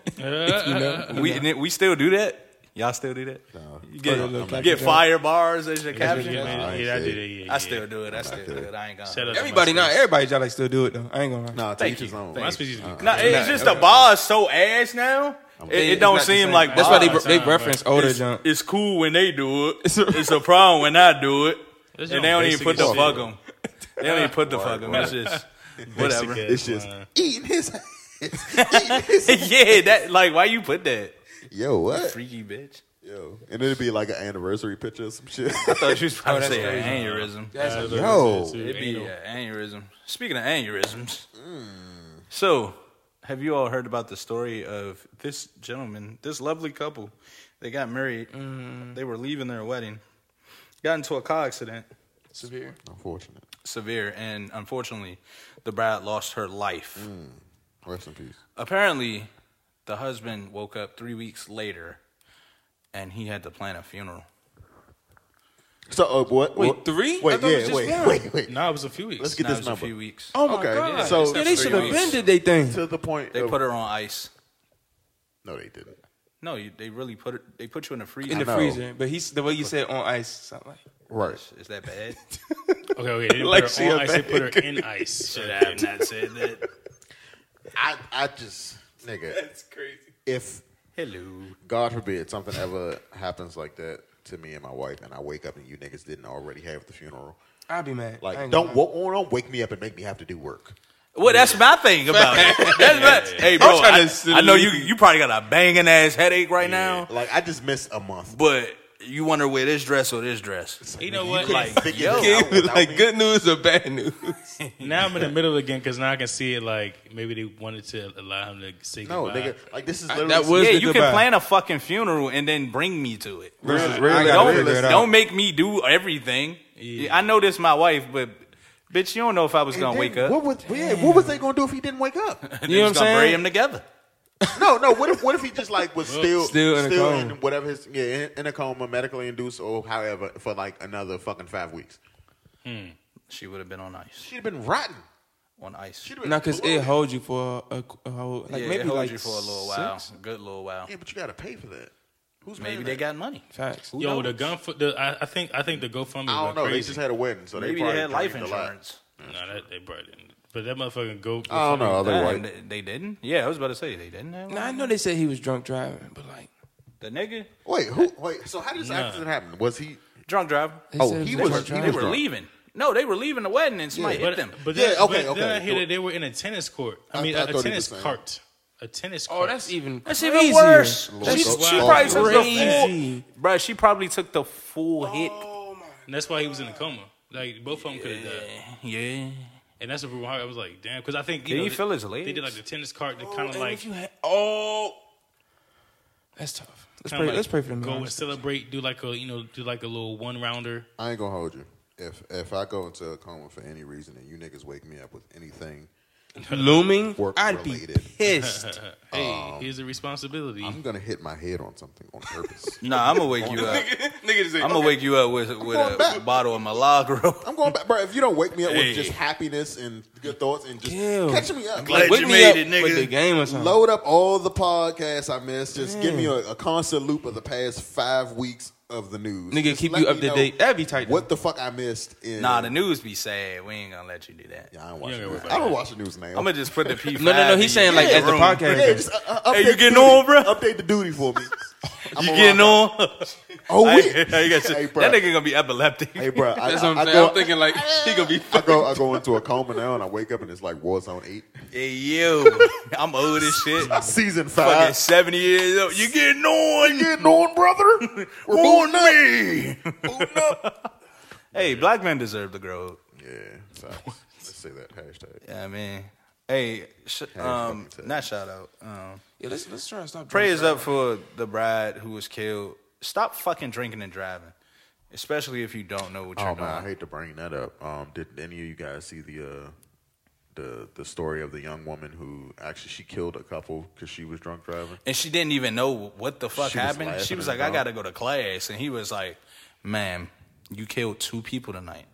Speaker 3: we we still do that. Y'all still do that.
Speaker 2: uh,
Speaker 3: You get,
Speaker 9: Oh, look,
Speaker 3: you
Speaker 9: like
Speaker 3: get
Speaker 9: that.
Speaker 3: fire bars as your
Speaker 6: Yeah,
Speaker 3: caption.
Speaker 6: yeah,
Speaker 2: I
Speaker 6: yeah, I
Speaker 2: see.
Speaker 6: did it. Yeah,
Speaker 3: I
Speaker 6: yeah.
Speaker 3: still do it. I still do it. I ain't
Speaker 6: Shout
Speaker 3: gonna.
Speaker 6: out to
Speaker 9: Everybody,
Speaker 6: my
Speaker 9: not everybody, y'all like still do it though. I ain't gonna lie.
Speaker 2: nah, to
Speaker 3: Thank
Speaker 2: each his
Speaker 3: you.
Speaker 2: own. Uh,
Speaker 6: My speech used to be.
Speaker 3: No, it's just the bar is so ass now. It, it
Speaker 9: It's
Speaker 3: don't
Speaker 9: not the
Speaker 3: seem
Speaker 9: same.
Speaker 3: like
Speaker 9: that's why they
Speaker 3: bars.
Speaker 9: they
Speaker 6: Nah,
Speaker 9: reference older
Speaker 3: it's,
Speaker 9: junk.
Speaker 3: it's cool when they do it. It's
Speaker 9: It's
Speaker 3: a,
Speaker 9: a-
Speaker 3: problem when I do it, and
Speaker 6: That's your
Speaker 3: they don't even
Speaker 6: basic
Speaker 3: put the
Speaker 6: shit.
Speaker 3: fuck 'em. They don't even put the fuck 'em. It's just whatever.
Speaker 6: Basic
Speaker 2: It's
Speaker 6: ass
Speaker 2: just
Speaker 6: line.
Speaker 2: eating his ass. eating his ass.
Speaker 3: yeah, that like why you put that
Speaker 2: Yo, what?
Speaker 3: freaky bitch?
Speaker 2: Yo, and it'd be like an anniversary picture or some shit.
Speaker 3: I
Speaker 9: Oh,
Speaker 3: thought you was about to
Speaker 9: that's
Speaker 3: say
Speaker 9: crazy.
Speaker 3: an aneurysm.
Speaker 9: That's
Speaker 6: That's
Speaker 9: a-
Speaker 6: what
Speaker 2: Yo.
Speaker 6: I said, too.
Speaker 3: It'd be
Speaker 6: Anal.
Speaker 3: an aneurysm. Speaking of aneurysms,
Speaker 9: Mm.
Speaker 3: so have you all heard about the story of this gentleman, this lovely couple? They got married. They were leaving their wedding. Got into a car accident.
Speaker 9: severe.
Speaker 2: Unfortunate.
Speaker 3: severe, and unfortunately, the bride lost her life.
Speaker 9: Mm.
Speaker 2: Rest in peace.
Speaker 3: Apparently, the husband woke up three weeks later, and he had to plan a funeral.
Speaker 2: So uh, what?
Speaker 9: Wait,
Speaker 2: what-
Speaker 9: three? I
Speaker 2: Wait,
Speaker 9: thought it
Speaker 2: yeah,
Speaker 9: was just
Speaker 2: wait,
Speaker 9: one.
Speaker 2: wait, wait.
Speaker 6: Nah, it was a few weeks.
Speaker 2: Let's get
Speaker 3: Now, it
Speaker 2: this
Speaker 3: was a
Speaker 2: number
Speaker 3: few weeks.
Speaker 9: Oh my
Speaker 2: Okay,
Speaker 9: god!
Speaker 2: so-
Speaker 9: yeah, they should have
Speaker 3: Three weeks.
Speaker 9: been did they thing.
Speaker 2: to the point.
Speaker 3: They
Speaker 2: of-
Speaker 3: put her on ice.
Speaker 2: No, they didn't.
Speaker 3: No, you, they really put it. They put you in the freezer.
Speaker 9: in the freezer. But he's the way you said on ice. Sound like
Speaker 2: right.
Speaker 3: Is that bad?
Speaker 6: Okay, okay. They didn't
Speaker 9: Like
Speaker 6: put
Speaker 9: she
Speaker 6: her
Speaker 9: a
Speaker 6: on ice. They put her
Speaker 9: bag.
Speaker 6: in ice. Should have and that's it. That,
Speaker 2: I, I just, nigga. That's crazy. If
Speaker 3: hello,
Speaker 2: God forbid something ever happens like that to me and my wife, and I wake up and you niggas didn't already have the funeral.
Speaker 9: I'd be mad. I
Speaker 2: Like,
Speaker 9: ain't
Speaker 2: don't
Speaker 9: gonna lie.
Speaker 2: wo- or don't wake me up and make me have to do work.
Speaker 3: Well, that's my thing about it. That's my, hey,
Speaker 2: I'm
Speaker 3: bro,
Speaker 2: trying
Speaker 3: I,
Speaker 2: to
Speaker 3: I know you
Speaker 2: sleep.
Speaker 3: you probably got a banging ass headache right now,
Speaker 2: Like I just missed a month.
Speaker 3: but you want to wear this dress or this dress.
Speaker 6: you know what?
Speaker 3: couldn't
Speaker 6: Like,
Speaker 3: figure
Speaker 6: yo,
Speaker 3: this out without
Speaker 9: like good news or bad news.
Speaker 6: now I'm in the middle again because now I can see it. Like maybe they wanted to allow him to say
Speaker 2: No,
Speaker 6: goodbye.
Speaker 2: nigga, like this is
Speaker 6: I-
Speaker 2: literally
Speaker 6: that was
Speaker 3: yeah,
Speaker 6: the
Speaker 3: you can
Speaker 6: goodbye.
Speaker 3: plan a fucking funeral and then bring me to it.
Speaker 2: This is
Speaker 3: Like,
Speaker 2: really- I gotta
Speaker 3: don't
Speaker 2: figure it out.
Speaker 3: don't make me do everything. I know this my wife, but bitch, you don't know if I was gonna
Speaker 2: And
Speaker 3: wake
Speaker 2: then
Speaker 3: up.
Speaker 2: What was yeah, what was they gonna do if he didn't wake up?
Speaker 3: you know what I'm saying? Bury them together.
Speaker 2: No, no. What if what if he just like was still
Speaker 9: Still in a coma.
Speaker 2: whatever his yeah in, in a coma, medically induced or however for like another fucking five weeks?
Speaker 3: She would have been on ice.
Speaker 2: She'd have been rotten.
Speaker 3: On ice.
Speaker 2: She'd have been
Speaker 9: No, because it
Speaker 2: bloated.
Speaker 9: holds you for a, a whole like
Speaker 3: yeah,
Speaker 9: maybe
Speaker 3: it holds
Speaker 9: like
Speaker 3: you for a little while,
Speaker 9: six?
Speaker 3: a good little while.
Speaker 2: Yeah, but you gotta pay for that. Who's
Speaker 3: Maybe
Speaker 2: paying
Speaker 3: they
Speaker 2: that?
Speaker 3: got money.
Speaker 9: Facts.
Speaker 3: Who
Speaker 6: Yo,
Speaker 3: knows?
Speaker 6: the gun for the. I, I think I think the GoFundMe.
Speaker 2: I don't
Speaker 6: went
Speaker 2: know. They
Speaker 6: Crazy.
Speaker 2: just had a wedding, so
Speaker 3: Maybe
Speaker 2: they
Speaker 3: they
Speaker 2: probably
Speaker 3: had life
Speaker 2: drained a lot.
Speaker 3: insurance.
Speaker 6: Nah, that, they probably didn't. But that motherfucking go.
Speaker 2: I don't know. They
Speaker 3: Damn,
Speaker 2: white.
Speaker 3: they, they didn't. Yeah, I was about to say they didn't. Have
Speaker 9: Nah, I know they said he was drunk driving, but like
Speaker 3: The nigga
Speaker 2: Wait, who? Wait. So how did this
Speaker 6: Nah.
Speaker 2: accident happen? Was he?
Speaker 3: drunk driver.
Speaker 9: they
Speaker 2: Oh,
Speaker 9: said
Speaker 2: he
Speaker 9: was drunk
Speaker 2: was. He
Speaker 9: driving.
Speaker 2: was
Speaker 3: They were
Speaker 2: drunk.
Speaker 3: leaving. No, they were leaving the wedding, and somebody
Speaker 2: Yeah.
Speaker 3: hit them.
Speaker 6: But
Speaker 2: Yeah,
Speaker 6: then,
Speaker 2: okay,
Speaker 6: but then
Speaker 2: okay.
Speaker 6: I hear that they were in a tennis court. I mean,
Speaker 2: I
Speaker 6: a
Speaker 2: thought he was
Speaker 6: tennis
Speaker 2: saying-
Speaker 6: cart. A tennis court.
Speaker 9: Oh, that's even
Speaker 3: That's
Speaker 9: crazier.
Speaker 3: even worse.
Speaker 2: Lord,
Speaker 3: She,
Speaker 2: that's
Speaker 3: she
Speaker 6: wild.
Speaker 3: probably took the
Speaker 9: Crazy.
Speaker 3: full. Bro, she probably took the full hit.
Speaker 6: And that's why he was in a coma. Like both of them could have died.
Speaker 3: Yeah.
Speaker 6: And that's what Ruben Hart. I was like, damn, because I think
Speaker 3: Can
Speaker 6: know,
Speaker 3: you
Speaker 6: they-
Speaker 3: feel his
Speaker 6: They did like
Speaker 3: legs?
Speaker 6: the tennis cart that kind
Speaker 9: And
Speaker 6: of
Speaker 9: if
Speaker 6: like.
Speaker 9: you had- oh, that's tough. Let's
Speaker 6: kinda
Speaker 9: pray.
Speaker 6: like
Speaker 9: let's pray for them.
Speaker 6: Go and
Speaker 9: guys.
Speaker 6: celebrate. Do like a you know do like a little one rounder.
Speaker 2: I ain't gonna hold you. If if I go into a coma for any reason and you niggas wake me up with anything,
Speaker 9: Looming,
Speaker 2: Work
Speaker 9: I'd
Speaker 2: related.
Speaker 9: be pissed.
Speaker 6: Hey, here's the responsibility.
Speaker 2: I'm gonna hit my head on something on purpose.
Speaker 3: Nah, I'm gonna wake you up. I'm gonna wake you up with with
Speaker 2: going
Speaker 3: a
Speaker 2: back.
Speaker 3: bottle of Milagro.
Speaker 2: I'm going back, bro. If you don't wake me up
Speaker 3: Hey.
Speaker 2: with just happiness and good thoughts and just
Speaker 9: Ew.
Speaker 2: catch me up,
Speaker 3: glad
Speaker 2: like,
Speaker 9: Wake
Speaker 3: you
Speaker 9: me
Speaker 3: made
Speaker 9: up
Speaker 3: it, nigga.
Speaker 9: with the game or something.
Speaker 2: load up all the podcasts I missed. Just give me a, a constant loop of the past five weeks of the news.
Speaker 9: Nigga,
Speaker 2: Just
Speaker 9: keep
Speaker 2: let
Speaker 9: you up
Speaker 2: me
Speaker 9: to
Speaker 2: know
Speaker 9: date. That'd be tight.
Speaker 2: What the fuck I missed? In,
Speaker 3: Nah, the news be sad. We ain't gonna let you do that.
Speaker 2: Yeah, I don't watch.
Speaker 6: Yeah,
Speaker 2: the
Speaker 6: yeah,
Speaker 2: news.
Speaker 6: we're
Speaker 2: I don't watch the news now.
Speaker 3: I'm gonna just put the P.
Speaker 9: No, no, no. He's saying like at the podcast.
Speaker 2: Yeah, just, uh, uh,
Speaker 3: Hey,
Speaker 2: update
Speaker 3: you
Speaker 2: the
Speaker 3: getting
Speaker 2: duty.
Speaker 3: on, bruh?
Speaker 2: Update the duty for me. I'm
Speaker 3: You
Speaker 2: a
Speaker 3: getting
Speaker 2: rocker.
Speaker 3: on?
Speaker 2: Oh,
Speaker 3: I-
Speaker 2: we.
Speaker 3: I got you.
Speaker 2: Hey, bruh.
Speaker 3: that nigga gonna be epileptic.
Speaker 2: Hey, bro. I,
Speaker 9: That's
Speaker 2: I-
Speaker 9: what
Speaker 2: I
Speaker 9: I'm saying.
Speaker 2: go,
Speaker 9: I'm thinking like he gonna be.
Speaker 2: I go. I go into a coma now, and I wake up, and it's like Warzone Eight,
Speaker 3: Hey, yo, I'm old as shit.
Speaker 2: Season
Speaker 3: Fucking
Speaker 2: Five.
Speaker 3: 70 years old. You getting on?
Speaker 2: getting on, brother? We're moving up. Moving up.
Speaker 3: Hey, black men deserve the growth.
Speaker 2: Yeah. so, Let's say that hashtag.
Speaker 3: Yeah, I mean, hey, sh-
Speaker 2: fucking
Speaker 3: um,
Speaker 2: tell
Speaker 3: not shout out. Um,
Speaker 9: Yeah, let's let's try and stop.
Speaker 3: prayers
Speaker 9: drunk
Speaker 3: up for the bride who was killed. Stop fucking drinking and driving, especially if you don't know what you're
Speaker 2: Oh
Speaker 3: doing.
Speaker 2: man, I hate to bring that up. Um, did any of you guys see the uh, the the story of the young woman who actually she killed a couple because she was drunk driving?
Speaker 3: And she didn't even know what the fuck
Speaker 2: She was
Speaker 3: happened. she
Speaker 2: laughing
Speaker 3: was
Speaker 2: and
Speaker 3: like, "I
Speaker 2: dumb.
Speaker 3: gotta go to class," and he was like, "Ma'am, you killed two people tonight."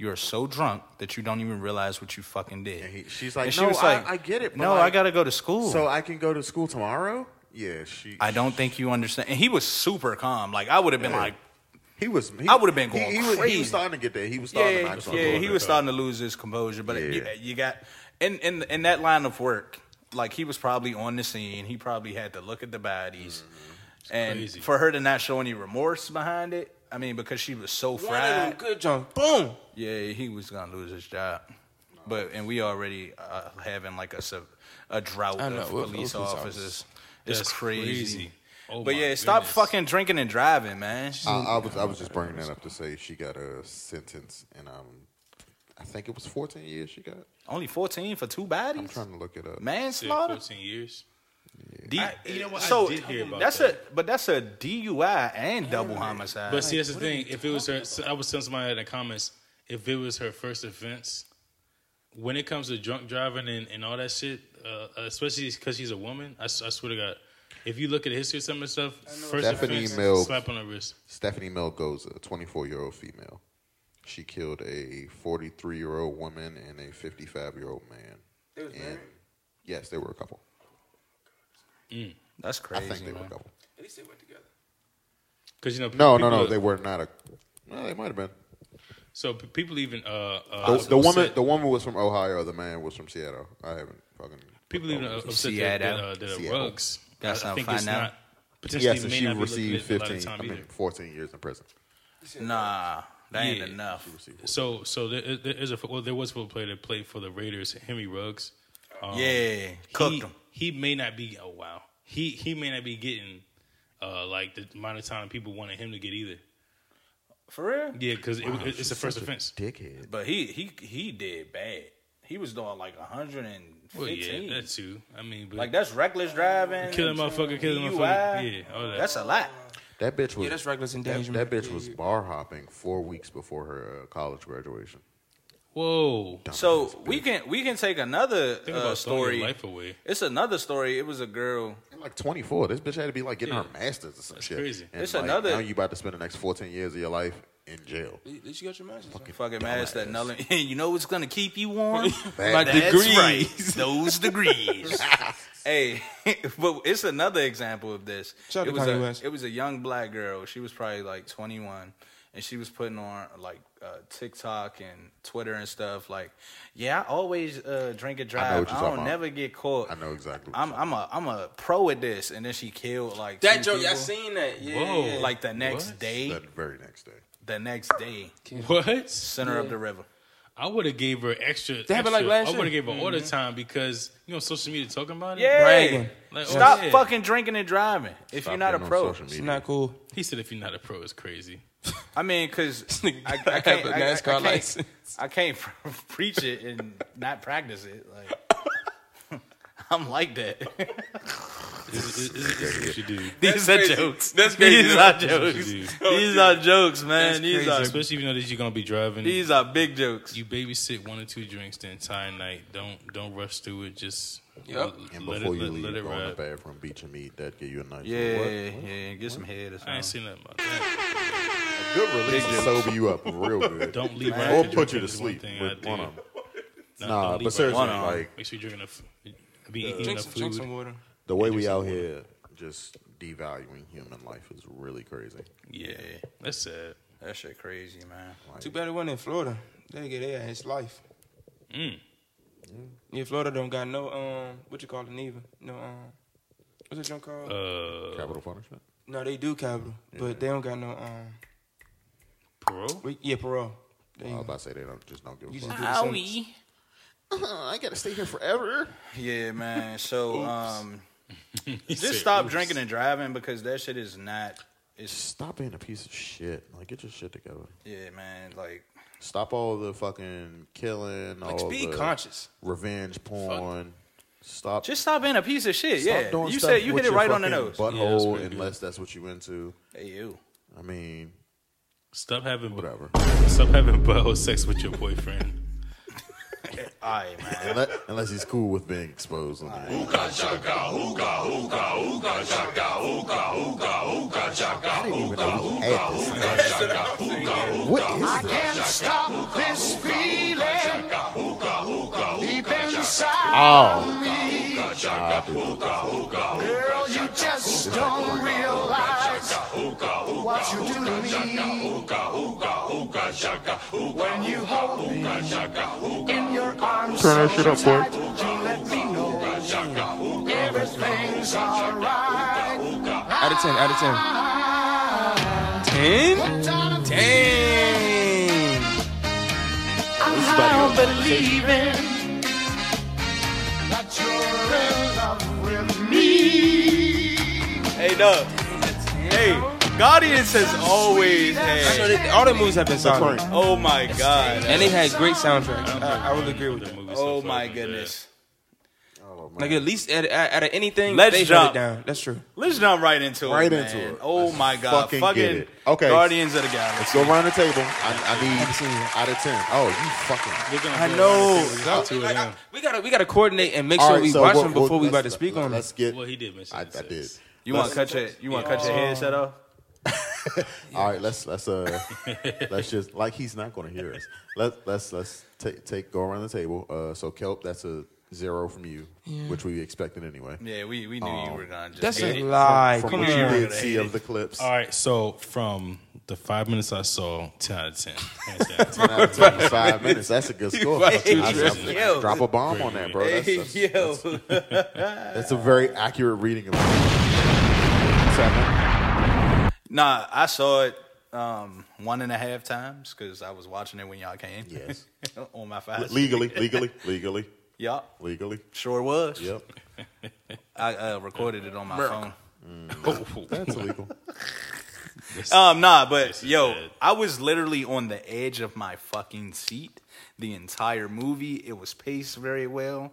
Speaker 3: You are so drunk that you don't even realize what you fucking did.
Speaker 2: And he- she's like,
Speaker 3: And
Speaker 2: "No, I- I get it, but
Speaker 3: No, I
Speaker 2: like-
Speaker 3: gotta go to school.
Speaker 2: So I can go to school tomorrow. Yeah, she.
Speaker 3: I don't think you understand. And he was super calm. Like I would have been
Speaker 2: Yeah.
Speaker 3: like,
Speaker 2: He was. He,
Speaker 3: I would've been
Speaker 2: he-
Speaker 3: going
Speaker 2: he, was- he
Speaker 3: crazy.
Speaker 2: was starting to get there. He was starting to
Speaker 3: yeah,
Speaker 2: knock something
Speaker 3: yeah.
Speaker 2: over.
Speaker 3: He was starting to lose his composure. But it-
Speaker 2: Yeah.
Speaker 3: you, you got in in in that line of work, like he was probably on the scene. He probably had to look at the bodies, and
Speaker 6: Mm-hmm. crazy.
Speaker 3: for her to not show any remorse behind it. I mean, because she was so
Speaker 9: One of them
Speaker 3: fried.
Speaker 9: good junk. Boom.
Speaker 3: Yeah, he was gonna lose his job. But and we already uh, having like a sub- a drought
Speaker 9: I know,
Speaker 3: of
Speaker 9: with- with
Speaker 3: police
Speaker 9: police
Speaker 3: officers.
Speaker 9: officers.
Speaker 3: It's
Speaker 6: That's
Speaker 3: crazy.
Speaker 6: crazy. Oh
Speaker 3: but
Speaker 6: my
Speaker 3: yeah, stop
Speaker 6: goodness.
Speaker 3: fucking drinking and driving, man.
Speaker 2: I, I was I was just bringing that up to say she got a sentence and um I think it was 14 years she got.
Speaker 3: Only fourteen for two bodies.
Speaker 2: I'm trying to look it up.
Speaker 6: Shit,
Speaker 3: manslaughter.
Speaker 6: Fourteen years.
Speaker 3: D-
Speaker 6: I- you know what? I
Speaker 3: So
Speaker 6: did hear about
Speaker 3: that's
Speaker 6: that.
Speaker 3: a but that's a DUI and double homicide.
Speaker 6: But see, that's the thing. If it was her, so I was telling somebody in the comments, if it was her first offense, when it comes to drunk driving and, and all that shit, uh, especially because she's a woman, I, s- I swear to God, if you look at the history of some of the stuff, first
Speaker 2: Stephanie
Speaker 6: offense,
Speaker 2: Mills.
Speaker 6: slap on the wrist.
Speaker 2: Stephanie Melgoza, a 24 year old female. She killed a 43 year old woman and a 55 year old man. They was married? Yes, they were a couple.
Speaker 3: that's crazy.
Speaker 2: I think they were a
Speaker 3: man.
Speaker 2: couple.
Speaker 9: least they went together.
Speaker 6: Because you know,
Speaker 2: No, no,
Speaker 6: people-
Speaker 2: no. They were not a. No, they might have been.
Speaker 6: So p- people even uh, uh
Speaker 2: The, the woman,
Speaker 6: upset-
Speaker 2: the woman was from Ohio. The man was from Seattle. I haven't fucking.
Speaker 6: people even uh, upset that, that, uh, that
Speaker 2: Seattle.
Speaker 6: rugs.
Speaker 3: That's
Speaker 6: I, I
Speaker 3: how
Speaker 6: think
Speaker 3: I
Speaker 6: it's
Speaker 3: found out.
Speaker 6: not potentially
Speaker 2: yes, and
Speaker 6: may
Speaker 2: she
Speaker 6: not be
Speaker 2: received
Speaker 6: looking at a lot of
Speaker 2: 15,
Speaker 6: time
Speaker 2: I mean,
Speaker 6: either.
Speaker 2: 14 years in prison.
Speaker 3: Nah, that
Speaker 6: Yeah.
Speaker 3: ain't enough.
Speaker 6: So so there, there is a well, there was a football player that played for the Raiders, Henry Ruggs.
Speaker 3: Yeah,
Speaker 6: Um, he,
Speaker 3: cooked him.
Speaker 6: He may not be. Oh wow, he he may not be getting uh like the amount of time people wanted him to get either.
Speaker 3: For real?
Speaker 6: Yeah, because
Speaker 3: Wow,
Speaker 6: it, it's
Speaker 3: she's
Speaker 6: the first
Speaker 3: such a
Speaker 6: offense.
Speaker 2: Dickhead.
Speaker 3: But he he he did bad. He was doing like 115.
Speaker 6: Well, yeah, that too. I mean, but
Speaker 3: like that's reckless driving.
Speaker 6: Kill a motherfucker, kill a
Speaker 3: DUI.
Speaker 6: motherfucker. Yeah, all that.
Speaker 3: That's a lot.
Speaker 2: That bitch was.
Speaker 3: Yeah, that's reckless
Speaker 2: that-
Speaker 3: endangerment.
Speaker 2: That, bitch was bar hopping four weeks before her uh, college graduation.
Speaker 6: Whoa.
Speaker 3: So we can we can take another uh,
Speaker 6: about throwing
Speaker 3: story.
Speaker 6: your life away.
Speaker 3: It's another story. It was a girl.
Speaker 2: Like twenty four. This bitch had to be like getting her master's or some shit.
Speaker 3: crazy.
Speaker 2: And,
Speaker 3: It's
Speaker 2: like,
Speaker 3: another-
Speaker 2: Now you about to spend the next fourteen years of your life in jail.
Speaker 9: At least you got your masters.
Speaker 2: Fucking,
Speaker 3: fucking mask that null. you know what's gonna keep you warm?
Speaker 2: My
Speaker 3: That's
Speaker 2: degrees.
Speaker 3: right, Those degrees. hey, but it's another example of this.
Speaker 9: Shout out
Speaker 3: it
Speaker 9: to
Speaker 3: was
Speaker 9: Kanye
Speaker 3: a,
Speaker 9: West.
Speaker 3: It was a young black girl. She was probably like 21, and she was putting on like uh, TikTok and Twitter and stuff. Like, yeah, I always uh, drink and
Speaker 2: I know
Speaker 3: drive.
Speaker 2: what you're talking
Speaker 3: I, don't
Speaker 2: about.
Speaker 3: never get caught. I
Speaker 2: know exactly.
Speaker 3: I'm, I'm a I'm a pro at this. And then she killed like
Speaker 9: That
Speaker 3: two
Speaker 9: joke, I
Speaker 3: people.
Speaker 9: seen that. Yeah, yeah.
Speaker 3: Like the next day,
Speaker 2: The very next day.
Speaker 3: the next day,
Speaker 6: What?
Speaker 3: center of the river.
Speaker 6: I would have gave her extra.
Speaker 9: That happened, like,
Speaker 6: extra-
Speaker 9: last
Speaker 6: I would have
Speaker 9: year.
Speaker 6: gave her order time because you know social media talking about it.
Speaker 3: Mm-hmm. Yeah.
Speaker 9: Bragging.
Speaker 6: Like, oh,
Speaker 3: Stop
Speaker 6: yeah.
Speaker 3: fucking drinking and driving if
Speaker 6: Stop
Speaker 3: you're not a
Speaker 6: being on
Speaker 3: pro.
Speaker 6: social
Speaker 9: It's not cool.
Speaker 6: He said if you're not a pro, it's crazy.
Speaker 3: I mean, because I, I can't, I,
Speaker 9: have a
Speaker 3: I- I
Speaker 9: NASCAR
Speaker 3: can't-
Speaker 9: license.
Speaker 3: I can't preach it and not practice it. Like I'm like that.
Speaker 6: This is, this is what you do.
Speaker 3: These
Speaker 9: That's
Speaker 3: are
Speaker 9: crazy.
Speaker 3: jokes.
Speaker 9: That's crazy.
Speaker 3: These are
Speaker 9: That's
Speaker 6: what
Speaker 3: jokes.
Speaker 6: you do.
Speaker 3: These are jokes, man. These
Speaker 6: Crazy,
Speaker 3: are
Speaker 6: especially if you know that you're gonna be driving.
Speaker 3: these are big jokes.
Speaker 6: you babysit one or two drinks the entire night. Don't don't rush through it. Just
Speaker 9: Yep.
Speaker 2: And
Speaker 6: let
Speaker 2: before
Speaker 6: it,
Speaker 2: you
Speaker 6: let,
Speaker 2: leave,
Speaker 6: let it
Speaker 2: go in the
Speaker 6: ride.
Speaker 2: bathroom, beat your meat. That give you a nice.
Speaker 3: Yeah,
Speaker 2: What?
Speaker 3: yeah. Get some head or
Speaker 6: I
Speaker 3: something.
Speaker 6: ain't seen nothing about that.
Speaker 2: A good release will sober you up real good.
Speaker 6: Don't leave
Speaker 2: Man,
Speaker 6: Ryan
Speaker 2: Or
Speaker 6: to
Speaker 2: put
Speaker 6: drink
Speaker 2: you to
Speaker 6: is one
Speaker 2: sleep
Speaker 6: thing I
Speaker 2: with
Speaker 6: do.
Speaker 2: one of them.
Speaker 6: Not
Speaker 2: Nah,
Speaker 6: don't leave
Speaker 2: but seriously,
Speaker 6: Ryan.
Speaker 2: like-
Speaker 6: make sure you drink enough. Be eating
Speaker 9: Uh, Drink
Speaker 6: enough
Speaker 9: some,
Speaker 6: food.
Speaker 9: drink some water.
Speaker 2: The way we out here just devaluing human life is really crazy.
Speaker 6: Yeah, that's sad.
Speaker 3: That shit crazy, man.
Speaker 9: Too bad it wasn't in Florida. They get their ass life.
Speaker 6: Mm.
Speaker 9: Yeah, Florida don't got no um, what you call it, neither. No um, what's that junk called?
Speaker 6: Uh,
Speaker 2: Capital punishment.
Speaker 9: no, they do capital, but they don't got no um,
Speaker 6: parole.
Speaker 9: we- yeah, parole. There
Speaker 2: I
Speaker 9: you
Speaker 2: was
Speaker 9: go.
Speaker 2: about to say they don't just don't give
Speaker 9: You
Speaker 2: a
Speaker 9: just
Speaker 2: fuck.
Speaker 9: do the same.
Speaker 2: I gotta stay here forever.
Speaker 3: Yeah, man. So um,
Speaker 6: He said,
Speaker 3: just stop
Speaker 6: "Oops."
Speaker 3: drinking and driving because that shit is not. It's
Speaker 2: Stop being a piece of shit. Like get your shit together.
Speaker 3: yeah, man. Like
Speaker 2: Stop all the fucking killing.
Speaker 9: Like,
Speaker 2: all
Speaker 9: be
Speaker 2: the
Speaker 9: conscious.
Speaker 2: revenge porn. Stop.
Speaker 3: Just stop being a piece of shit.
Speaker 2: stop
Speaker 3: yeah,
Speaker 2: doing
Speaker 3: you
Speaker 2: stuff
Speaker 3: said you
Speaker 2: with
Speaker 3: hit it
Speaker 2: your
Speaker 3: right on the
Speaker 2: fucking
Speaker 3: nose.
Speaker 6: Yeah, that's
Speaker 2: Butthole,
Speaker 6: pretty good.
Speaker 2: unless that's what you into.
Speaker 3: Hey you.
Speaker 2: I mean,
Speaker 6: Stop having
Speaker 2: whatever.
Speaker 6: Stop having butthole sex with your boyfriend.
Speaker 3: All right, man.
Speaker 2: unless, unless he's cool with being exposed on the internet. I didn't even know we had this. What is this?
Speaker 5: Can't stop this feeling deep inside
Speaker 2: Oh,
Speaker 5: me.
Speaker 2: nah, dude.
Speaker 5: Girl, you just don't realize what you do to me. When you hold me in your arms, turn that shit up, boy. You let me know everything's alright.
Speaker 9: Out of ten, out of ten. Ten? Dang.
Speaker 5: I'm believing that you're in love with me.
Speaker 3: Hey, Doug. Hey, Guardians has always
Speaker 9: I know
Speaker 3: had.
Speaker 9: that- all their movies have been solid,
Speaker 3: Oh my god.
Speaker 9: and they had great soundtracks. I, I will agree with that.
Speaker 3: Oh my goodness.
Speaker 2: Oh, man.
Speaker 9: Like at least at, at, out of anything,
Speaker 3: Let's
Speaker 9: they
Speaker 3: jump.
Speaker 9: held it down. That's true.
Speaker 3: Let's jump right into it.
Speaker 2: Right
Speaker 3: man.
Speaker 2: into it.
Speaker 3: Oh
Speaker 2: Let's
Speaker 3: my god.
Speaker 2: fucking
Speaker 3: Fucking,
Speaker 2: get it. Okay.
Speaker 3: Guardians of the Galaxy.
Speaker 2: Let's go around the table. I, I need out of ten. Oh, you fucking.
Speaker 9: I know.
Speaker 6: two of
Speaker 9: Like, I-
Speaker 6: them.
Speaker 9: we gotta we gotta coordinate and make
Speaker 2: All
Speaker 9: sure
Speaker 2: right,
Speaker 9: we
Speaker 2: so
Speaker 9: watch
Speaker 2: what-
Speaker 9: them
Speaker 2: what-
Speaker 9: before we about to
Speaker 2: let's-
Speaker 9: speak on them.
Speaker 2: Let's get.
Speaker 6: Well, he did mention
Speaker 2: I, I
Speaker 6: the sex.
Speaker 2: did.
Speaker 3: You want to cut your you want to cut your headset off?
Speaker 2: All right, let's let's uh let's just like he's not going to hear us. Let let's let's take take go around the table. Uh, so Kelp, that's a zero from you,
Speaker 9: Yeah.
Speaker 2: which we expected anyway.
Speaker 3: Yeah, we- we knew
Speaker 2: Oh.
Speaker 3: you were gonna just
Speaker 9: That's
Speaker 3: hate
Speaker 9: a
Speaker 3: it.
Speaker 9: lie.
Speaker 2: From
Speaker 9: Come
Speaker 2: what you
Speaker 9: on.
Speaker 2: did see of the clips.
Speaker 6: All right, so from the five minutes I saw, ten out of ten. Hands down.
Speaker 2: 10 out of 10 in five minutes, that's a good score.
Speaker 6: Hey,
Speaker 2: I- I-
Speaker 6: yo.
Speaker 2: drop a bomb on that, bro. That's-
Speaker 6: Hey,
Speaker 2: that's-
Speaker 6: yo.
Speaker 2: That's a very accurate reading of it. Seven.
Speaker 3: Nah, I saw it um, one and a half times because I was watching it when y'all came.
Speaker 2: Yes.
Speaker 3: on my five.
Speaker 2: Legally, legally, legally,
Speaker 3: Yup.
Speaker 2: legally.
Speaker 3: Sure was.
Speaker 2: Yep.
Speaker 3: I uh, recorded it on my
Speaker 2: Merc.
Speaker 3: phone.
Speaker 2: That's illegal.
Speaker 3: Um, nah, but yo, I was literally on the edge of my fucking seat the entire movie. It was paced very well.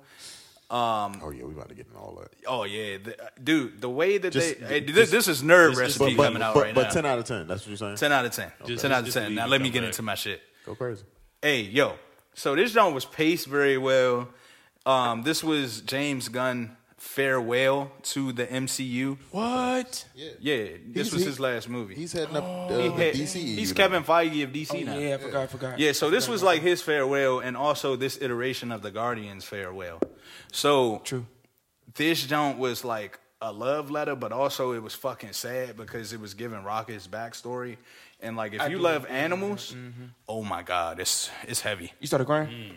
Speaker 3: Um,
Speaker 2: oh yeah, we about to get into all that.
Speaker 3: Oh yeah, the, dude, the way that
Speaker 2: Just-
Speaker 3: they hey, this,
Speaker 2: just-
Speaker 3: this is nerve
Speaker 2: just-
Speaker 3: recipe
Speaker 2: but- but-
Speaker 3: coming out
Speaker 2: but-
Speaker 3: right
Speaker 2: but
Speaker 3: now.
Speaker 2: 10 out of 10, that's what you're saying?
Speaker 3: 10 out of 10.
Speaker 2: Just-
Speaker 3: 10 out of
Speaker 2: just
Speaker 3: 10.
Speaker 2: leave
Speaker 3: Now
Speaker 2: it
Speaker 3: let me
Speaker 2: come
Speaker 3: get
Speaker 2: back.
Speaker 3: into my shit.
Speaker 2: Go crazy.
Speaker 3: Hey, yo. So this joint was paced very well. Um, this was James Gunn farewell to the MCU.
Speaker 9: What?
Speaker 3: Yeah, this
Speaker 2: He's-
Speaker 3: was
Speaker 2: he-
Speaker 3: his last movie. He's
Speaker 2: heading up uh,
Speaker 3: he
Speaker 2: the
Speaker 3: had-
Speaker 2: DCEU
Speaker 3: He's
Speaker 2: now.
Speaker 3: Kevin Feige of DC
Speaker 9: Oh,
Speaker 3: now.
Speaker 9: yeah, I forgot, I forgot.
Speaker 3: Yeah, so this was like his farewell, and also this iteration of the Guardians farewell. So
Speaker 9: true.
Speaker 3: This joint was like a love letter, but also it was fucking sad because it was giving Rocket's backstory. And like, if
Speaker 9: I
Speaker 3: you
Speaker 9: do
Speaker 3: love
Speaker 9: remember. Mm-hmm.
Speaker 3: animals, oh my god, it's it's heavy.
Speaker 9: You started crying?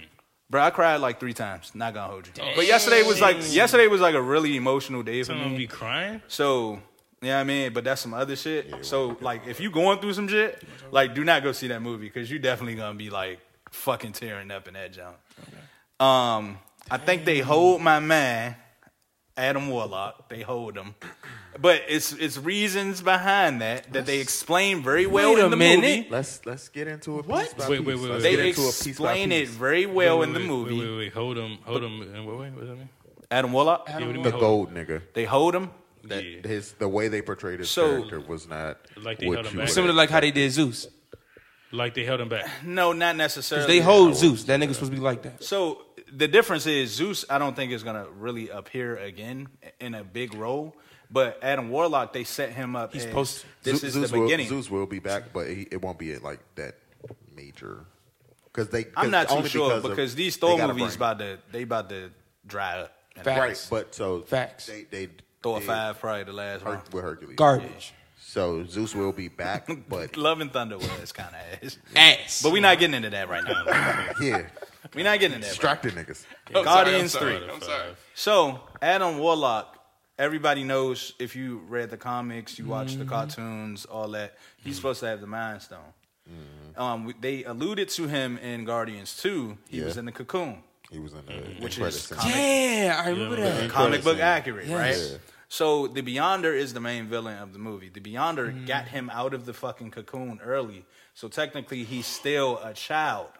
Speaker 3: Bro, I cried like three times. Not gonna hold you. But yesterday was like yesterday was like a really emotional day for
Speaker 6: Someone
Speaker 3: me.
Speaker 6: be crying?
Speaker 3: So yeah, I mean, but that's some other shit. so like, if you going through some shit, like, do not go see that movie because you definitely gonna be like fucking tearing up in that junk. Um, I think they hold my man, Adam Warlock. They hold him, but it's it's reasons behind that that they explain very well in the movie.
Speaker 2: Let's let's get into it.
Speaker 3: What?
Speaker 2: Piece by
Speaker 6: Wait, wait,
Speaker 2: piece.
Speaker 6: wait,
Speaker 2: Let's
Speaker 6: wait.
Speaker 2: get
Speaker 3: They
Speaker 2: into piece by
Speaker 3: explain it
Speaker 2: piece.
Speaker 3: very well
Speaker 6: Wait,
Speaker 3: in the
Speaker 6: wait,
Speaker 3: movie.
Speaker 6: Wait, wait, wait, hold him, hold him. And wait, wait, what does that mean?
Speaker 3: Adam Warlock,
Speaker 6: Yeah, what do you
Speaker 2: the
Speaker 6: mean,
Speaker 2: gold nigga.
Speaker 3: They hold him.
Speaker 2: That his the way they portrayed his
Speaker 3: So-
Speaker 2: character was not
Speaker 6: Like they
Speaker 2: what
Speaker 6: held him
Speaker 2: you
Speaker 6: back.
Speaker 2: would-
Speaker 6: Similar
Speaker 9: Similar like how they did Zeus.
Speaker 6: Like they held him back.
Speaker 3: No, not necessarily.
Speaker 9: They hold Zeus. That nigga's supposed to be like that.
Speaker 3: So the difference is Zeus. I don't think is gonna really appear again in a big role. But Adam Warlock, they set him up.
Speaker 2: He's
Speaker 3: as,
Speaker 2: supposed-
Speaker 3: This
Speaker 2: Zeus-
Speaker 3: is
Speaker 2: Zeus
Speaker 3: the beginning.
Speaker 2: Will, Zeus will be back, but he, it won't be like that major. Because they,
Speaker 3: I'm
Speaker 2: 'cause
Speaker 3: not too
Speaker 2: only
Speaker 3: sure because,
Speaker 2: of-
Speaker 3: these
Speaker 2: they
Speaker 3: Thor
Speaker 2: gotta bring-
Speaker 3: movies about to they about to dry up.
Speaker 2: right? But so
Speaker 9: facts.
Speaker 2: They they
Speaker 3: Thor
Speaker 2: did
Speaker 3: five probably the last
Speaker 2: Her-
Speaker 3: one.
Speaker 2: with Hercules
Speaker 9: Garbage.
Speaker 2: So Zeus will be back, but
Speaker 3: Love and Thunder was kind of ass.
Speaker 9: Ass.
Speaker 3: But we're not getting into that right now.
Speaker 2: yeah,
Speaker 3: we're not getting into that. Right
Speaker 2: distracted niggas.
Speaker 3: now. Guardians three.
Speaker 6: I'm sorry.
Speaker 3: So Adam Warlock, everybody knows if you read the comics, you watch the
Speaker 6: Mhm.
Speaker 3: cartoons, all that. He's supposed to have the Mind Stone. Um, we- they alluded to him in Guardians Two. He
Speaker 2: Yeah.
Speaker 3: was in the Cocoon,
Speaker 2: He was in the
Speaker 3: which
Speaker 2: credit
Speaker 3: is
Speaker 2: scene.
Speaker 3: comic,
Speaker 9: Yeah, I remember
Speaker 3: uh,
Speaker 9: that.
Speaker 3: comic book accurate,
Speaker 9: Yes.
Speaker 3: right? So the Beyonder is the main villain of the movie. The Beyonder
Speaker 9: Mm.
Speaker 3: got him out of the fucking cocoon early, so technically he's still a child.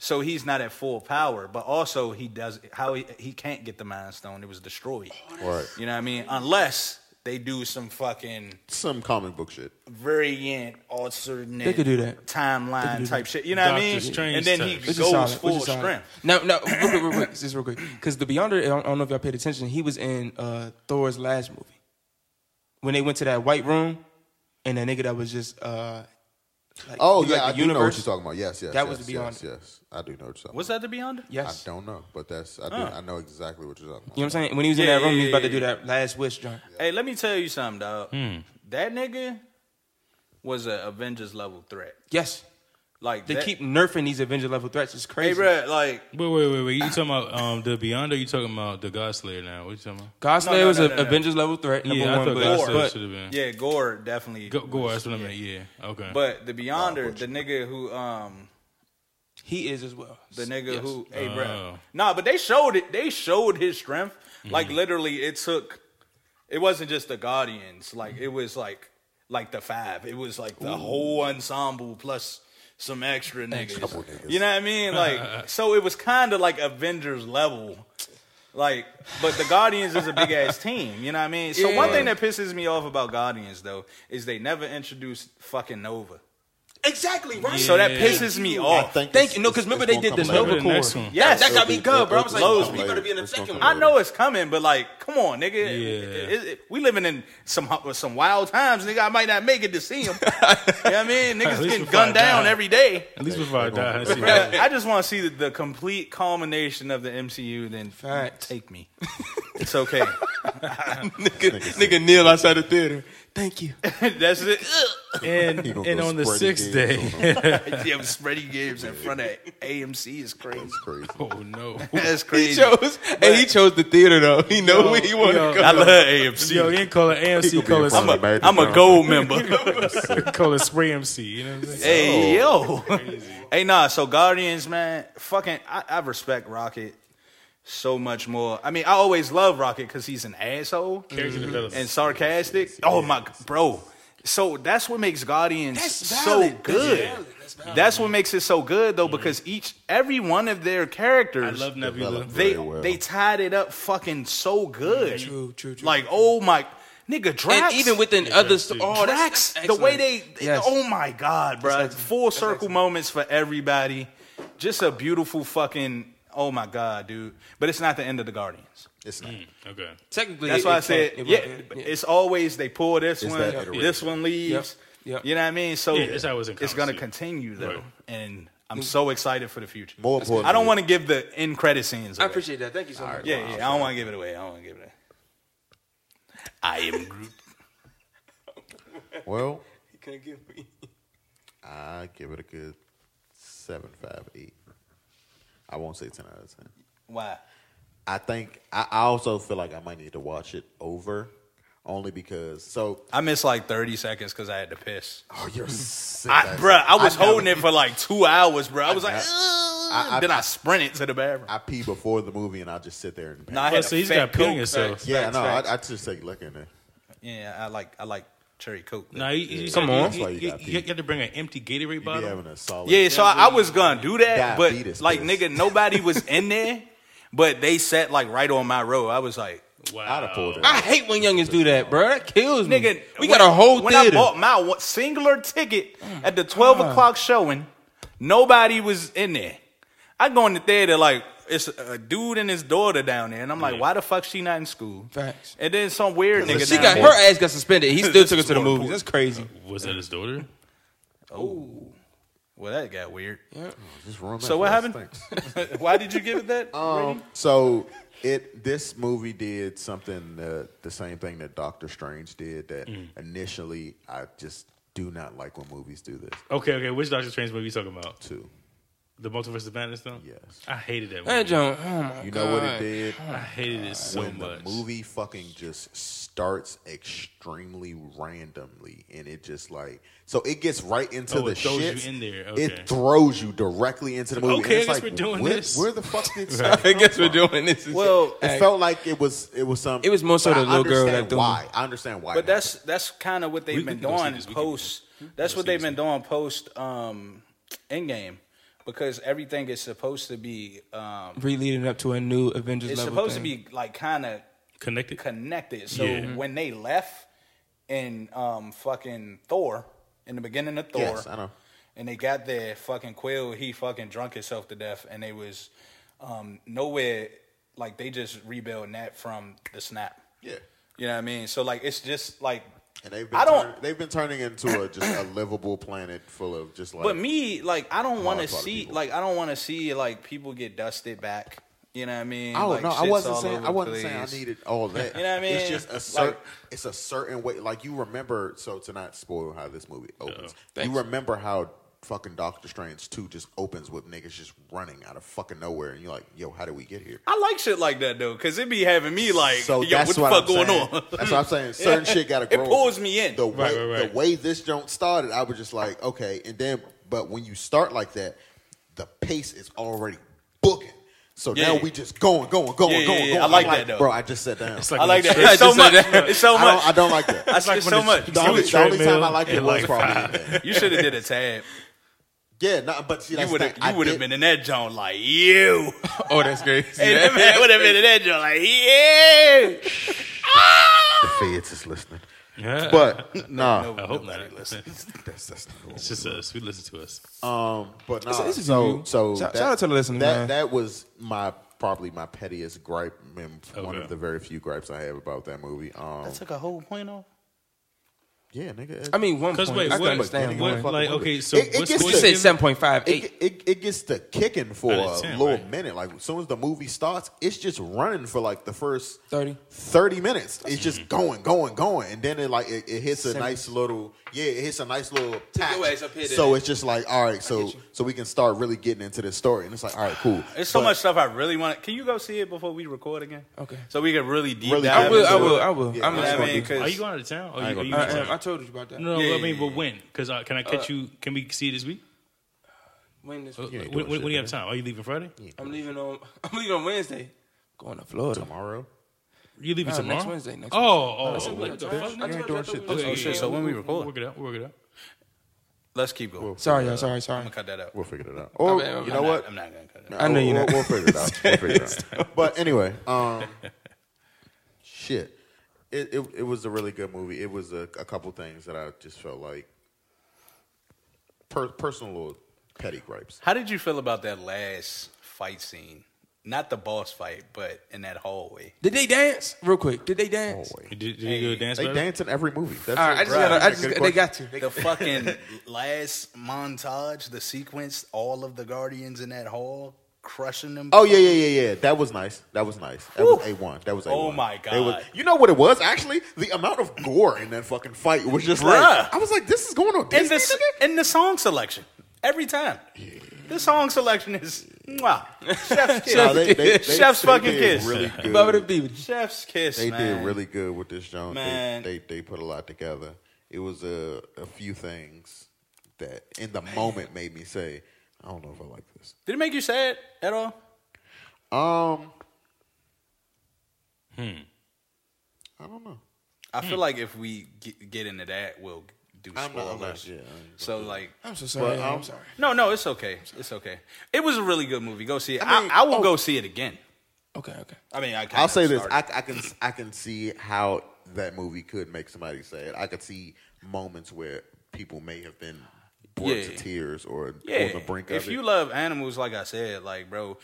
Speaker 3: So he's not at full power, but also he does how he, he can't get the Mind Stone. It was destroyed.
Speaker 2: Right.
Speaker 3: You know what I mean? Unless they do some fucking
Speaker 2: Some comic book shit.
Speaker 3: variant alternate
Speaker 9: They could do that. They could do
Speaker 3: timeline type
Speaker 9: that.
Speaker 3: shit. You know what I mean? and then he
Speaker 9: Which is
Speaker 3: goes
Speaker 9: solid, which
Speaker 3: full
Speaker 9: is solid.
Speaker 3: strength.
Speaker 9: No, no, real quick, real quick, just real quick. Because the Beyonder, I don't, I don't know if y'all paid attention. He was in uh, Thor's last movie when they went to that white room, and that nigga that was just. Uh, like,
Speaker 2: oh
Speaker 9: he
Speaker 2: yeah,
Speaker 9: like
Speaker 2: I
Speaker 9: the
Speaker 2: do know what
Speaker 9: universe.
Speaker 2: you're talking about. Yes, yes,
Speaker 9: That
Speaker 2: yes,
Speaker 9: was the
Speaker 2: yes,
Speaker 9: Beyonder.
Speaker 2: Yes, I do know what you're talking.
Speaker 3: Was
Speaker 2: about.
Speaker 3: that the Beyonder?
Speaker 9: Yes.
Speaker 2: I don't know, but that's I do.
Speaker 3: Huh.
Speaker 2: I know exactly what you're talking about.
Speaker 9: You know what I'm saying? When he was in
Speaker 3: Yeah,
Speaker 9: that room,
Speaker 3: yeah,
Speaker 9: he was about to
Speaker 3: yeah,
Speaker 9: do that last wish, John.
Speaker 3: Hey, let me tell you something, dog.
Speaker 6: Hmm.
Speaker 3: That nigga was a Avengers level threat.
Speaker 9: Yes.
Speaker 3: Like
Speaker 9: They
Speaker 3: that-
Speaker 9: keep nerfing these Avenger level threats. It's
Speaker 3: Hey,
Speaker 9: crazy.
Speaker 3: bro, like
Speaker 6: Wait, wait, wait, wait. You talking about um the Beyond or you talking about the God Slayer now? What you talking about?
Speaker 9: God Slayer
Speaker 3: no,
Speaker 9: was
Speaker 3: no,
Speaker 9: an
Speaker 3: no, no.
Speaker 9: Avengers level threat. Number
Speaker 6: Yeah, I
Speaker 9: one,
Speaker 6: thought God
Speaker 9: but,
Speaker 6: Slayer
Speaker 9: but
Speaker 6: should have been.
Speaker 3: yeah, Gore definitely.
Speaker 6: Go, go, that's what I meant. Yeah. Okay.
Speaker 3: But the Beyonder, the nigga who um
Speaker 9: he is as well.
Speaker 3: the nigga
Speaker 9: Yes.
Speaker 3: who hey bro.
Speaker 6: Oh.
Speaker 3: Nah, but they showed it. They showed his strength.
Speaker 9: Mm.
Speaker 3: Like literally it took it wasn't just the Guardians. Like it was like like the five. It was like the whole ensemble plus some extra niggas. You know what I mean? Like so it was kind of like Avengers level. Like, but the Guardians is a big ass team. You know what I mean? So one
Speaker 9: Yeah.
Speaker 3: thing that pisses me off about Guardians though is they never introduced fucking Nova.
Speaker 9: Exactly right.
Speaker 3: So that pisses me off.
Speaker 9: Thank you. No, because remember they did the Nova Corps.
Speaker 3: Yes,
Speaker 9: that got me good, bro. I was like,
Speaker 3: Lowe's
Speaker 9: oh, we better be in the second one.
Speaker 3: I know it's coming, but like, come on, nigga. It- it- it- we living in some hu- some wild times, nigga. I might not make it to see him. you know what I mean?
Speaker 6: At
Speaker 3: Niggas
Speaker 6: least
Speaker 3: getting
Speaker 6: before I
Speaker 3: gunned down
Speaker 6: die.
Speaker 3: every day.
Speaker 6: At least before I die, I see
Speaker 3: Bruh, I just want to see the, the complete culmination of the MCU. Then take me. It's okay.
Speaker 9: nigga, nigga kneel outside the theater. Thank you.
Speaker 3: That's it.
Speaker 6: And
Speaker 9: He gonna and go on the spreading sixth games day- on-
Speaker 3: yeah, spreading games in front of AMC is crazy. That's
Speaker 2: crazy.
Speaker 6: Oh no,
Speaker 3: that's crazy.
Speaker 9: He chose, and he chose the theater though. He know where he want to go.
Speaker 6: I love AMC. Yo, you ain't call it AMC,
Speaker 9: He could
Speaker 6: call
Speaker 9: be
Speaker 6: it-
Speaker 9: from
Speaker 6: I'm a-
Speaker 9: American
Speaker 6: I'm a
Speaker 9: Idol.
Speaker 6: gold member. Call it spray MC. You know what I'm saying?
Speaker 3: Hey yo, hey nah. So Guardians, man, fucking, I, I respect Rocket so much more. I mean, I always love Rocket because he's an asshole
Speaker 6: Character development.
Speaker 3: and sarcastic. Oh my, bro. So that's what makes Guardians so
Speaker 6: valid. That's
Speaker 3: good.
Speaker 6: valid.
Speaker 3: That's, what makes it so good though, because each every one of their characters,
Speaker 6: I love Nebula. Developed
Speaker 3: They
Speaker 6: very well.
Speaker 3: they tied it up fucking so good. True, true, true. Like oh my. Nigga, Drax.
Speaker 9: even within Yeah, other Drax, sto- too. oh, that's-
Speaker 3: Drax,
Speaker 9: that's
Speaker 3: the way
Speaker 9: excellent.
Speaker 3: they,
Speaker 9: Yes.
Speaker 3: oh my god, bro, full circle moments for everybody. Just a beautiful fucking, oh my god, dude. But it's not the end of the Guardians.
Speaker 2: It's not.
Speaker 6: Okay.
Speaker 9: Technically,
Speaker 3: That's
Speaker 9: it-
Speaker 3: why
Speaker 9: it
Speaker 3: I said,
Speaker 9: can't- it
Speaker 3: yeah,
Speaker 9: won't- yeah.
Speaker 3: it's always they pull this
Speaker 9: It's
Speaker 3: one,
Speaker 9: that iteration.
Speaker 3: this one leaves.
Speaker 9: Yep.
Speaker 3: You know what I mean? So
Speaker 6: Yeah, it's always in
Speaker 3: going to
Speaker 6: constant.
Speaker 3: continue though,
Speaker 6: Right.
Speaker 3: and
Speaker 9: Mm.
Speaker 3: I'm so excited for the future.
Speaker 2: More importantly-
Speaker 3: I don't want to give the end credit scenes.
Speaker 9: I
Speaker 3: Away.
Speaker 9: appreciate that. Thank you so much.
Speaker 3: yeah, yeah, I don't want to give it away. I don't want to give it. away. I am Groot.
Speaker 2: Well,
Speaker 9: He couldn't give me.
Speaker 2: I give it a good seven, five, eight. I won't say ten out of ten.
Speaker 3: Why?
Speaker 2: I think I, I also feel like I might need to watch it over, only because so
Speaker 3: I missed like 30 seconds because I had to piss.
Speaker 2: Oh, you're sick.
Speaker 3: I, bruh, I was
Speaker 2: I know.
Speaker 3: holding it for like two hours, bro. I was like,
Speaker 2: know.
Speaker 3: "Ugh," then I sprinted to the bathroom.
Speaker 2: I pee before the movie and I just sit there and.
Speaker 3: No, I had a fat Coke. Facts,
Speaker 2: Yeah,
Speaker 3: facts,
Speaker 2: no,
Speaker 3: facts.
Speaker 2: I, I just take liquor in there.
Speaker 3: yeah, I like, I like cherry coke.
Speaker 6: No, you, you,
Speaker 2: Come
Speaker 6: you-
Speaker 2: on.
Speaker 6: You,
Speaker 2: That's why you
Speaker 6: you-
Speaker 2: got
Speaker 6: you have to bring an empty Gatorade bottle.
Speaker 2: having a solid.
Speaker 3: um, Yeah, so I, I was gonna do that,
Speaker 2: Diabetes
Speaker 3: but like, nigga, nobody was in there, but they sat like right on my row. I was like,
Speaker 2: I'd have pulled it.
Speaker 3: Ah!
Speaker 9: I hate when youngins do that, bro. That kills me.
Speaker 3: nigga,
Speaker 9: we
Speaker 3: when-
Speaker 9: got a whole
Speaker 3: when
Speaker 9: theater.
Speaker 3: I bought my one- singular ticket at the twelve o'clock showing, nobody was in there. I go in the theater like it's a dude and his daughter down there, and I'm like, why the fuck she not in school?
Speaker 9: Facts.
Speaker 3: And then some weird nigga.
Speaker 9: she
Speaker 3: down
Speaker 9: got
Speaker 3: there.
Speaker 9: her ass got suspended. He still took her to the movies. That's crazy.
Speaker 6: Was that his daughter?
Speaker 3: Oh, well, that got weird.
Speaker 2: Just ruin that
Speaker 3: So what
Speaker 2: for us.
Speaker 3: happened? why did you give it that?
Speaker 2: Um,
Speaker 3: rating?
Speaker 2: So it this movie did something uh, the same thing that Doctor Strange did that
Speaker 6: Mm.
Speaker 2: initially I just do not like when movies do this.
Speaker 6: Okay, okay. Which Doctor Strange movie you talking about?
Speaker 2: Two.
Speaker 6: The Multiverse of Madness, though? Yes. I hated that movie.
Speaker 9: That joint. Oh my
Speaker 2: You know what it
Speaker 9: God.
Speaker 2: did?
Speaker 6: I hated it so
Speaker 2: when
Speaker 6: much.
Speaker 2: The movie fucking just starts extremely randomly, and it just like so it gets right into
Speaker 6: Oh,
Speaker 2: the
Speaker 6: it throws you
Speaker 2: shit.
Speaker 6: in there. Okay.
Speaker 2: It throws you directly into the movie.
Speaker 6: Okay,
Speaker 2: and it's
Speaker 6: I guess
Speaker 2: like,
Speaker 6: we're doing
Speaker 2: where,
Speaker 6: this.
Speaker 2: Where the fuck did this?
Speaker 9: I guess we're doing this.
Speaker 3: Well,
Speaker 2: it felt like it was it was some.
Speaker 9: It was more so
Speaker 2: but
Speaker 9: the
Speaker 2: I
Speaker 9: little girl
Speaker 2: understand
Speaker 9: that doing-
Speaker 2: Why I understand why.
Speaker 3: But that's that's kind of what they've been
Speaker 2: can go see
Speaker 3: doing
Speaker 2: this. We can
Speaker 3: post. That's what they've been doing post um, Endgame, because everything is supposed to be um,
Speaker 9: Re leading up to a new Avengers
Speaker 3: it's
Speaker 9: level.
Speaker 3: supposed
Speaker 9: thing.
Speaker 3: to be like kind of
Speaker 6: connected.
Speaker 3: connected. So
Speaker 2: Mm-hmm.
Speaker 9: Yeah.
Speaker 3: when they left in um, fucking Thor in the beginning of Thor,
Speaker 2: Yes, I know.
Speaker 3: and they got there, fucking Quill, he fucking drunk himself to death, and they was um, nowhere. Like they just rebuilding that from the snap.
Speaker 2: yeah.
Speaker 3: You know what I mean? So like it's just like
Speaker 2: And they've been
Speaker 3: I don't-
Speaker 2: turn- they've been turning into a just a livable planet full of just like.
Speaker 3: but me, like, I don't want to
Speaker 2: Hard-hearted
Speaker 3: see, like, I don't want to see, like, people get dusted back. You know what I mean?
Speaker 2: I don't
Speaker 3: like,
Speaker 2: know. Oh, I
Speaker 3: shit's
Speaker 2: wasn't
Speaker 3: all
Speaker 2: saying
Speaker 3: over
Speaker 2: I
Speaker 3: the
Speaker 2: wasn't saying I
Speaker 3: place.
Speaker 2: needed all that.
Speaker 3: You know what I
Speaker 2: It's
Speaker 3: mean?
Speaker 2: just a certain.
Speaker 3: Like-
Speaker 2: it's a certain way. Like you remember. So to not spoil how this movie opens,
Speaker 9: Thanks.
Speaker 2: you remember how fucking Doctor Strange two just opens with niggas just running out of fucking nowhere, and you're like, "Yo, how did we get here?"
Speaker 3: I like shit like that though, because it be having me like,
Speaker 2: So
Speaker 3: yo,
Speaker 2: that's
Speaker 3: what the
Speaker 2: what
Speaker 3: fuck
Speaker 2: I'm
Speaker 3: going
Speaker 2: saying.
Speaker 3: on?
Speaker 2: That's what I'm saying. Certain shit gotta grow.
Speaker 3: It pulls me in.
Speaker 2: The way the way this joint started, I was just like, okay. And then, but when you start like that, the pace is already booking. So now
Speaker 3: Yeah.
Speaker 2: we just going, going, going,
Speaker 3: Yeah, yeah,
Speaker 2: going,
Speaker 3: yeah.
Speaker 2: going.
Speaker 3: I like
Speaker 2: I'm
Speaker 3: that, though.
Speaker 2: bro. I just sat down.
Speaker 3: like I like when that. the It's so treadmill- much. It's so
Speaker 2: I don't-
Speaker 3: much.
Speaker 2: I don't like that.
Speaker 3: That's
Speaker 2: like
Speaker 3: just so much.
Speaker 2: The only, the only time I liked it was probably.
Speaker 3: you should have did a tab.
Speaker 2: Yeah, nah, but see,
Speaker 3: You
Speaker 2: that's
Speaker 3: would
Speaker 2: the
Speaker 3: have,
Speaker 2: thing. I
Speaker 3: you would have
Speaker 2: did-
Speaker 3: been in that zone like you.
Speaker 9: Oh, that's great.
Speaker 3: and that man would have been in that zone like yeah.
Speaker 2: The feds is listening. but nah.
Speaker 6: I hope not. that's, that's not it's just us. Who listen to us?
Speaker 2: Um, but nah,
Speaker 6: It's- it's
Speaker 2: so
Speaker 6: you.
Speaker 2: so
Speaker 6: Shout- shout out to the listeners,
Speaker 2: That
Speaker 6: man.
Speaker 2: that was my probably my pettiest gripe, and
Speaker 9: Oh,
Speaker 2: one
Speaker 6: Okay.
Speaker 2: of the very few gripes I have about that movie. Um,
Speaker 12: That took a whole point off.
Speaker 2: yeah, nigga.
Speaker 9: I mean, one
Speaker 2: Because
Speaker 9: point. I can understand one. Like, okay, so
Speaker 2: it,
Speaker 9: what's
Speaker 2: gets
Speaker 9: going-
Speaker 2: to-
Speaker 9: You said 7.58.
Speaker 2: It, it, it gets to kicking for
Speaker 9: Out
Speaker 2: a
Speaker 9: of 10,
Speaker 2: little
Speaker 9: right.
Speaker 2: minute. Like, as soon as the movie starts, it's just running for like the first
Speaker 9: 30.
Speaker 2: 30 minutes. It's just going, going, going, and then it like it, it hits a
Speaker 9: Seven.
Speaker 2: nice little yeah, it hits a nice little
Speaker 9: Take
Speaker 2: patch.
Speaker 9: your ass up here,
Speaker 2: So
Speaker 9: then.
Speaker 2: it's just like all right, so so we can start really getting into this story, and it's like all right, cool.
Speaker 3: There's so
Speaker 2: But-
Speaker 3: much stuff I really want. Can you go see it before we record again?
Speaker 9: Okay.
Speaker 3: So we can really deep
Speaker 9: Really
Speaker 3: dive.
Speaker 9: I will,
Speaker 3: into
Speaker 9: I will,
Speaker 3: it.
Speaker 9: I will.
Speaker 3: You
Speaker 9: I'm
Speaker 3: know
Speaker 9: just
Speaker 3: what I
Speaker 9: gonna
Speaker 3: mean,
Speaker 9: do-
Speaker 3: 'cause
Speaker 6: Are you going out of town? Or
Speaker 9: I
Speaker 6: you-
Speaker 9: ain't
Speaker 6: are you
Speaker 9: gonna-
Speaker 6: in
Speaker 9: I am.
Speaker 6: town?
Speaker 9: I told you about that.
Speaker 6: No, no
Speaker 9: Yeah,
Speaker 6: I mean,
Speaker 9: yeah,
Speaker 6: but
Speaker 9: yeah.
Speaker 6: when? Because uh, can I catch
Speaker 9: Uh,
Speaker 6: you? Can we see you this week?
Speaker 9: When this
Speaker 6: Uh,
Speaker 9: week?
Speaker 6: when, when, when do you have time? Are you leaving Friday?
Speaker 9: I'm leaving on. I'm leaving on Wednesday. Going to Florida
Speaker 2: tomorrow.
Speaker 6: You leaving
Speaker 9: Nah,
Speaker 6: tomorrow?
Speaker 9: next Wednesday, next Wednesday.
Speaker 6: oh, oh,
Speaker 9: I said,
Speaker 6: what
Speaker 9: what
Speaker 6: the
Speaker 9: the fuck?
Speaker 6: fuck?
Speaker 9: You ain't doing shit this
Speaker 6: Okay,
Speaker 9: week.
Speaker 3: Oh, shit, so when we
Speaker 6: we'll-
Speaker 3: record.
Speaker 6: we'll work it out. We'll work it out.
Speaker 3: Let's keep going.
Speaker 9: Sorry, y'all. Sorry, sorry.
Speaker 3: I'm gonna cut that out.
Speaker 2: We'll figure it out.
Speaker 9: Oh,
Speaker 2: Or
Speaker 9: man,
Speaker 2: you
Speaker 9: I'm
Speaker 2: know
Speaker 9: not-
Speaker 2: what?
Speaker 9: I'm not gonna cut it
Speaker 2: Nah,
Speaker 9: out. I know
Speaker 2: we'll,
Speaker 9: you're not.
Speaker 2: We'll, we'll figure it out. We'll figure it out. But anyway, um, shit, it, it it was a really good movie. It was a, a couple things that I just felt like per, personal little petty gripes.
Speaker 3: How did you feel about that last fight scene? Not the boss fight, but in that hallway.
Speaker 9: Did they dance? Real quick. Did they dance?
Speaker 6: Did, did you go dance?
Speaker 2: They dance in every movie. That's
Speaker 9: All
Speaker 2: it.
Speaker 9: right, I just
Speaker 2: Bruh,
Speaker 9: gotta- I
Speaker 2: that's a
Speaker 9: just
Speaker 2: good
Speaker 9: got- they
Speaker 2: question.
Speaker 9: got you. They
Speaker 3: The
Speaker 9: got-
Speaker 3: fucking last montage, the sequence, all of the guardians in that hall crushing them.
Speaker 2: Oh yeah, yeah, yeah, yeah. That was nice. That was nice. That was a
Speaker 3: Whew.
Speaker 2: one. That was a
Speaker 3: Oh
Speaker 2: one.
Speaker 3: my
Speaker 2: It was-
Speaker 3: God.
Speaker 2: you know what it was actually? The amount of gore in that fucking fight was just like
Speaker 3: Bruh.
Speaker 2: I was like, this is going on
Speaker 3: in
Speaker 2: Disney.
Speaker 3: the in the song selection every time. The song selection is mwah. chef's kiss.
Speaker 2: Nah, they- they- they-
Speaker 3: chef's
Speaker 2: they
Speaker 3: fucking
Speaker 2: did
Speaker 3: kiss.
Speaker 2: really good.
Speaker 3: Chef's kiss.
Speaker 2: They
Speaker 3: man.
Speaker 2: did really good with this joint. They,
Speaker 3: Man.
Speaker 2: they they put a lot together. It was a a few things that in the moment made me say, I don't know if I like this.
Speaker 3: Did it make you sad at all?
Speaker 2: Um,
Speaker 6: Hmm.
Speaker 2: I don't know.
Speaker 3: I feel like if we get, get into that, we'll do
Speaker 2: I'm not- I'm not-
Speaker 3: spoilers. so like,
Speaker 9: I'm so sorry, But, yeah, I'm um, sorry.
Speaker 3: No, no, it's okay. It's okay. It was a really good movie. Go see it.
Speaker 2: I
Speaker 3: I,
Speaker 2: mean-
Speaker 3: I, will
Speaker 2: oh.
Speaker 3: go see it again.
Speaker 9: Okay, okay.
Speaker 3: I mean, I kinda
Speaker 2: I'll say this:
Speaker 3: started.
Speaker 2: I, I can I can see how that movie could make somebody sad. I could see moments where people may have been brought to
Speaker 3: Yeah.
Speaker 2: tears or
Speaker 3: yeah.
Speaker 2: on the brink
Speaker 3: if
Speaker 2: of
Speaker 3: you
Speaker 2: it.
Speaker 3: love animals, like I said, like bro,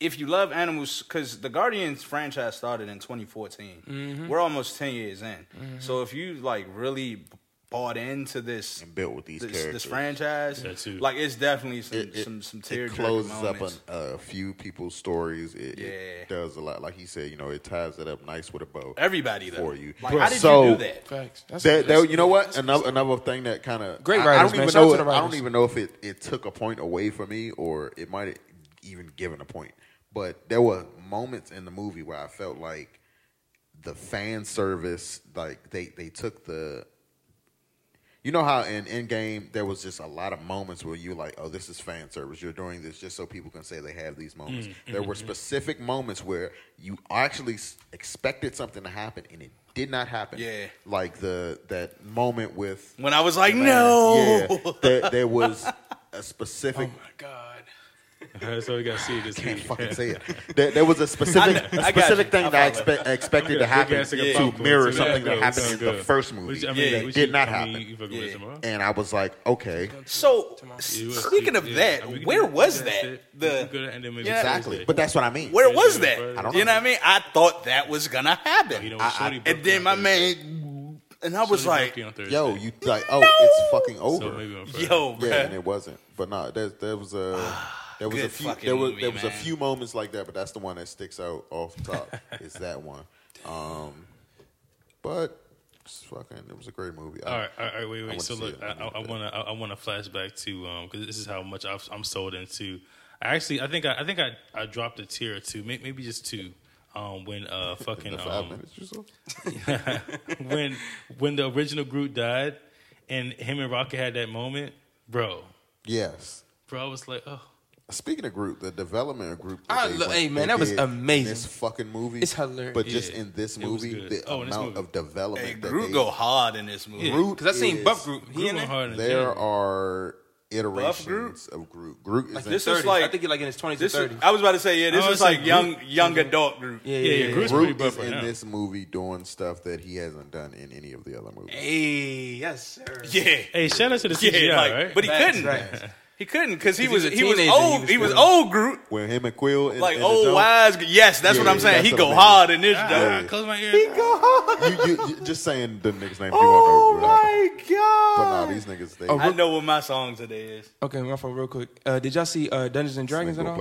Speaker 3: if you love animals, because the Guardians franchise started in 2014,
Speaker 2: Mhm.
Speaker 3: we're almost 10 years in.
Speaker 2: Mhm.
Speaker 3: So if you like really bought into this and
Speaker 2: built with these
Speaker 3: this,
Speaker 2: characters.
Speaker 3: this franchise,
Speaker 2: That too.
Speaker 3: like it's definitely some
Speaker 2: It- it-
Speaker 3: some some tear
Speaker 2: it closes up an- a few people's stories. It, it does a lot. Like he said, you know, it ties it up nice with a bow.
Speaker 3: Everybody, though.
Speaker 2: for you.
Speaker 3: Like, how did you
Speaker 2: so,
Speaker 3: do that? Facts. That's-
Speaker 2: that, that-
Speaker 3: that's-
Speaker 2: you know what? Another another thing that kind of
Speaker 9: Great
Speaker 2: I,
Speaker 9: writers,
Speaker 2: don't
Speaker 9: man.
Speaker 2: even
Speaker 9: Shout out
Speaker 2: know.
Speaker 9: to the
Speaker 2: I don't
Speaker 9: writers.
Speaker 2: even know if it, it took a point away from me or it might have even given a point. But there were moments in the movie where I felt like the fan service, like they they took the. You know how in Endgame there was just a lot of moments where you like, oh, this is fan service. You're doing this just so people can say they have these moments.
Speaker 14: Mm,
Speaker 2: There
Speaker 14: mhm,
Speaker 2: were
Speaker 6: mm-hmm.
Speaker 14: mhm.
Speaker 2: specific moments where you actually s- expected something to happen and it did not happen. Yeah, like the that moment with
Speaker 3: When I was like,
Speaker 2: the man.
Speaker 3: no.
Speaker 2: Yeah. there, there was a specific.
Speaker 6: Oh That's why we got to see this.
Speaker 2: can't fucking say it. There, there was a specific,
Speaker 6: I-
Speaker 2: a
Speaker 6: I got
Speaker 2: specific
Speaker 6: you.
Speaker 2: thing
Speaker 6: I
Speaker 2: that I
Speaker 6: follow.
Speaker 2: expect, expected to
Speaker 6: I'm gonna
Speaker 2: happen
Speaker 6: big ass nigga
Speaker 2: to
Speaker 6: popcorn.
Speaker 2: mirror
Speaker 6: See,
Speaker 2: something
Speaker 6: that
Speaker 2: that happened
Speaker 6: goes.
Speaker 2: in the
Speaker 6: Good.
Speaker 2: first
Speaker 6: Which-
Speaker 2: movie.
Speaker 6: I mean,
Speaker 2: that
Speaker 6: which
Speaker 2: did
Speaker 6: you-
Speaker 2: not
Speaker 6: I mean,
Speaker 2: happen.
Speaker 6: you fucking with tomorrow?
Speaker 2: And I was like, okay,
Speaker 3: So speaking of that, where was that? The Yeah.
Speaker 2: exactly. But that's what I mean.
Speaker 3: Where was that?
Speaker 2: I don't
Speaker 3: You know what I mean? I thought that was gonna happen. I- I- and then my man, and I was like,
Speaker 2: Yo, you like, oh, it's fucking over.
Speaker 3: Yo,
Speaker 2: yeah,
Speaker 3: bruh.
Speaker 2: and it wasn't. But no, there, there was a there was a
Speaker 3: Good
Speaker 2: few
Speaker 3: fucking
Speaker 2: there was
Speaker 3: movie,
Speaker 2: there was a
Speaker 3: man.
Speaker 2: few moments like that, but that's the one that sticks out off the top. It's that one. Um, but it's fucking, it was a great movie. I-
Speaker 6: All right, all right, all right, wait,
Speaker 2: I
Speaker 6: wait.
Speaker 2: wanna
Speaker 6: So
Speaker 2: see
Speaker 6: look,
Speaker 2: it.
Speaker 6: I, I, I wanna, I, I wanna flashback to, um, because this is how much I've, I'm sold into. I actually, I think, I, I think I, I dropped a tear or two, may- maybe just two, um, when uh, fucking,
Speaker 2: the five
Speaker 6: um,
Speaker 2: minutes or so.
Speaker 6: when when the original Groot died, and him and Rocket had that moment, bro,
Speaker 2: Yes.
Speaker 6: bro, I was like, oh,
Speaker 2: Speaking of group, the development of group. that
Speaker 9: I
Speaker 2: they
Speaker 9: lo-
Speaker 2: went-
Speaker 9: hey, man,
Speaker 2: they
Speaker 9: that was
Speaker 2: did
Speaker 9: amazing.
Speaker 2: This fucking movie,
Speaker 9: It's hilarious.
Speaker 2: But just
Speaker 9: Yeah.
Speaker 2: in this
Speaker 9: It was
Speaker 2: movie,
Speaker 9: good.
Speaker 2: the
Speaker 9: Oh, in this
Speaker 2: amount
Speaker 9: movie.
Speaker 2: of development.
Speaker 3: Hey,
Speaker 2: that
Speaker 3: Groot
Speaker 2: they-
Speaker 3: go hard in this movie. Yeah, 'cause I seen Buff Groot. He Groot in went there? hard in the
Speaker 2: there
Speaker 3: gym.
Speaker 2: are iterations of Groot. Groot is
Speaker 9: Like
Speaker 2: in
Speaker 9: this is
Speaker 2: 30s.
Speaker 9: like I think he's like in his twenties and
Speaker 3: This is-
Speaker 9: thirties.
Speaker 3: I was about to say, yeah, this
Speaker 9: I would
Speaker 3: is like
Speaker 9: say
Speaker 3: young,
Speaker 9: Groot.
Speaker 3: young adult group.
Speaker 9: Yeah, yeah, yeah. Groot's
Speaker 2: Groot is
Speaker 3: right
Speaker 2: in
Speaker 3: now.
Speaker 2: this movie doing stuff that he hasn't done in any of the other movies.
Speaker 9: Hey, yes, sir.
Speaker 3: Yeah.
Speaker 6: Hey, shout out to the CGI,
Speaker 3: like,
Speaker 6: right?
Speaker 3: But he
Speaker 6: Facts,
Speaker 3: couldn't.
Speaker 6: facts.
Speaker 3: He couldn't because he
Speaker 6: 'Cause
Speaker 3: was
Speaker 6: he was a
Speaker 3: he was
Speaker 6: teenager, he
Speaker 3: old.
Speaker 6: was
Speaker 3: He was
Speaker 6: still-
Speaker 3: old Groot.
Speaker 2: When him and Quill, and,
Speaker 3: Like oh,
Speaker 2: and the
Speaker 3: old
Speaker 2: dog-
Speaker 3: wise. Yes, that's what
Speaker 2: Yeah,
Speaker 3: I'm saying.
Speaker 2: that's
Speaker 3: He
Speaker 2: what
Speaker 3: go
Speaker 2: I'm
Speaker 3: hard in this.
Speaker 2: saying.
Speaker 3: though.
Speaker 6: ah, Close my ears.
Speaker 3: He go hard.
Speaker 2: Yeah. You, you, you- just saying the niggas' names. Oh
Speaker 3: my god!
Speaker 2: But nah, these niggas
Speaker 6: Oh,
Speaker 2: they.
Speaker 3: I know what my song today is.
Speaker 9: Okay, my fault, real quick. Uh, did y'all see uh, Dungeons and Dragons at all?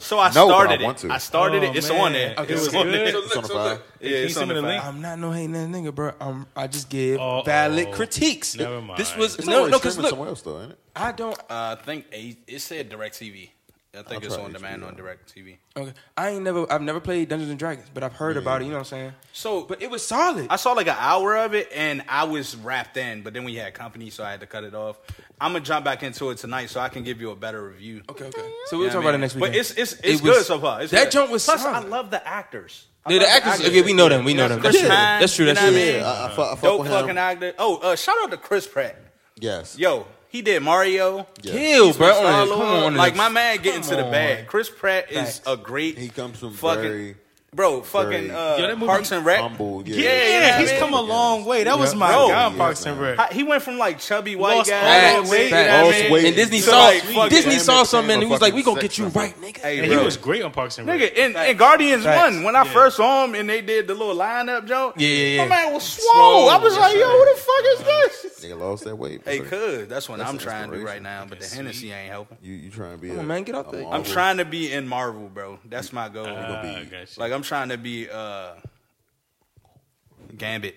Speaker 3: So I
Speaker 2: No, but I
Speaker 3: started
Speaker 2: want
Speaker 3: it.
Speaker 2: to.
Speaker 3: I started it.
Speaker 9: Oh,
Speaker 3: It's
Speaker 9: man.
Speaker 3: on there.
Speaker 9: Okay,
Speaker 3: it was
Speaker 9: so
Speaker 3: on
Speaker 9: good.
Speaker 3: there.
Speaker 9: So look,
Speaker 2: It's on the so fire. look.
Speaker 3: Yeah, it's on the fire.
Speaker 9: I'm not no hating ass nigga, bro. I'm, I just give valid critiques.
Speaker 6: Never
Speaker 9: This
Speaker 6: mind.
Speaker 9: was
Speaker 2: It's
Speaker 9: no,
Speaker 2: already
Speaker 9: no, because
Speaker 2: streaming
Speaker 9: look,
Speaker 2: somewhere else though, ain't it?
Speaker 9: I don't.
Speaker 3: Uh, I think a, it said Direct TV. I
Speaker 2: I'll
Speaker 3: think it's
Speaker 2: try
Speaker 3: on demand
Speaker 2: HBO.
Speaker 3: on Direct TV.
Speaker 9: uh, Okay, I ain't never. I've never played Dungeons and Dragons, but I've heard about it. You know what I'm saying?
Speaker 3: So,
Speaker 9: But it was solid.
Speaker 3: I saw like an hour of it and I was wrapped in, but then we had company, so I had to cut it off. I'm gonna jump back into it tonight so I can give you a better review.
Speaker 9: Okay, okay. So we'll
Speaker 3: You know
Speaker 9: talk
Speaker 3: what I
Speaker 9: about it
Speaker 3: mean?
Speaker 9: next week.
Speaker 3: But it's it's
Speaker 9: It
Speaker 3: it's
Speaker 9: was-
Speaker 3: good so far. It's
Speaker 9: that
Speaker 3: good.
Speaker 9: jump was
Speaker 3: Plus,
Speaker 9: solid.
Speaker 3: I love the actors. I
Speaker 9: Yeah, the
Speaker 3: love
Speaker 9: actors- okay, we know them, we know them.
Speaker 3: Chris
Speaker 9: That's true.
Speaker 3: Pine,
Speaker 9: That's true,
Speaker 3: you
Speaker 9: that's
Speaker 3: know
Speaker 9: true.
Speaker 3: what I mean?
Speaker 9: Yeah, I- I
Speaker 2: fuck- I fuck
Speaker 3: Dope
Speaker 2: with him.
Speaker 3: fucking actor. Oh, uh, shout out to Chris Pratt.
Speaker 2: Yes.
Speaker 3: Yo, he did Mario.
Speaker 2: Yeah.
Speaker 9: Kill,
Speaker 3: He's
Speaker 9: bro.
Speaker 3: from
Speaker 9: On it.
Speaker 3: Star-Lord.
Speaker 9: Come on,
Speaker 3: like
Speaker 9: it.
Speaker 3: my man getting to
Speaker 9: Come
Speaker 3: the
Speaker 9: on.
Speaker 3: bag. Chris Pratt is
Speaker 9: Facts.
Speaker 3: a great
Speaker 2: He comes from
Speaker 3: fucking
Speaker 2: very
Speaker 3: bro. Fucking
Speaker 2: very-
Speaker 3: uh,
Speaker 6: Yo, that movie-
Speaker 3: Parks and Rec.
Speaker 2: humble. Yeah.
Speaker 3: Yeah, yeah,
Speaker 6: Yeah, he's
Speaker 3: man.
Speaker 6: come a long way. That was my
Speaker 3: Bro.
Speaker 6: guy,
Speaker 2: Yeah,
Speaker 6: Parks
Speaker 2: man.
Speaker 6: and Rec.
Speaker 3: How- He went from like chubby white
Speaker 6: Lost
Speaker 3: guy.
Speaker 6: all
Speaker 9: Facts,
Speaker 6: that weight, you know
Speaker 9: facts.
Speaker 6: what I
Speaker 2: Lost
Speaker 6: mean?
Speaker 2: weight.
Speaker 9: and Disney
Speaker 3: So,
Speaker 9: saw
Speaker 3: like, fuck
Speaker 9: Disney
Speaker 3: it.
Speaker 9: saw something and he was like, "We gonna
Speaker 2: Fucking
Speaker 9: get you
Speaker 2: sex
Speaker 9: right, nigga."
Speaker 3: Hey,
Speaker 6: And
Speaker 3: bro.
Speaker 6: he was great on Parks and Rec.
Speaker 3: Nigga, and, and Guardians
Speaker 9: Facts.
Speaker 3: One, when I first saw him and they did the little lineup joke,
Speaker 9: Yeah, yeah, yeah.
Speaker 3: my man was swole. I was like, yo, who the fuck is this?
Speaker 2: Nigga lost that weight.
Speaker 3: Hey,
Speaker 2: brother.
Speaker 3: cuz, that's what
Speaker 2: That's
Speaker 3: I'm
Speaker 2: an
Speaker 3: trying to do right
Speaker 2: inspiration.
Speaker 3: now, but the Hennessy ain't helping.
Speaker 2: You you trying to be?
Speaker 9: Come
Speaker 2: a,
Speaker 9: on, man, get up
Speaker 2: a
Speaker 9: there. I'm
Speaker 3: I'm
Speaker 2: Marvel.
Speaker 3: trying to be in Marvel, bro. That's my goal.
Speaker 6: Ah,
Speaker 2: be-
Speaker 6: gotcha.
Speaker 3: like, I'm trying to be uh, Gambit.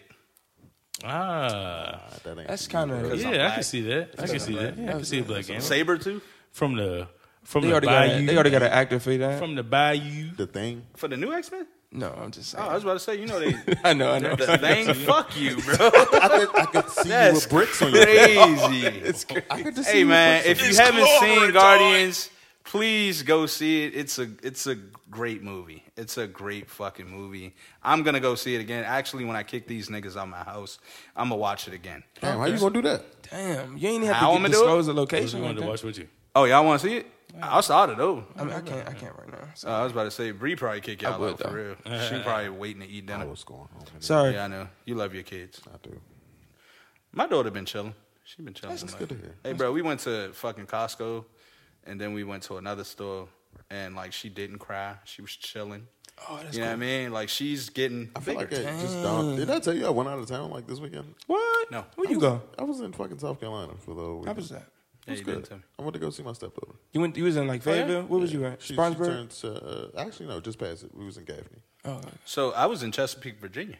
Speaker 6: ah,
Speaker 2: That ain't-
Speaker 9: That's kind of
Speaker 3: I'm
Speaker 6: yeah, I
Speaker 3: black.
Speaker 6: can see that. I can see that. Yeah, I can see a black game
Speaker 3: Saber too
Speaker 6: from the from
Speaker 9: they
Speaker 6: the
Speaker 9: already got a, they already
Speaker 6: bayou
Speaker 9: got an actor for that.
Speaker 6: from the bayou.
Speaker 2: the thing.
Speaker 3: for the new X Men.
Speaker 9: no, I'm just saying.
Speaker 3: Oh, I was about to say, you know they,
Speaker 9: I know, I know.
Speaker 3: the thing, fuck you, bro.
Speaker 2: I could, I could see you
Speaker 3: That's
Speaker 2: with bricks on your face.
Speaker 3: crazy.
Speaker 2: I could just see
Speaker 3: Hey
Speaker 2: you with
Speaker 3: man,
Speaker 2: bricks
Speaker 3: if
Speaker 2: on
Speaker 3: you
Speaker 2: your-
Speaker 3: haven't seen
Speaker 11: glory,
Speaker 3: Guardians, please go see it. It's a it's a great movie. It's a great fucking movie. I'm gonna go see it again. Actually, when I kick these niggas out my house, I'm gonna watch it again.
Speaker 2: damn, how you gonna do that?
Speaker 9: Damn, you ain't have
Speaker 3: How
Speaker 9: to
Speaker 3: I'ma
Speaker 9: get,
Speaker 3: do it?
Speaker 9: disclose the
Speaker 6: What you
Speaker 9: location.
Speaker 6: wanted
Speaker 9: Like
Speaker 6: to
Speaker 9: that.
Speaker 6: watch with you?
Speaker 3: Oh y'all want to see it? I saw it though.
Speaker 9: I mean, I can't, I can't right now. So-
Speaker 3: Uh, I was about to say Bree probably kick y'all
Speaker 9: would,
Speaker 3: out for real. She probably waiting to eat
Speaker 2: I
Speaker 3: dinner.
Speaker 2: know what's going on. man.
Speaker 9: Sorry,
Speaker 3: Yeah, I know. You love your kids.
Speaker 2: I do.
Speaker 3: My daughter been chilling. She been chilling.
Speaker 2: That's
Speaker 3: like-
Speaker 2: good to hear.
Speaker 3: Hey, bro, we went to fucking Costco, and then we went to another store, and like she didn't cry. She was chilling.
Speaker 9: Oh, that's
Speaker 3: you know what I mean? Like she's getting
Speaker 2: I feel
Speaker 3: bigger.
Speaker 2: like I just don't. Did I tell you I went out of town like this weekend?
Speaker 9: what?
Speaker 3: No.
Speaker 9: where you go?
Speaker 2: I was in fucking South Carolina for the whole
Speaker 9: How
Speaker 2: weekend.
Speaker 9: was that?
Speaker 3: Yeah,
Speaker 2: It was
Speaker 3: you didn't
Speaker 2: good.
Speaker 3: tell me.
Speaker 2: I went to go see my stepdaughter.
Speaker 9: You went, you was in like
Speaker 3: Oh,
Speaker 9: Fayetteville. Where was you at?
Speaker 2: She, she
Speaker 9: Spartanburg.
Speaker 2: turned to, uh, actually no, just past it. We was in Gaffney.
Speaker 9: Oh,
Speaker 3: So I was in Chesapeake, Virginia,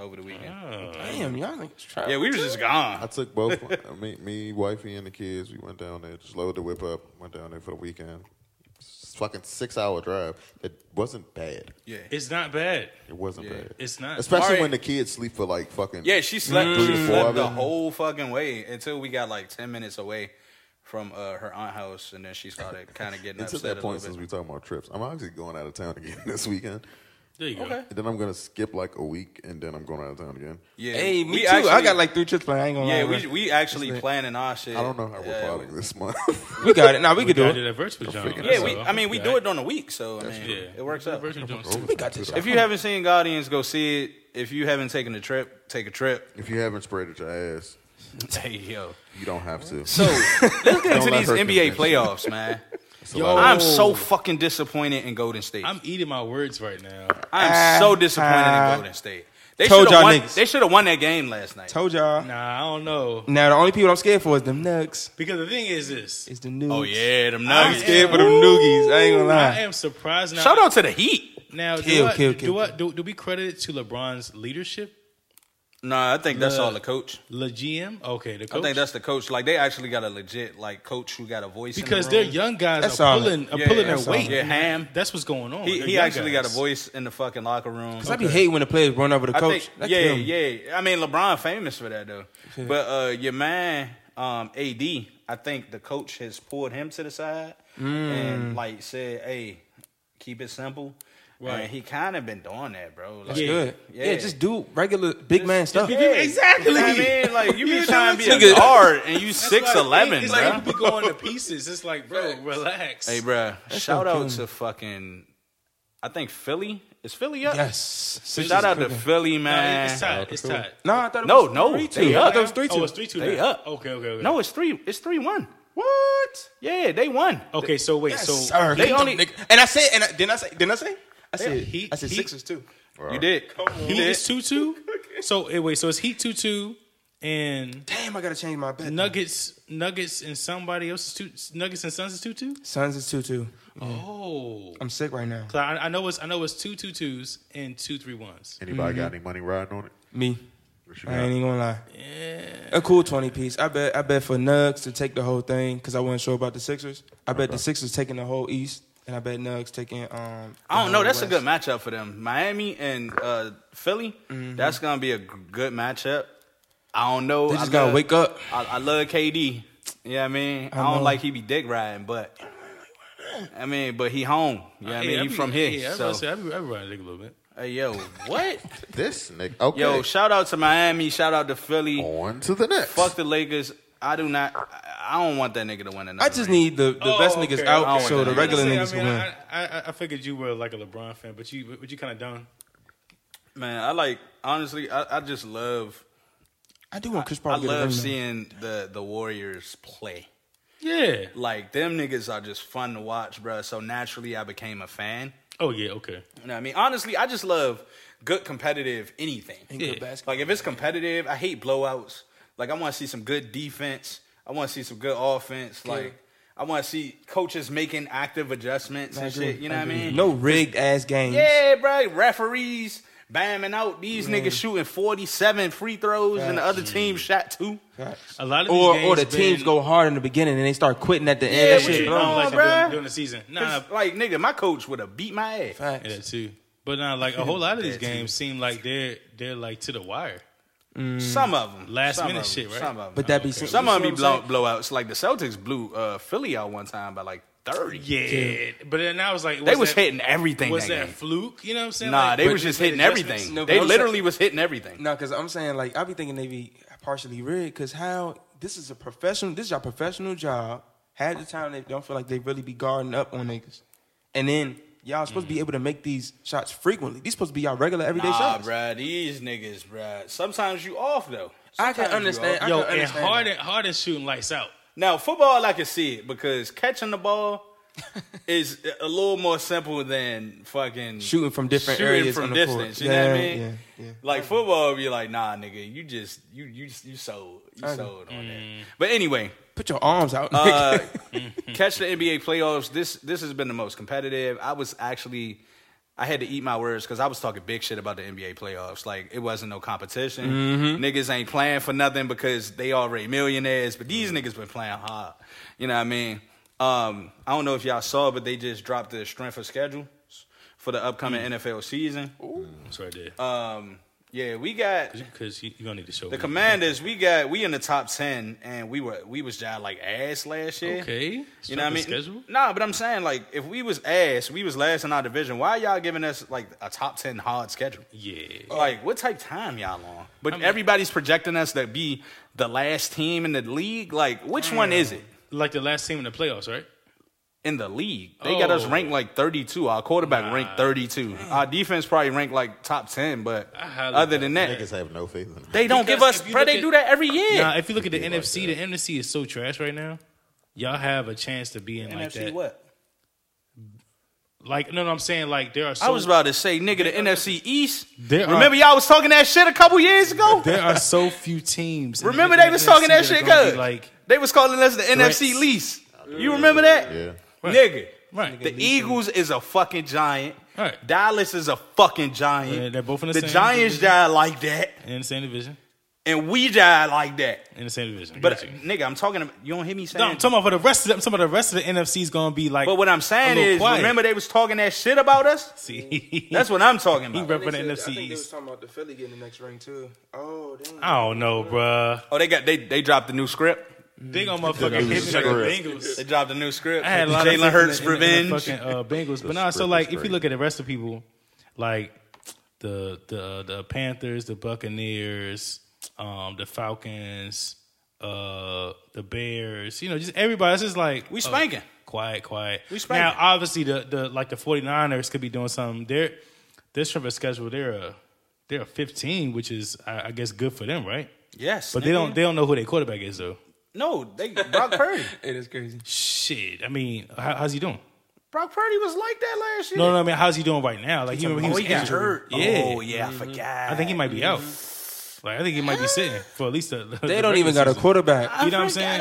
Speaker 3: over the weekend.
Speaker 9: Oh. damn, y'all niggas travel.
Speaker 3: Yeah, we were just
Speaker 2: I
Speaker 3: gone.
Speaker 2: took both uh, me, me, wifey, and the kids. We went down there, just loaded the whip up, went down there for the weekend. It's fucking six hour drive. It wasn't bad.
Speaker 3: Yeah,
Speaker 6: It's not bad.
Speaker 2: It wasn't
Speaker 3: Yeah.
Speaker 2: bad.
Speaker 6: It's not.
Speaker 2: Especially
Speaker 3: Alright.
Speaker 2: when the kids sleep for like fucking
Speaker 3: yeah. She slept.
Speaker 2: Three,
Speaker 3: She
Speaker 2: four
Speaker 3: slept
Speaker 2: of
Speaker 3: the
Speaker 2: them.
Speaker 3: whole fucking way until we got like ten minutes away from uh, her aunt house, and then she started kind of getting
Speaker 2: Until
Speaker 3: upset
Speaker 2: that
Speaker 3: a
Speaker 2: point,
Speaker 3: little
Speaker 2: since
Speaker 3: bit.
Speaker 2: we're talking about trips, I'm actually going out of town again this weekend.
Speaker 6: There you go.
Speaker 3: Okay.
Speaker 2: And then I'm gonna skip like a week, and then I'm going out of town again.
Speaker 3: Yeah,
Speaker 9: Hey, me
Speaker 3: we
Speaker 9: too. I
Speaker 3: actually-
Speaker 9: got like three trips planned. I ain't gonna
Speaker 3: Yeah,
Speaker 9: lie.
Speaker 3: we
Speaker 9: bro.
Speaker 3: we actually
Speaker 9: lit.
Speaker 3: planning our shit.
Speaker 2: I don't know how
Speaker 3: Yeah,
Speaker 2: we're plotting
Speaker 3: we-
Speaker 2: this month.
Speaker 9: we got it. Now we,
Speaker 6: We
Speaker 9: can do
Speaker 6: got
Speaker 9: it.
Speaker 6: it at virtual John.
Speaker 3: Yeah, we. I mean, we do it on the week, so I mean,
Speaker 6: Yeah,
Speaker 3: it works out.
Speaker 6: Virtual John.
Speaker 9: We got this.
Speaker 3: If you haven't seen Guardians, go see it. If you haven't taken a trip, take a trip.
Speaker 2: if you haven't spread it your ass,
Speaker 3: Hey yo.
Speaker 2: you don't have to.
Speaker 3: So let's get
Speaker 2: Don't
Speaker 3: into
Speaker 2: let
Speaker 3: these
Speaker 2: her
Speaker 3: NBA
Speaker 2: convince you.
Speaker 3: playoffs, man.
Speaker 2: It's a lot
Speaker 3: I'm
Speaker 2: of-
Speaker 3: so fucking disappointed in Golden State. I'm,
Speaker 6: I'm eating my words right now.
Speaker 3: so disappointed
Speaker 9: Ah,
Speaker 3: in Golden State. They
Speaker 9: told
Speaker 3: shoulda
Speaker 9: y'all
Speaker 3: won.
Speaker 9: niggas.
Speaker 3: They should have won that game last night.
Speaker 9: Told y'all.
Speaker 6: Nah, I don't know.
Speaker 9: Now the only people I'm scared for is them Nugs.
Speaker 6: Because the thing is this.
Speaker 9: Is the Nugs.
Speaker 3: oh yeah, them
Speaker 6: I'm
Speaker 3: Nuggets.
Speaker 9: scared for them noogies. I ain't gonna lie.
Speaker 6: I am surprised now.
Speaker 3: Shout out to the Heat.
Speaker 6: Now,
Speaker 9: Kill,
Speaker 6: do, I,
Speaker 9: kill,
Speaker 6: do,
Speaker 9: kill,
Speaker 6: I, do, do we credit it to LeBron's leadership?
Speaker 3: Nah, I think that's
Speaker 6: Nah.
Speaker 3: all the coach.
Speaker 6: Le GM? Okay, the coach.
Speaker 3: I think that's the coach. Like they actually got a legit like coach who got a voice. in the
Speaker 6: because
Speaker 3: room.
Speaker 6: their young guys
Speaker 9: That's
Speaker 6: are
Speaker 9: solid.
Speaker 6: pulling, are
Speaker 3: Yeah,
Speaker 6: pulling
Speaker 3: that's
Speaker 6: their weight.
Speaker 3: solid. Yeah, Ham.
Speaker 6: That's what's going on.
Speaker 3: He,
Speaker 6: They're
Speaker 3: he
Speaker 6: young
Speaker 3: actually got
Speaker 6: guys.
Speaker 3: a voice in the fucking locker room.
Speaker 9: I be hating when the players run over the
Speaker 3: I
Speaker 9: coach.
Speaker 3: think-
Speaker 9: That
Speaker 3: yeah,
Speaker 9: kill me.
Speaker 3: yeah. I mean, LeBron famous for that though. But uh, your man, um, AD, I think the coach has pulled him to the side and like said, "Hey, keep it simple." Right.
Speaker 9: Right.
Speaker 3: And he kind of been doing that, bro. Like,
Speaker 9: That's good. Yeah. just do regular big man stuff.
Speaker 3: Yeah. You know what I mean, like you be trying to be a
Speaker 9: Nigga.
Speaker 3: guard and you
Speaker 6: That's
Speaker 3: six eleven,
Speaker 6: It's
Speaker 3: bro.
Speaker 6: like you be going to pieces. It's like, bro, relax.
Speaker 3: Hey, bruh,
Speaker 6: That's
Speaker 3: shout
Speaker 6: so
Speaker 3: out
Speaker 6: cute.
Speaker 3: to fucking. I think Philly is Philly up.
Speaker 9: Yes. Sixers
Speaker 3: shout out to
Speaker 9: cooking.
Speaker 3: Philly,
Speaker 9: No,
Speaker 3: man.
Speaker 9: it's tied, it's tied.
Speaker 3: No,
Speaker 9: No, I thought it
Speaker 3: no,
Speaker 9: was
Speaker 3: no,
Speaker 9: 3-2.
Speaker 3: They
Speaker 9: I
Speaker 3: up.
Speaker 9: thought it was 3-2.
Speaker 6: Oh, it's 3-2
Speaker 3: They
Speaker 6: now.
Speaker 3: up.
Speaker 6: Okay, okay, okay.
Speaker 3: No, it's three. It's three one. What? Yeah, they won.
Speaker 6: Okay, so wait, so
Speaker 9: Sir,
Speaker 3: they
Speaker 9: they only,
Speaker 3: only.
Speaker 9: nigga. And I said, and I, didn't I say? Didn't I say? I said
Speaker 6: Yeah, he-
Speaker 9: I said
Speaker 6: he-
Speaker 9: Sixers too.
Speaker 3: You did.
Speaker 6: Heat is two two. So eh, wait, so it's Heat two two, and
Speaker 9: damn, I gotta change my bet.
Speaker 6: Nuggets, Nuggets, and somebody else's two Nuggets and Suns is two two.
Speaker 9: Suns is two two.
Speaker 6: Oh,
Speaker 9: I'm sick right now.
Speaker 6: 'Cause I, I know it's I know it's two two twos and two three ones.
Speaker 2: Anybody
Speaker 3: Mm-hmm.
Speaker 2: got any money riding on it?
Speaker 9: Me.
Speaker 2: What you
Speaker 9: I
Speaker 2: got?
Speaker 9: ain't even gonna lie. A cool twenty piece. I bet. I bet for Nugs to take the whole thing because I wasn't sure about the Sixers. I bet the Sixers taking the whole East, and I bet Nugs taking. Um, the
Speaker 3: I don't know.
Speaker 9: whole
Speaker 3: That's a
Speaker 9: West.
Speaker 3: good matchup for them. Miami and uh, Philly. That's gonna be a g- good matchup. I don't know.
Speaker 9: They
Speaker 3: I
Speaker 9: just gotta
Speaker 3: love-
Speaker 9: wake up.
Speaker 3: I, I love KD. You know what I mean? I,
Speaker 9: I
Speaker 3: don't
Speaker 9: know.
Speaker 3: like he be dick riding, but I mean, but he home. You know what I mean? He from here.
Speaker 6: Yeah,
Speaker 3: so.
Speaker 6: I say, I be, I be riding dick a little bit.
Speaker 3: Hey yo, what?
Speaker 2: this nigga. Okay.
Speaker 3: Yo, shout out to Miami. Shout out to Philly.
Speaker 2: On to the next.
Speaker 3: Fuck the Lakers. I do not. I- I don't want that nigga to win another.
Speaker 9: I just need the, the best niggas out so the regular
Speaker 6: I,
Speaker 9: niggas
Speaker 6: mean,
Speaker 9: can win.
Speaker 6: I, I, I figured you were like a LeBron fan, but you but you kind of done.
Speaker 3: Man, I like honestly. I, I just love.
Speaker 9: I do want Chris
Speaker 3: I
Speaker 9: Paul. to get a
Speaker 3: love
Speaker 9: ring, though.
Speaker 3: seeing the the Warriors play.
Speaker 6: Yeah.
Speaker 3: Like them niggas are just fun to watch, bruh. So naturally, I became a fan.
Speaker 6: Oh yeah. Okay.
Speaker 3: You know what I mean? Honestly, I just love good competitive anything.
Speaker 6: And good Yeah. basketball.
Speaker 3: Like if it's competitive, I hate blowouts. Like I want to see some good defense. I want to see some good offense. Like I want to see coaches making active adjustments
Speaker 9: I
Speaker 3: and
Speaker 9: agree.
Speaker 3: shit. You know
Speaker 9: I
Speaker 3: what I
Speaker 9: agree.
Speaker 3: mean?
Speaker 9: No rigged ass games.
Speaker 3: Yeah, bro. Referees bamming out these
Speaker 9: Man.
Speaker 3: niggas shooting forty seven free throws and the
Speaker 9: Facts.
Speaker 3: other team shot two.
Speaker 6: A lot of these
Speaker 9: Or
Speaker 6: games
Speaker 9: or the
Speaker 6: been-
Speaker 9: teams go hard in the beginning and they start quitting at the
Speaker 3: Yeah,
Speaker 9: end. That
Speaker 3: what
Speaker 9: shit
Speaker 3: you
Speaker 9: blows.
Speaker 3: doing,
Speaker 6: like
Speaker 3: bruh?
Speaker 6: during- during the season. Nah,
Speaker 3: It's like nigga, my coach would have beat my ass.
Speaker 9: Facts.
Speaker 6: Yeah, too. But now, like a whole lot of these
Speaker 3: Yeah, too.
Speaker 6: games seem like they're they're like to the wire.
Speaker 3: Some of them,
Speaker 6: Last minute shit, right?
Speaker 3: Some of them,
Speaker 9: But that be
Speaker 3: some,
Speaker 9: some-
Speaker 3: some of
Speaker 9: you
Speaker 3: them be
Speaker 9: see what
Speaker 3: blow, blowouts. Like the Celtics blew uh, Philly out one time by like thirty.
Speaker 6: Yeah, but then I was like,
Speaker 3: They was hitting everything
Speaker 6: Was
Speaker 3: that
Speaker 6: that
Speaker 3: game.
Speaker 6: fluke? You know what I'm saying?
Speaker 3: Nah,
Speaker 6: Like,
Speaker 3: they
Speaker 6: but
Speaker 3: was just
Speaker 6: made
Speaker 3: hitting
Speaker 6: adjustments.
Speaker 3: everything.
Speaker 9: No, but
Speaker 3: they
Speaker 9: I'm
Speaker 3: literally
Speaker 9: saying-
Speaker 3: was hitting everything.
Speaker 9: No, because I'm saying like I be thinking they be partially rigged. Cause how this is a professional, this is your professional job. Half the time they don't feel like they really be guarding up on niggas, and then y'all supposed to be able to make these shots frequently. These supposed to be y'all regular everyday
Speaker 3: Mm. Nah,
Speaker 9: shots.
Speaker 3: bruh, these niggas, bruh. Sometimes you off though.
Speaker 9: I can
Speaker 3: Sometimes you
Speaker 9: understand-
Speaker 3: off.
Speaker 9: I
Speaker 6: Yo,
Speaker 9: can
Speaker 6: and
Speaker 9: understand that.
Speaker 6: Harden Harden shooting lights out.
Speaker 3: Now football, I can see it because catching the ball is a little more simple than fucking
Speaker 9: Shooting from different
Speaker 3: shooting
Speaker 9: areas
Speaker 3: from
Speaker 9: on the court.
Speaker 3: distance. You know what I
Speaker 9: Yeah,
Speaker 3: mean?
Speaker 9: yeah, yeah.
Speaker 3: Like football, be like, nah, nigga, you just you you you sold you
Speaker 9: I agree.
Speaker 3: sold on that. But anyway,
Speaker 9: Put your arms out.
Speaker 3: uh,
Speaker 9: nigga.
Speaker 3: catch the NBA playoffs. This this has been the most competitive. I was actually I had to eat my words because I was talking big shit about the NBA playoffs. Like it wasn't no competition. Niggas ain't playing for nothing because they already millionaires. But these niggas been playing hard. You know what I mean? Um, I don't know if y'all saw, but they just dropped the strength of schedules for the upcoming NFL season.
Speaker 6: That's right there.
Speaker 3: Um, yeah, we got
Speaker 6: Because you, you gonna need to show
Speaker 3: the
Speaker 6: me.
Speaker 3: Commanders, we got we in the top ten, and we were we was job like ass last year.
Speaker 6: Okay.
Speaker 3: you know what I mean?
Speaker 6: Strength of schedule?
Speaker 3: Nah, but I'm saying like if we was ass, we was last in our division. Why y'all giving us like a top ten hard schedule?
Speaker 6: Yeah.
Speaker 3: Like what type time y'all on? But everybody's projecting us to be the last team in the league. Like which one is it
Speaker 6: Like the last team in the playoffs, right?
Speaker 3: in the league? They got us
Speaker 6: Oh.
Speaker 3: ranked like 32. Our quarterback
Speaker 6: Nah. Mm.
Speaker 3: ranked 32. Our defense probably ranked like top 10. But
Speaker 6: I highly
Speaker 3: other than that,
Speaker 2: Niggas have no faith in
Speaker 3: they don't
Speaker 6: Because
Speaker 3: give us.
Speaker 6: if you
Speaker 3: Bro,
Speaker 6: look
Speaker 3: they
Speaker 6: at-
Speaker 3: do that every year.
Speaker 6: Nah, if you look at the NFC, the NFC is so trash right now. Y'all have a chance to be in like that.
Speaker 3: what?
Speaker 6: Like no, no, I'm saying like there are. So,
Speaker 3: I was about to say, nigga, the NFC East.
Speaker 6: There are-
Speaker 3: Remember, y'all was talking that shit a couple years ago.
Speaker 6: There are so few teams. in the
Speaker 3: Remember they was
Speaker 6: NFC
Speaker 3: talking that
Speaker 6: are
Speaker 3: shit
Speaker 6: gonna be
Speaker 3: good.
Speaker 6: Like
Speaker 3: They was calling us the NFC least. You remember that?
Speaker 2: Yeah.
Speaker 3: Nigga.
Speaker 6: Right.
Speaker 3: The Eagles is a fucking giant.
Speaker 6: Right.
Speaker 3: Dallas is a fucking giant.
Speaker 6: Yeah, they're both in the same
Speaker 3: Giants
Speaker 6: division.
Speaker 3: die like that,
Speaker 6: in the same division.
Speaker 3: and we die like that.
Speaker 6: In the same division.
Speaker 3: But
Speaker 6: Got you.
Speaker 3: nigga, I'm talking. About, you don't hear me saying.
Speaker 6: No, I'm talking about for the rest of the, some of the rest of the NFC is gonna be like.
Speaker 3: but what I'm
Speaker 6: a
Speaker 3: saying
Speaker 6: little
Speaker 3: is,
Speaker 6: quiet.
Speaker 3: remember they was talking that shit about us.
Speaker 6: See,
Speaker 3: That's what I'm talking
Speaker 6: He
Speaker 3: about.
Speaker 6: repping the NFC
Speaker 9: I think they was
Speaker 6: East.
Speaker 9: talking about the Philly getting the next ring too. Oh damn.
Speaker 6: I don't know, bruh.
Speaker 3: Oh, they got they they dropped the new script.
Speaker 6: Big on
Speaker 3: They got a new
Speaker 6: motherfucking hit me like the
Speaker 3: script.
Speaker 6: Bengals.
Speaker 3: They dropped a new script.
Speaker 6: I had a lot of
Speaker 3: Jalen
Speaker 6: faith in
Speaker 3: Hurts
Speaker 6: the- in the
Speaker 3: revenge.
Speaker 6: Fucking uh, Bengals,
Speaker 3: The
Speaker 6: but nah. So
Speaker 3: script
Speaker 6: like,
Speaker 3: was
Speaker 6: if you look at the rest of the people, like the the the Panthers, the Buccaneers, um, the Falcons, uh, the Bears. You know, just everybody. It's just like
Speaker 3: We
Speaker 6: oh,
Speaker 3: spanking.
Speaker 6: quiet, quiet.
Speaker 3: We spanking.
Speaker 6: now, obviously, the the like the 49ers could be doing something. They're their strength of schedule. They're a they're a 15, which is I, I guess good for them, right?
Speaker 3: Yes,
Speaker 6: but they
Speaker 3: nigga.
Speaker 6: don't they don't know who their quarterback is though.
Speaker 3: No, they Brock Purdy.
Speaker 9: it is crazy.
Speaker 6: Shit, I mean, how, how's he doing?
Speaker 3: Brock Purdy was like that last year.
Speaker 6: No, no, I mean, how's he doing right now? Like,
Speaker 3: He's
Speaker 6: he,
Speaker 3: a-
Speaker 6: remember he
Speaker 3: oh,
Speaker 6: was
Speaker 3: he got
Speaker 6: injured.
Speaker 3: hurt.
Speaker 6: Yeah. Mm-hmm.
Speaker 3: Oh, yeah, I forgot.
Speaker 6: I think he might be out. Like, I think he might be sitting for at least a.
Speaker 9: They don't even got a quarterback.
Speaker 6: You know what I'm saying?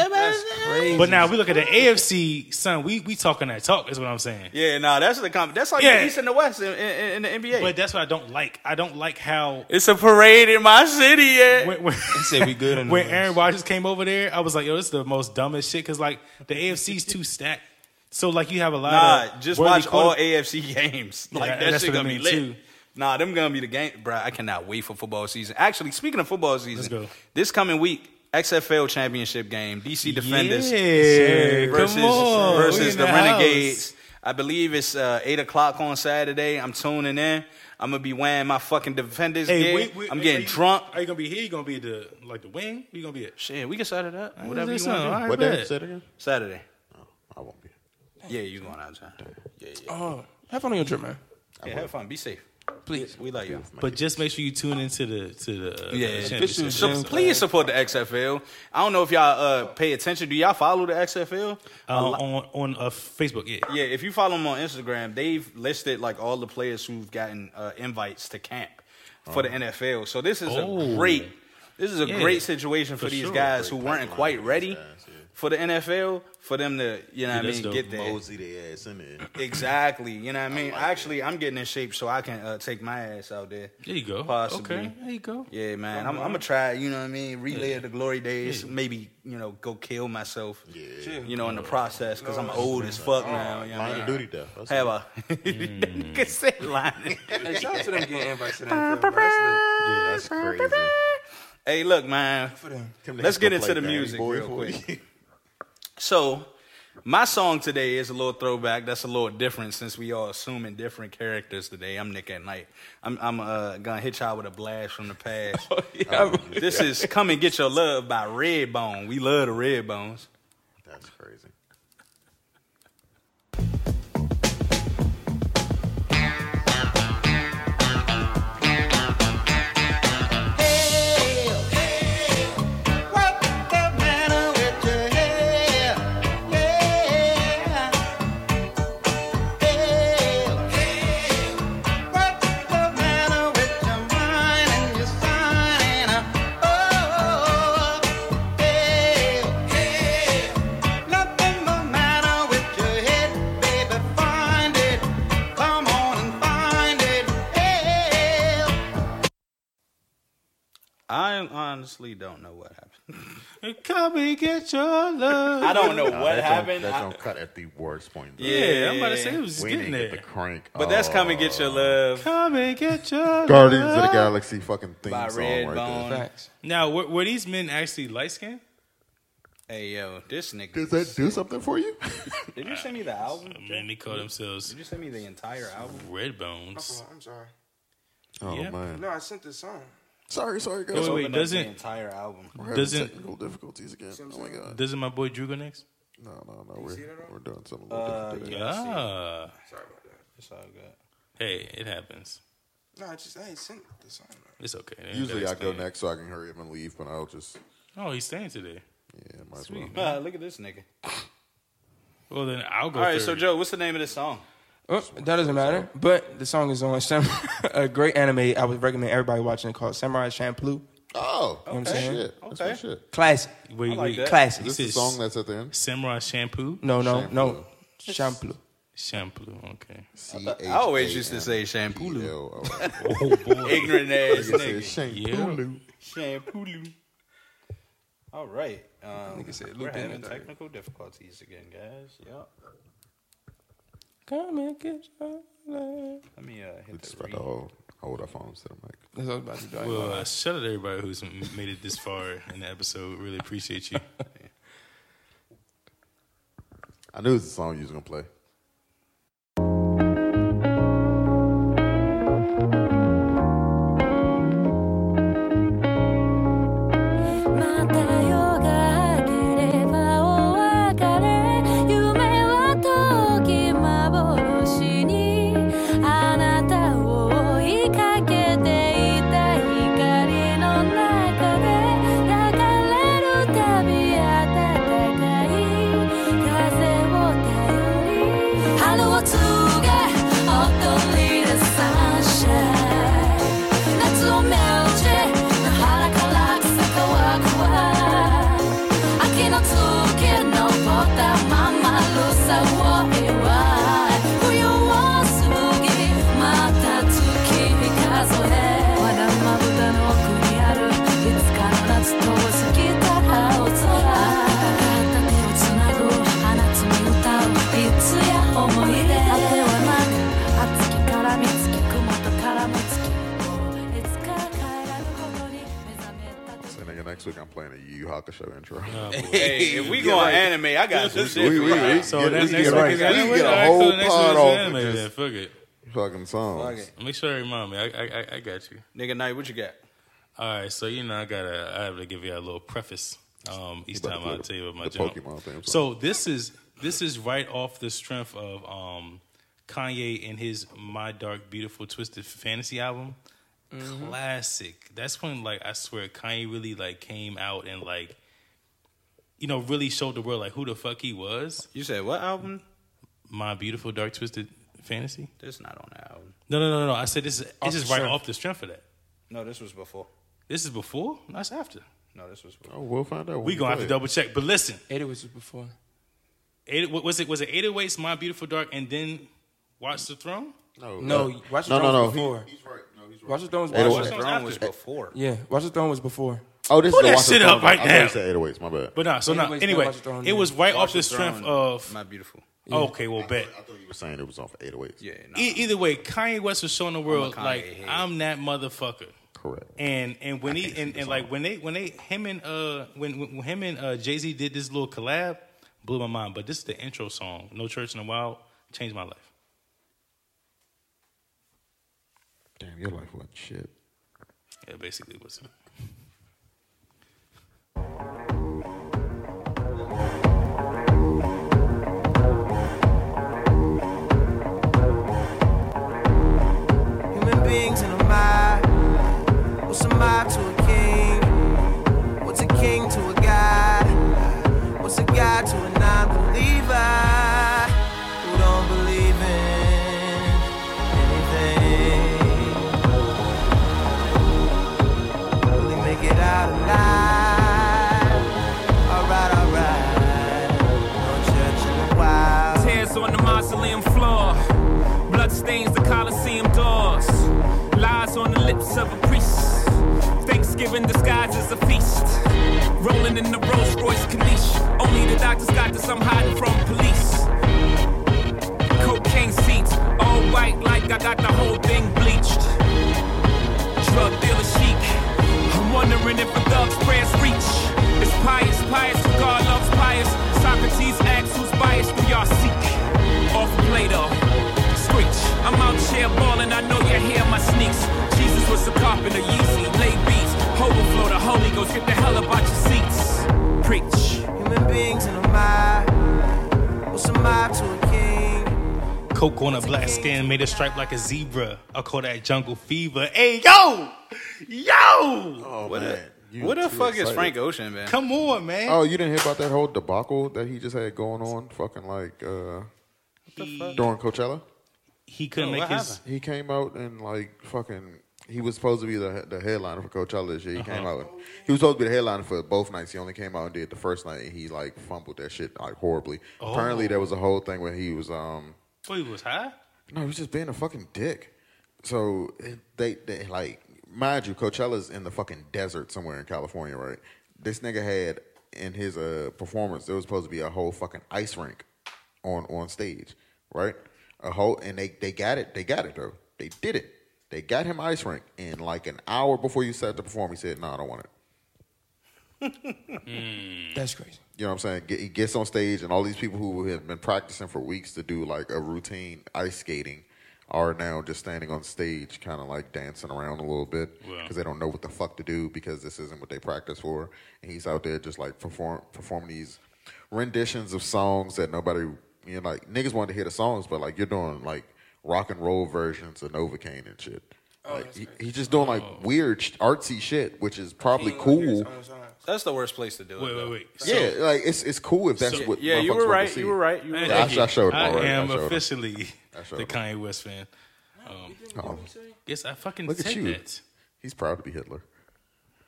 Speaker 9: Crazy.
Speaker 6: But now if we look at the AFC, son. We we talking that talk is what I'm saying.
Speaker 3: Yeah, nah, that's the comp. That's like
Speaker 6: Yeah.
Speaker 3: the East and the West in, in, in the NBA.
Speaker 6: But that's what I don't like. I don't like how
Speaker 3: it's a parade in my city. Yeah.
Speaker 6: when, when,
Speaker 9: said we good in the
Speaker 6: when
Speaker 9: West.
Speaker 6: Aaron Rodgers came over there, I was like, yo, this is the most dumbest shit because like the AFC's too stacked. So like you have a lot
Speaker 3: Nah,
Speaker 6: of
Speaker 3: just
Speaker 6: worthy
Speaker 3: watch all
Speaker 6: quarter-
Speaker 3: AFC games.
Speaker 6: Yeah,
Speaker 3: Like
Speaker 6: and
Speaker 3: that
Speaker 6: that's
Speaker 3: shit
Speaker 6: what I
Speaker 3: gonna be
Speaker 6: mean,
Speaker 3: lit.
Speaker 6: too.
Speaker 3: Nah, them gonna be the game, Bruh, I cannot wait for football season. Actually, speaking of football season, this coming week. XFL championship game, DC Defenders
Speaker 6: Yeah,
Speaker 3: versus
Speaker 6: come on. We
Speaker 3: versus
Speaker 6: in
Speaker 3: the,
Speaker 6: the house.
Speaker 3: Renegades. I believe it's uh, eight o'clock on Saturday. I'm tuning in. I'm gonna be wearing my fucking Defenders
Speaker 6: Hey,
Speaker 3: gear.
Speaker 6: wait, wait,
Speaker 3: I'm
Speaker 6: are
Speaker 3: getting
Speaker 6: you-
Speaker 3: drunk.
Speaker 6: Are you gonna be here? You gonna be at the like the wing? You gonna be at
Speaker 3: shit? We can set it up. Whatever you
Speaker 6: Listen,
Speaker 3: want.
Speaker 6: all right,
Speaker 2: What day?
Speaker 6: bet.
Speaker 2: Say it again? Oh,
Speaker 3: Saturday.
Speaker 2: I won't be.
Speaker 3: Yeah, you going out, John? Yeah, yeah.
Speaker 9: Oh, have fun on your trip, man.
Speaker 3: yeah have fun. Be safe, please. We love you.
Speaker 6: But just make sure you tune into the to the
Speaker 3: Yeah,
Speaker 6: the
Speaker 3: yeah.
Speaker 6: championship.
Speaker 3: So please support the XFL. I don't know if y'all uh, pay attention. Do y'all follow the XFL?
Speaker 6: uh, on on uh, Facebook. Yeah,
Speaker 3: Oh, Yeah, if you follow them on Instagram, they've listed like all the players who've gotten uh, invites to camp for the
Speaker 6: Oh.
Speaker 3: NFL. So this is
Speaker 6: Oh.
Speaker 3: a great, this is a
Speaker 6: Yeah.
Speaker 3: great situation for,
Speaker 6: For
Speaker 3: these
Speaker 6: sure.
Speaker 3: guys who
Speaker 6: Great
Speaker 3: weren't quite ready for the NFL. For them to, you know,
Speaker 2: Yeah,
Speaker 3: what I
Speaker 2: that's
Speaker 3: mean,
Speaker 2: dope.
Speaker 3: get there.
Speaker 2: Mosey their ass in there.
Speaker 3: Exactly. You know what I mean? Actually, I'm getting in shape so I can uh, take my ass out there.
Speaker 6: There you go.
Speaker 3: Possibly.
Speaker 6: Okay, there you go.
Speaker 3: Yeah, man. I'm,
Speaker 6: Alright.
Speaker 3: I'm gonna try. You know what I mean? Relay
Speaker 6: Yeah.
Speaker 3: of the glory days.
Speaker 6: Yeah.
Speaker 3: Maybe you know go kill myself. Yeah. You know in the process because I'm old as fuck now. You know what I
Speaker 2: Line of
Speaker 3: mean?
Speaker 2: duty, though. That's
Speaker 3: Have
Speaker 2: it.
Speaker 3: a nigga said line.
Speaker 9: Hey, shout out to them getting invites to the NFL, bro.
Speaker 2: Yeah, that's
Speaker 9: That's
Speaker 2: crazy.
Speaker 3: Hey, look, man.
Speaker 2: Them
Speaker 3: Let's
Speaker 2: niggas
Speaker 3: get
Speaker 2: gonna
Speaker 3: into
Speaker 2: play
Speaker 3: the
Speaker 2: Danny
Speaker 3: music
Speaker 2: Boy
Speaker 3: real
Speaker 2: for
Speaker 3: quick. So, my song today is a little throwback. That's a little different since we all assuming different characters today. I'm Nick at Night. I'm, I'm uh, gonna hit y'all with a blast from the past. Um, this is "Come and Get Your Love" by Redbone. We love the Redbones.
Speaker 2: That's crazy.
Speaker 5: Oh, Come on and find it. Hey.
Speaker 3: I honestly don't know what happened.
Speaker 6: Come and get your love.
Speaker 3: I don't know
Speaker 2: Nah,
Speaker 3: what
Speaker 2: that don't-
Speaker 3: happened.
Speaker 2: That
Speaker 3: I-
Speaker 2: don't cut at the worst point. though.
Speaker 3: Yeah, I'm about to say it
Speaker 6: was just
Speaker 2: we
Speaker 6: getting
Speaker 2: didn't get
Speaker 6: there.
Speaker 2: the crank.
Speaker 3: But that's
Speaker 2: Oh.
Speaker 3: "Come and Get Your Love."
Speaker 6: Come and get your
Speaker 2: Guardians of
Speaker 6: love.
Speaker 2: the Galaxy fucking theme
Speaker 3: By
Speaker 2: song right
Speaker 3: Redbone.
Speaker 2: there.
Speaker 9: Facts.
Speaker 6: Now, were, were these men actually light skinned?
Speaker 3: Hey yo, this nigga.
Speaker 2: Does that do something for you?
Speaker 3: Did you send me the album?
Speaker 6: Man, they call themselves
Speaker 3: Did you send me the entire album?
Speaker 6: red
Speaker 9: My
Speaker 6: bones.
Speaker 9: fault, I'm sorry.
Speaker 2: Oh
Speaker 6: Yeah.
Speaker 2: man.
Speaker 9: No, I sent this song.
Speaker 2: Sorry, sorry, guys.
Speaker 6: Wait, wait,
Speaker 2: We're
Speaker 3: Opened up
Speaker 6: doesn't-
Speaker 3: the entire album?
Speaker 2: having
Speaker 6: doesn't-
Speaker 2: technical difficulties again. Oh my god.
Speaker 6: Doesn't my boy Drew go next?
Speaker 2: No, no, no. We're, we're doing something a little different today.
Speaker 6: Ah,
Speaker 9: Sorry about that.
Speaker 3: It's all good.
Speaker 6: hey, it happens.
Speaker 9: No, I just I ain't sent this song. Man.
Speaker 6: It's okay. They ain't
Speaker 2: Usually
Speaker 6: gotta
Speaker 2: I go
Speaker 6: explain.
Speaker 2: next so I can hurry up and leave, but I'll just
Speaker 6: Oh, he's staying today.
Speaker 2: yeah, might as well.
Speaker 6: Sweet.
Speaker 3: Uh, look at this nigga.
Speaker 6: Well, then I'll go.
Speaker 3: All right,
Speaker 6: third.
Speaker 3: so Joe, what's the name of this song?
Speaker 9: Oh, that doesn't matter. But the song is on some a great anime I would recommend everybody watching called Samurai Champloo.
Speaker 2: Oh,
Speaker 9: You know what I'm
Speaker 2: okay.
Speaker 9: saying?
Speaker 2: shit. That's my
Speaker 3: Okay.
Speaker 2: shit.
Speaker 9: Classic.
Speaker 6: wait,
Speaker 3: like
Speaker 6: wait.
Speaker 3: that.
Speaker 9: Classic.
Speaker 2: Is
Speaker 6: He
Speaker 2: this the
Speaker 6: said
Speaker 2: song that's at the end?
Speaker 6: Samurai shampoo.
Speaker 9: No, no, no. Champloo.
Speaker 6: Shampoo. Okay.
Speaker 2: C-H-A-M-P-L-O.
Speaker 3: I always used to say shampoo.
Speaker 6: Oh boy.
Speaker 3: Ignorant ass
Speaker 2: It says
Speaker 3: nigga.
Speaker 2: Shampulu.
Speaker 3: Shampoo. All right. Um,
Speaker 9: Nigga said
Speaker 3: we're
Speaker 9: loop in
Speaker 3: having
Speaker 9: it.
Speaker 3: technical difficulties again, guys. Yep.
Speaker 9: Come and get your love.
Speaker 3: Let me uh, hit
Speaker 2: Just
Speaker 3: the
Speaker 2: about
Speaker 3: re-
Speaker 2: to hold, hold our phones to the mic.
Speaker 9: That's what I was about to do. I ain't
Speaker 6: Well,
Speaker 9: gonna lie.
Speaker 6: uh, shout out to everybody who's m- made it this far in the episode. Really appreciate you.
Speaker 2: I knew it was the song you was gonna play. next week I'm playing a Yu Yu Hakusho intro.
Speaker 3: No, hey, if we going right. anime, I got some shit. We, we, we, we, so
Speaker 2: get, we, get, right. we can get a whole pod off anime, of just
Speaker 6: fuck it.
Speaker 2: fucking songs. Fuck
Speaker 6: it. Make sure you remind me. I, I, I, I got you.
Speaker 3: Nigga, night, what you got?
Speaker 6: All right, so you know I gotta I have to give you a little preface. Um, each time I tell you about my jump. Pokemon thing, so this is this is right off the strength of um, Kanye and his My Dark Beautiful Twisted Fantasy album. Mm-hmm. classic. That's when like I swear Kanye really like came out and like you know really showed the world like who the fuck he was.
Speaker 3: You said what album?
Speaker 6: My Beautiful Dark Twisted Fantasy.
Speaker 3: That's not on that album.
Speaker 6: No, no, no, no. I said this is off this is right strength. off the strength of that.
Speaker 3: No, this was before.
Speaker 6: This is before. No, that's after.
Speaker 3: No, this was. before.
Speaker 2: Oh, we'll find out.
Speaker 6: We gonna have to double check. But listen,
Speaker 9: eight was before.
Speaker 6: Eight, was it was it eight oh eights? My Beautiful Dark, and then Watch the Throne.
Speaker 9: No, no, no. Watch the no, Throne no, no. before. He, he's right. Watch the Throne was before.
Speaker 3: Watch the Throne was before.
Speaker 9: Yeah, Watch the Throne was before.
Speaker 2: Oh, this
Speaker 6: Put
Speaker 2: is
Speaker 6: that shit up right
Speaker 2: I
Speaker 6: now.
Speaker 2: I said 808s, my bad.
Speaker 6: But nah, so nah, anyway, it was right off the strength of.
Speaker 3: Not beautiful.
Speaker 6: Yeah. Okay, well, bet.
Speaker 2: I thought you were saying it was off of 808s.
Speaker 3: Yeah,
Speaker 6: nah. e- either way, Kanye West was showing the world I'm like head. I'm that motherfucker.
Speaker 2: Correct.
Speaker 6: And and when I he and, and like when they when they him and uh when, when him and uh Jay Z did this little collab, blew my mind. But this is the intro song, No Church in the Wild, changed my life.
Speaker 2: Damn, your life wasn't shit.
Speaker 6: Yeah, basically was.
Speaker 4: Human beings in a mob. What's a mob to a king? What's a king to a god? What's a god to a non-believer who don't believe in? get out alive. Alright, alright. No church in the wild.
Speaker 14: Tears on the mausoleum floor. Blood stains the Coliseum doors. Lies on the lips of a priest. Thanksgiving disguised as a feast. Rolling in the Rolls Royce Caniche. Only the doctors got this, I'm hiding from police. Cocaine seats, all white like I got the whole thing bleached. Drug dealer chic. I'm wondering if a thug's prayers reach. It's pious, pious, who God loves pious. Socrates asks who's biased, we are seek. Off Plato, screech. I'm out here balling, I know you hear my sneaks. Jesus was a carpenter, Yeezy, lay beats. Overflow the Holy Ghost, get the hell about your seats. Preach.
Speaker 4: Human beings in a mob. What's a mob to a king?
Speaker 6: Coke on a black skin made a stripe like a zebra. I call that jungle fever. Hey, yo! Yo!
Speaker 2: Oh, what man.
Speaker 3: A, what the fuck excited. is Frank Ocean, man?
Speaker 6: Come on, man.
Speaker 2: Oh, you didn't hear about that whole debacle that he just had going on? Fucking like, uh, he, during Coachella?
Speaker 6: He couldn't no, make his. Happened?
Speaker 2: He came out and, like, fucking. He was supposed to be the the headliner for Coachella this year. He uh-huh. came out. And, he was supposed to be the headliner for both nights. He only came out and did the first night, and he like fumbled that shit like horribly. Oh. Apparently, there was a whole thing where he was um.
Speaker 6: Well, Oh, he was high.
Speaker 2: No, he was just being a fucking dick. So they they like mind you, Coachella's in the fucking desert somewhere in California, right? This nigga had in his uh, performance, there was supposed to be a whole fucking ice rink on on stage, right? A whole and they they got it, they got it though, they did it, they got him ice rink, and like an hour before you set to perform, he said, "No, nah, I don't want
Speaker 9: it."
Speaker 6: mm.
Speaker 9: That's crazy.
Speaker 2: you know what I'm saying? Get, he gets on stage, and all these people who have been practicing for weeks to do like a routine ice skating are now just standing on stage, kind of like dancing around a little bit because
Speaker 15: Yeah.
Speaker 2: they don't know what the fuck to do because this isn't what they practice for. And he's out there just like perform performing these renditions of songs that nobody, you know, like niggas wanted to hear the songs, but like you're doing like rock and roll versions of Novocaine and shit. like he, he's just doing like weird sh- artsy shit, which is probably cool.
Speaker 3: That's the worst place to do it. Wait, wait, wait.
Speaker 2: Yeah, like it's it's cool if that's
Speaker 3: So-
Speaker 2: what.
Speaker 3: Yeah, you were
Speaker 2: motherfuckers wanna
Speaker 3: right,
Speaker 2: see.
Speaker 3: you were right, you were
Speaker 2: Yeah,
Speaker 3: right.
Speaker 2: I, sh- I showed him
Speaker 6: I
Speaker 2: already.
Speaker 6: am
Speaker 2: showed him.
Speaker 6: officially
Speaker 2: I showed
Speaker 6: the
Speaker 2: him.
Speaker 6: Kanye West fan. Um,
Speaker 2: Oh.
Speaker 6: yes, I fucking
Speaker 2: Look
Speaker 6: said
Speaker 2: at you.
Speaker 6: that.
Speaker 2: He's proud to be Hitler.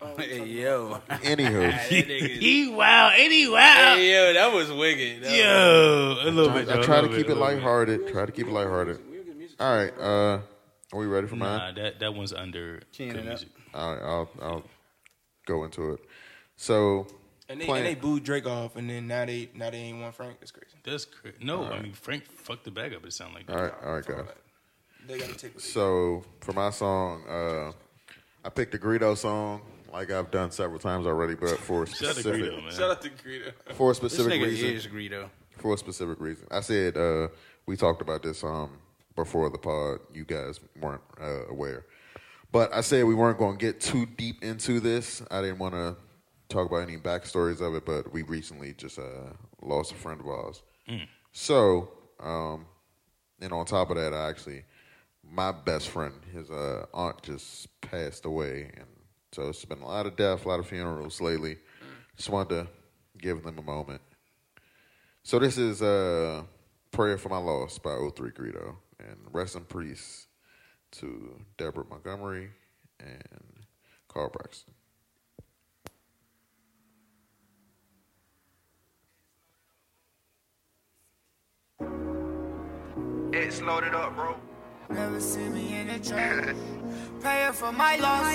Speaker 3: Hey, yo.
Speaker 2: Anywho.
Speaker 3: That nigga-
Speaker 6: He wow, and he wow.
Speaker 3: Hey, yo, that was wicked. That
Speaker 6: Yo,
Speaker 3: was-
Speaker 6: a little
Speaker 2: I,
Speaker 6: bit. though,
Speaker 2: I
Speaker 6: a
Speaker 2: try to
Speaker 6: little
Speaker 2: keep it
Speaker 6: bit, a little bit.
Speaker 2: lighthearted. Try to keep it lighthearted. All right. Uh, are we ready for mine?
Speaker 6: Nah, that that one's under
Speaker 9: Keying
Speaker 6: good
Speaker 9: it up.
Speaker 6: music.
Speaker 2: All right, I'll I'll go into it. So
Speaker 9: And they,
Speaker 2: playing-
Speaker 9: and they booed Drake off, and then now they now they ain't want Frank. That's crazy.
Speaker 6: That's crazy. No,
Speaker 9: All
Speaker 6: I
Speaker 9: right.
Speaker 6: mean Frank fucked the bag up. It sounded like that.
Speaker 2: All right, all right, guys.
Speaker 9: They gotta take.
Speaker 2: So for my song, uh, I picked a Greedo song, like I've done several times already, but for a
Speaker 6: Shout out to
Speaker 2: specific
Speaker 6: Greedo, man.
Speaker 3: Shout out to Greedo.
Speaker 2: For a specific
Speaker 3: This nigga
Speaker 2: reason.
Speaker 3: is Greedo.
Speaker 2: For a specific reason, I said uh, we talked about this um, before the pod. You guys weren't uh, aware, but I said we weren't going to get too deep into this. I didn't want to talk about any backstories of it, but we recently just uh, lost a friend of ours.
Speaker 6: Mm.
Speaker 2: So, um, and on top of that, I actually, my best friend, his uh, aunt just passed away, and so it's been a lot of death, a lot of funerals lately. Just wanted to give them a moment. So this is uh, "Prayer for My Loss" by O3 Greedo, and rest in peace to Deborah Montgomery and Carl Braxton.
Speaker 16: It's loaded up, bro.
Speaker 17: Never see me in a trap. Praying for my loss.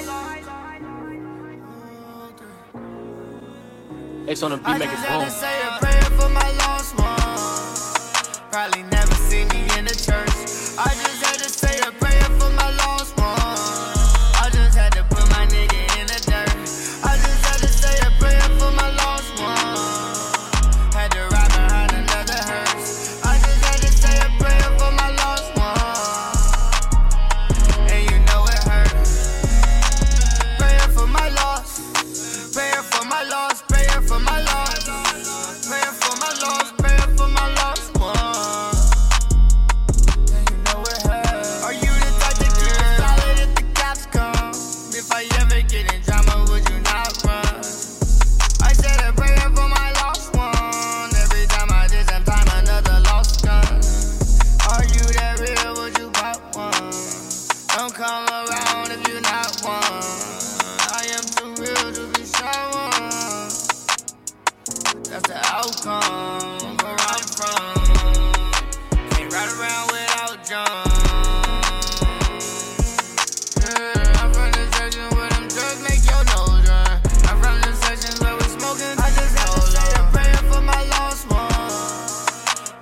Speaker 18: X on the beat,
Speaker 17: I
Speaker 18: make it
Speaker 17: just had to
Speaker 18: boom.
Speaker 17: say a prayer for my lost one. Probably never see me in the church. I just had to say a prayer for my lost one. I just had to put my nigga in the dirt. I just had to say a prayer for my lost one. Had to ride behind another hearse. I just had to say a prayer for my lost one. And you know it hurts. Prayer for my loss. Prayer for my loss, prayer for my loss. Prayer for my loss, prayer for my lost one. And you know it hurts. Are you the type to keep it solid if the cops come? If I ever get in drama, would you not run? I said a prayer for my lost one. Every time I did some time, another lost gun. Are you that real? Would you pop one? Don't come around if you not one. I am too real to be someone. That's the outcome where I'm from. Can't ride around without John. Yeah, I'm from the section where them drugs make your nose run. I'm from the sections where we smoking. I just had to say a prayer for my lost one.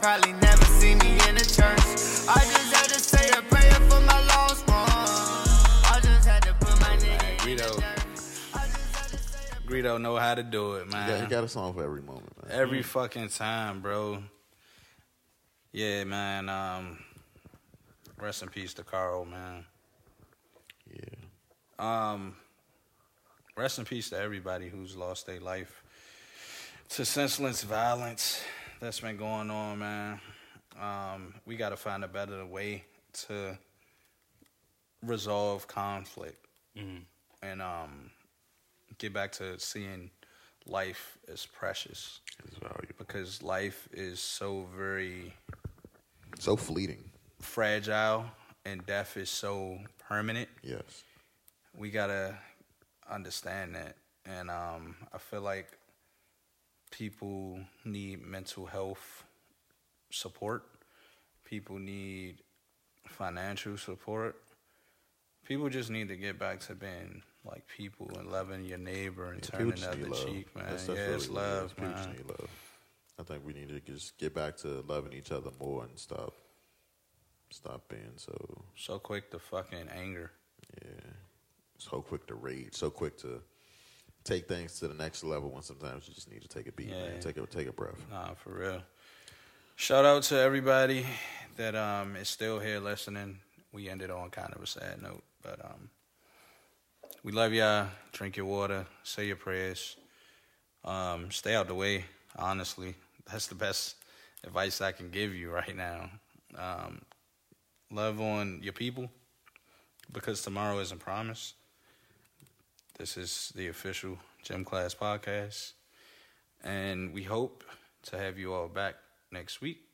Speaker 17: Probably never see me in the church. I just had to say a prayer for my lost one. I just had to put my nigga in the
Speaker 3: Greedo. Greedo know how to do it, man.
Speaker 2: Yeah, he got a song for every moment. Man.
Speaker 3: Every fucking time, bro. Yeah, man. Um, rest in peace to Carl, man. Yeah. Um, rest in peace to everybody who's lost their life to senseless violence that's been going on, man. Um, we got to find a better way to resolve conflict and um, get back to seeing life as precious. Because life is so very
Speaker 2: So fleeting.
Speaker 3: fragile and death is so permanent.
Speaker 2: Yes.
Speaker 3: We gotta understand that. And um I feel like people need mental health support. People need financial support. People just need to get back to being like people and loving your neighbor and
Speaker 2: Yeah,
Speaker 3: turning
Speaker 2: people
Speaker 3: the
Speaker 2: just need
Speaker 3: other
Speaker 2: love.
Speaker 3: cheek, man.
Speaker 2: That
Speaker 3: yeah,
Speaker 2: stuff's
Speaker 3: it's
Speaker 2: really what it is.
Speaker 3: love,
Speaker 2: People just
Speaker 3: man.
Speaker 2: need love. I think we need to just get back to loving each other more and stop, stop being so
Speaker 3: So quick to fucking anger.
Speaker 2: yeah, so quick to rage, so quick to take things to the next level when sometimes you just need to take a beat, man. Take a take a breath.
Speaker 3: Nah, for real. Shout out to everybody that um is still here listening. We ended on kind of a sad note, but um we love y'all. Drink your water, say your prayers. Um, stay out the way, honestly. That's the best advice I can give you right now. Um, love on your people because tomorrow isn't promised. This is the official Gym Class podcast. And we hope to have you all back next week.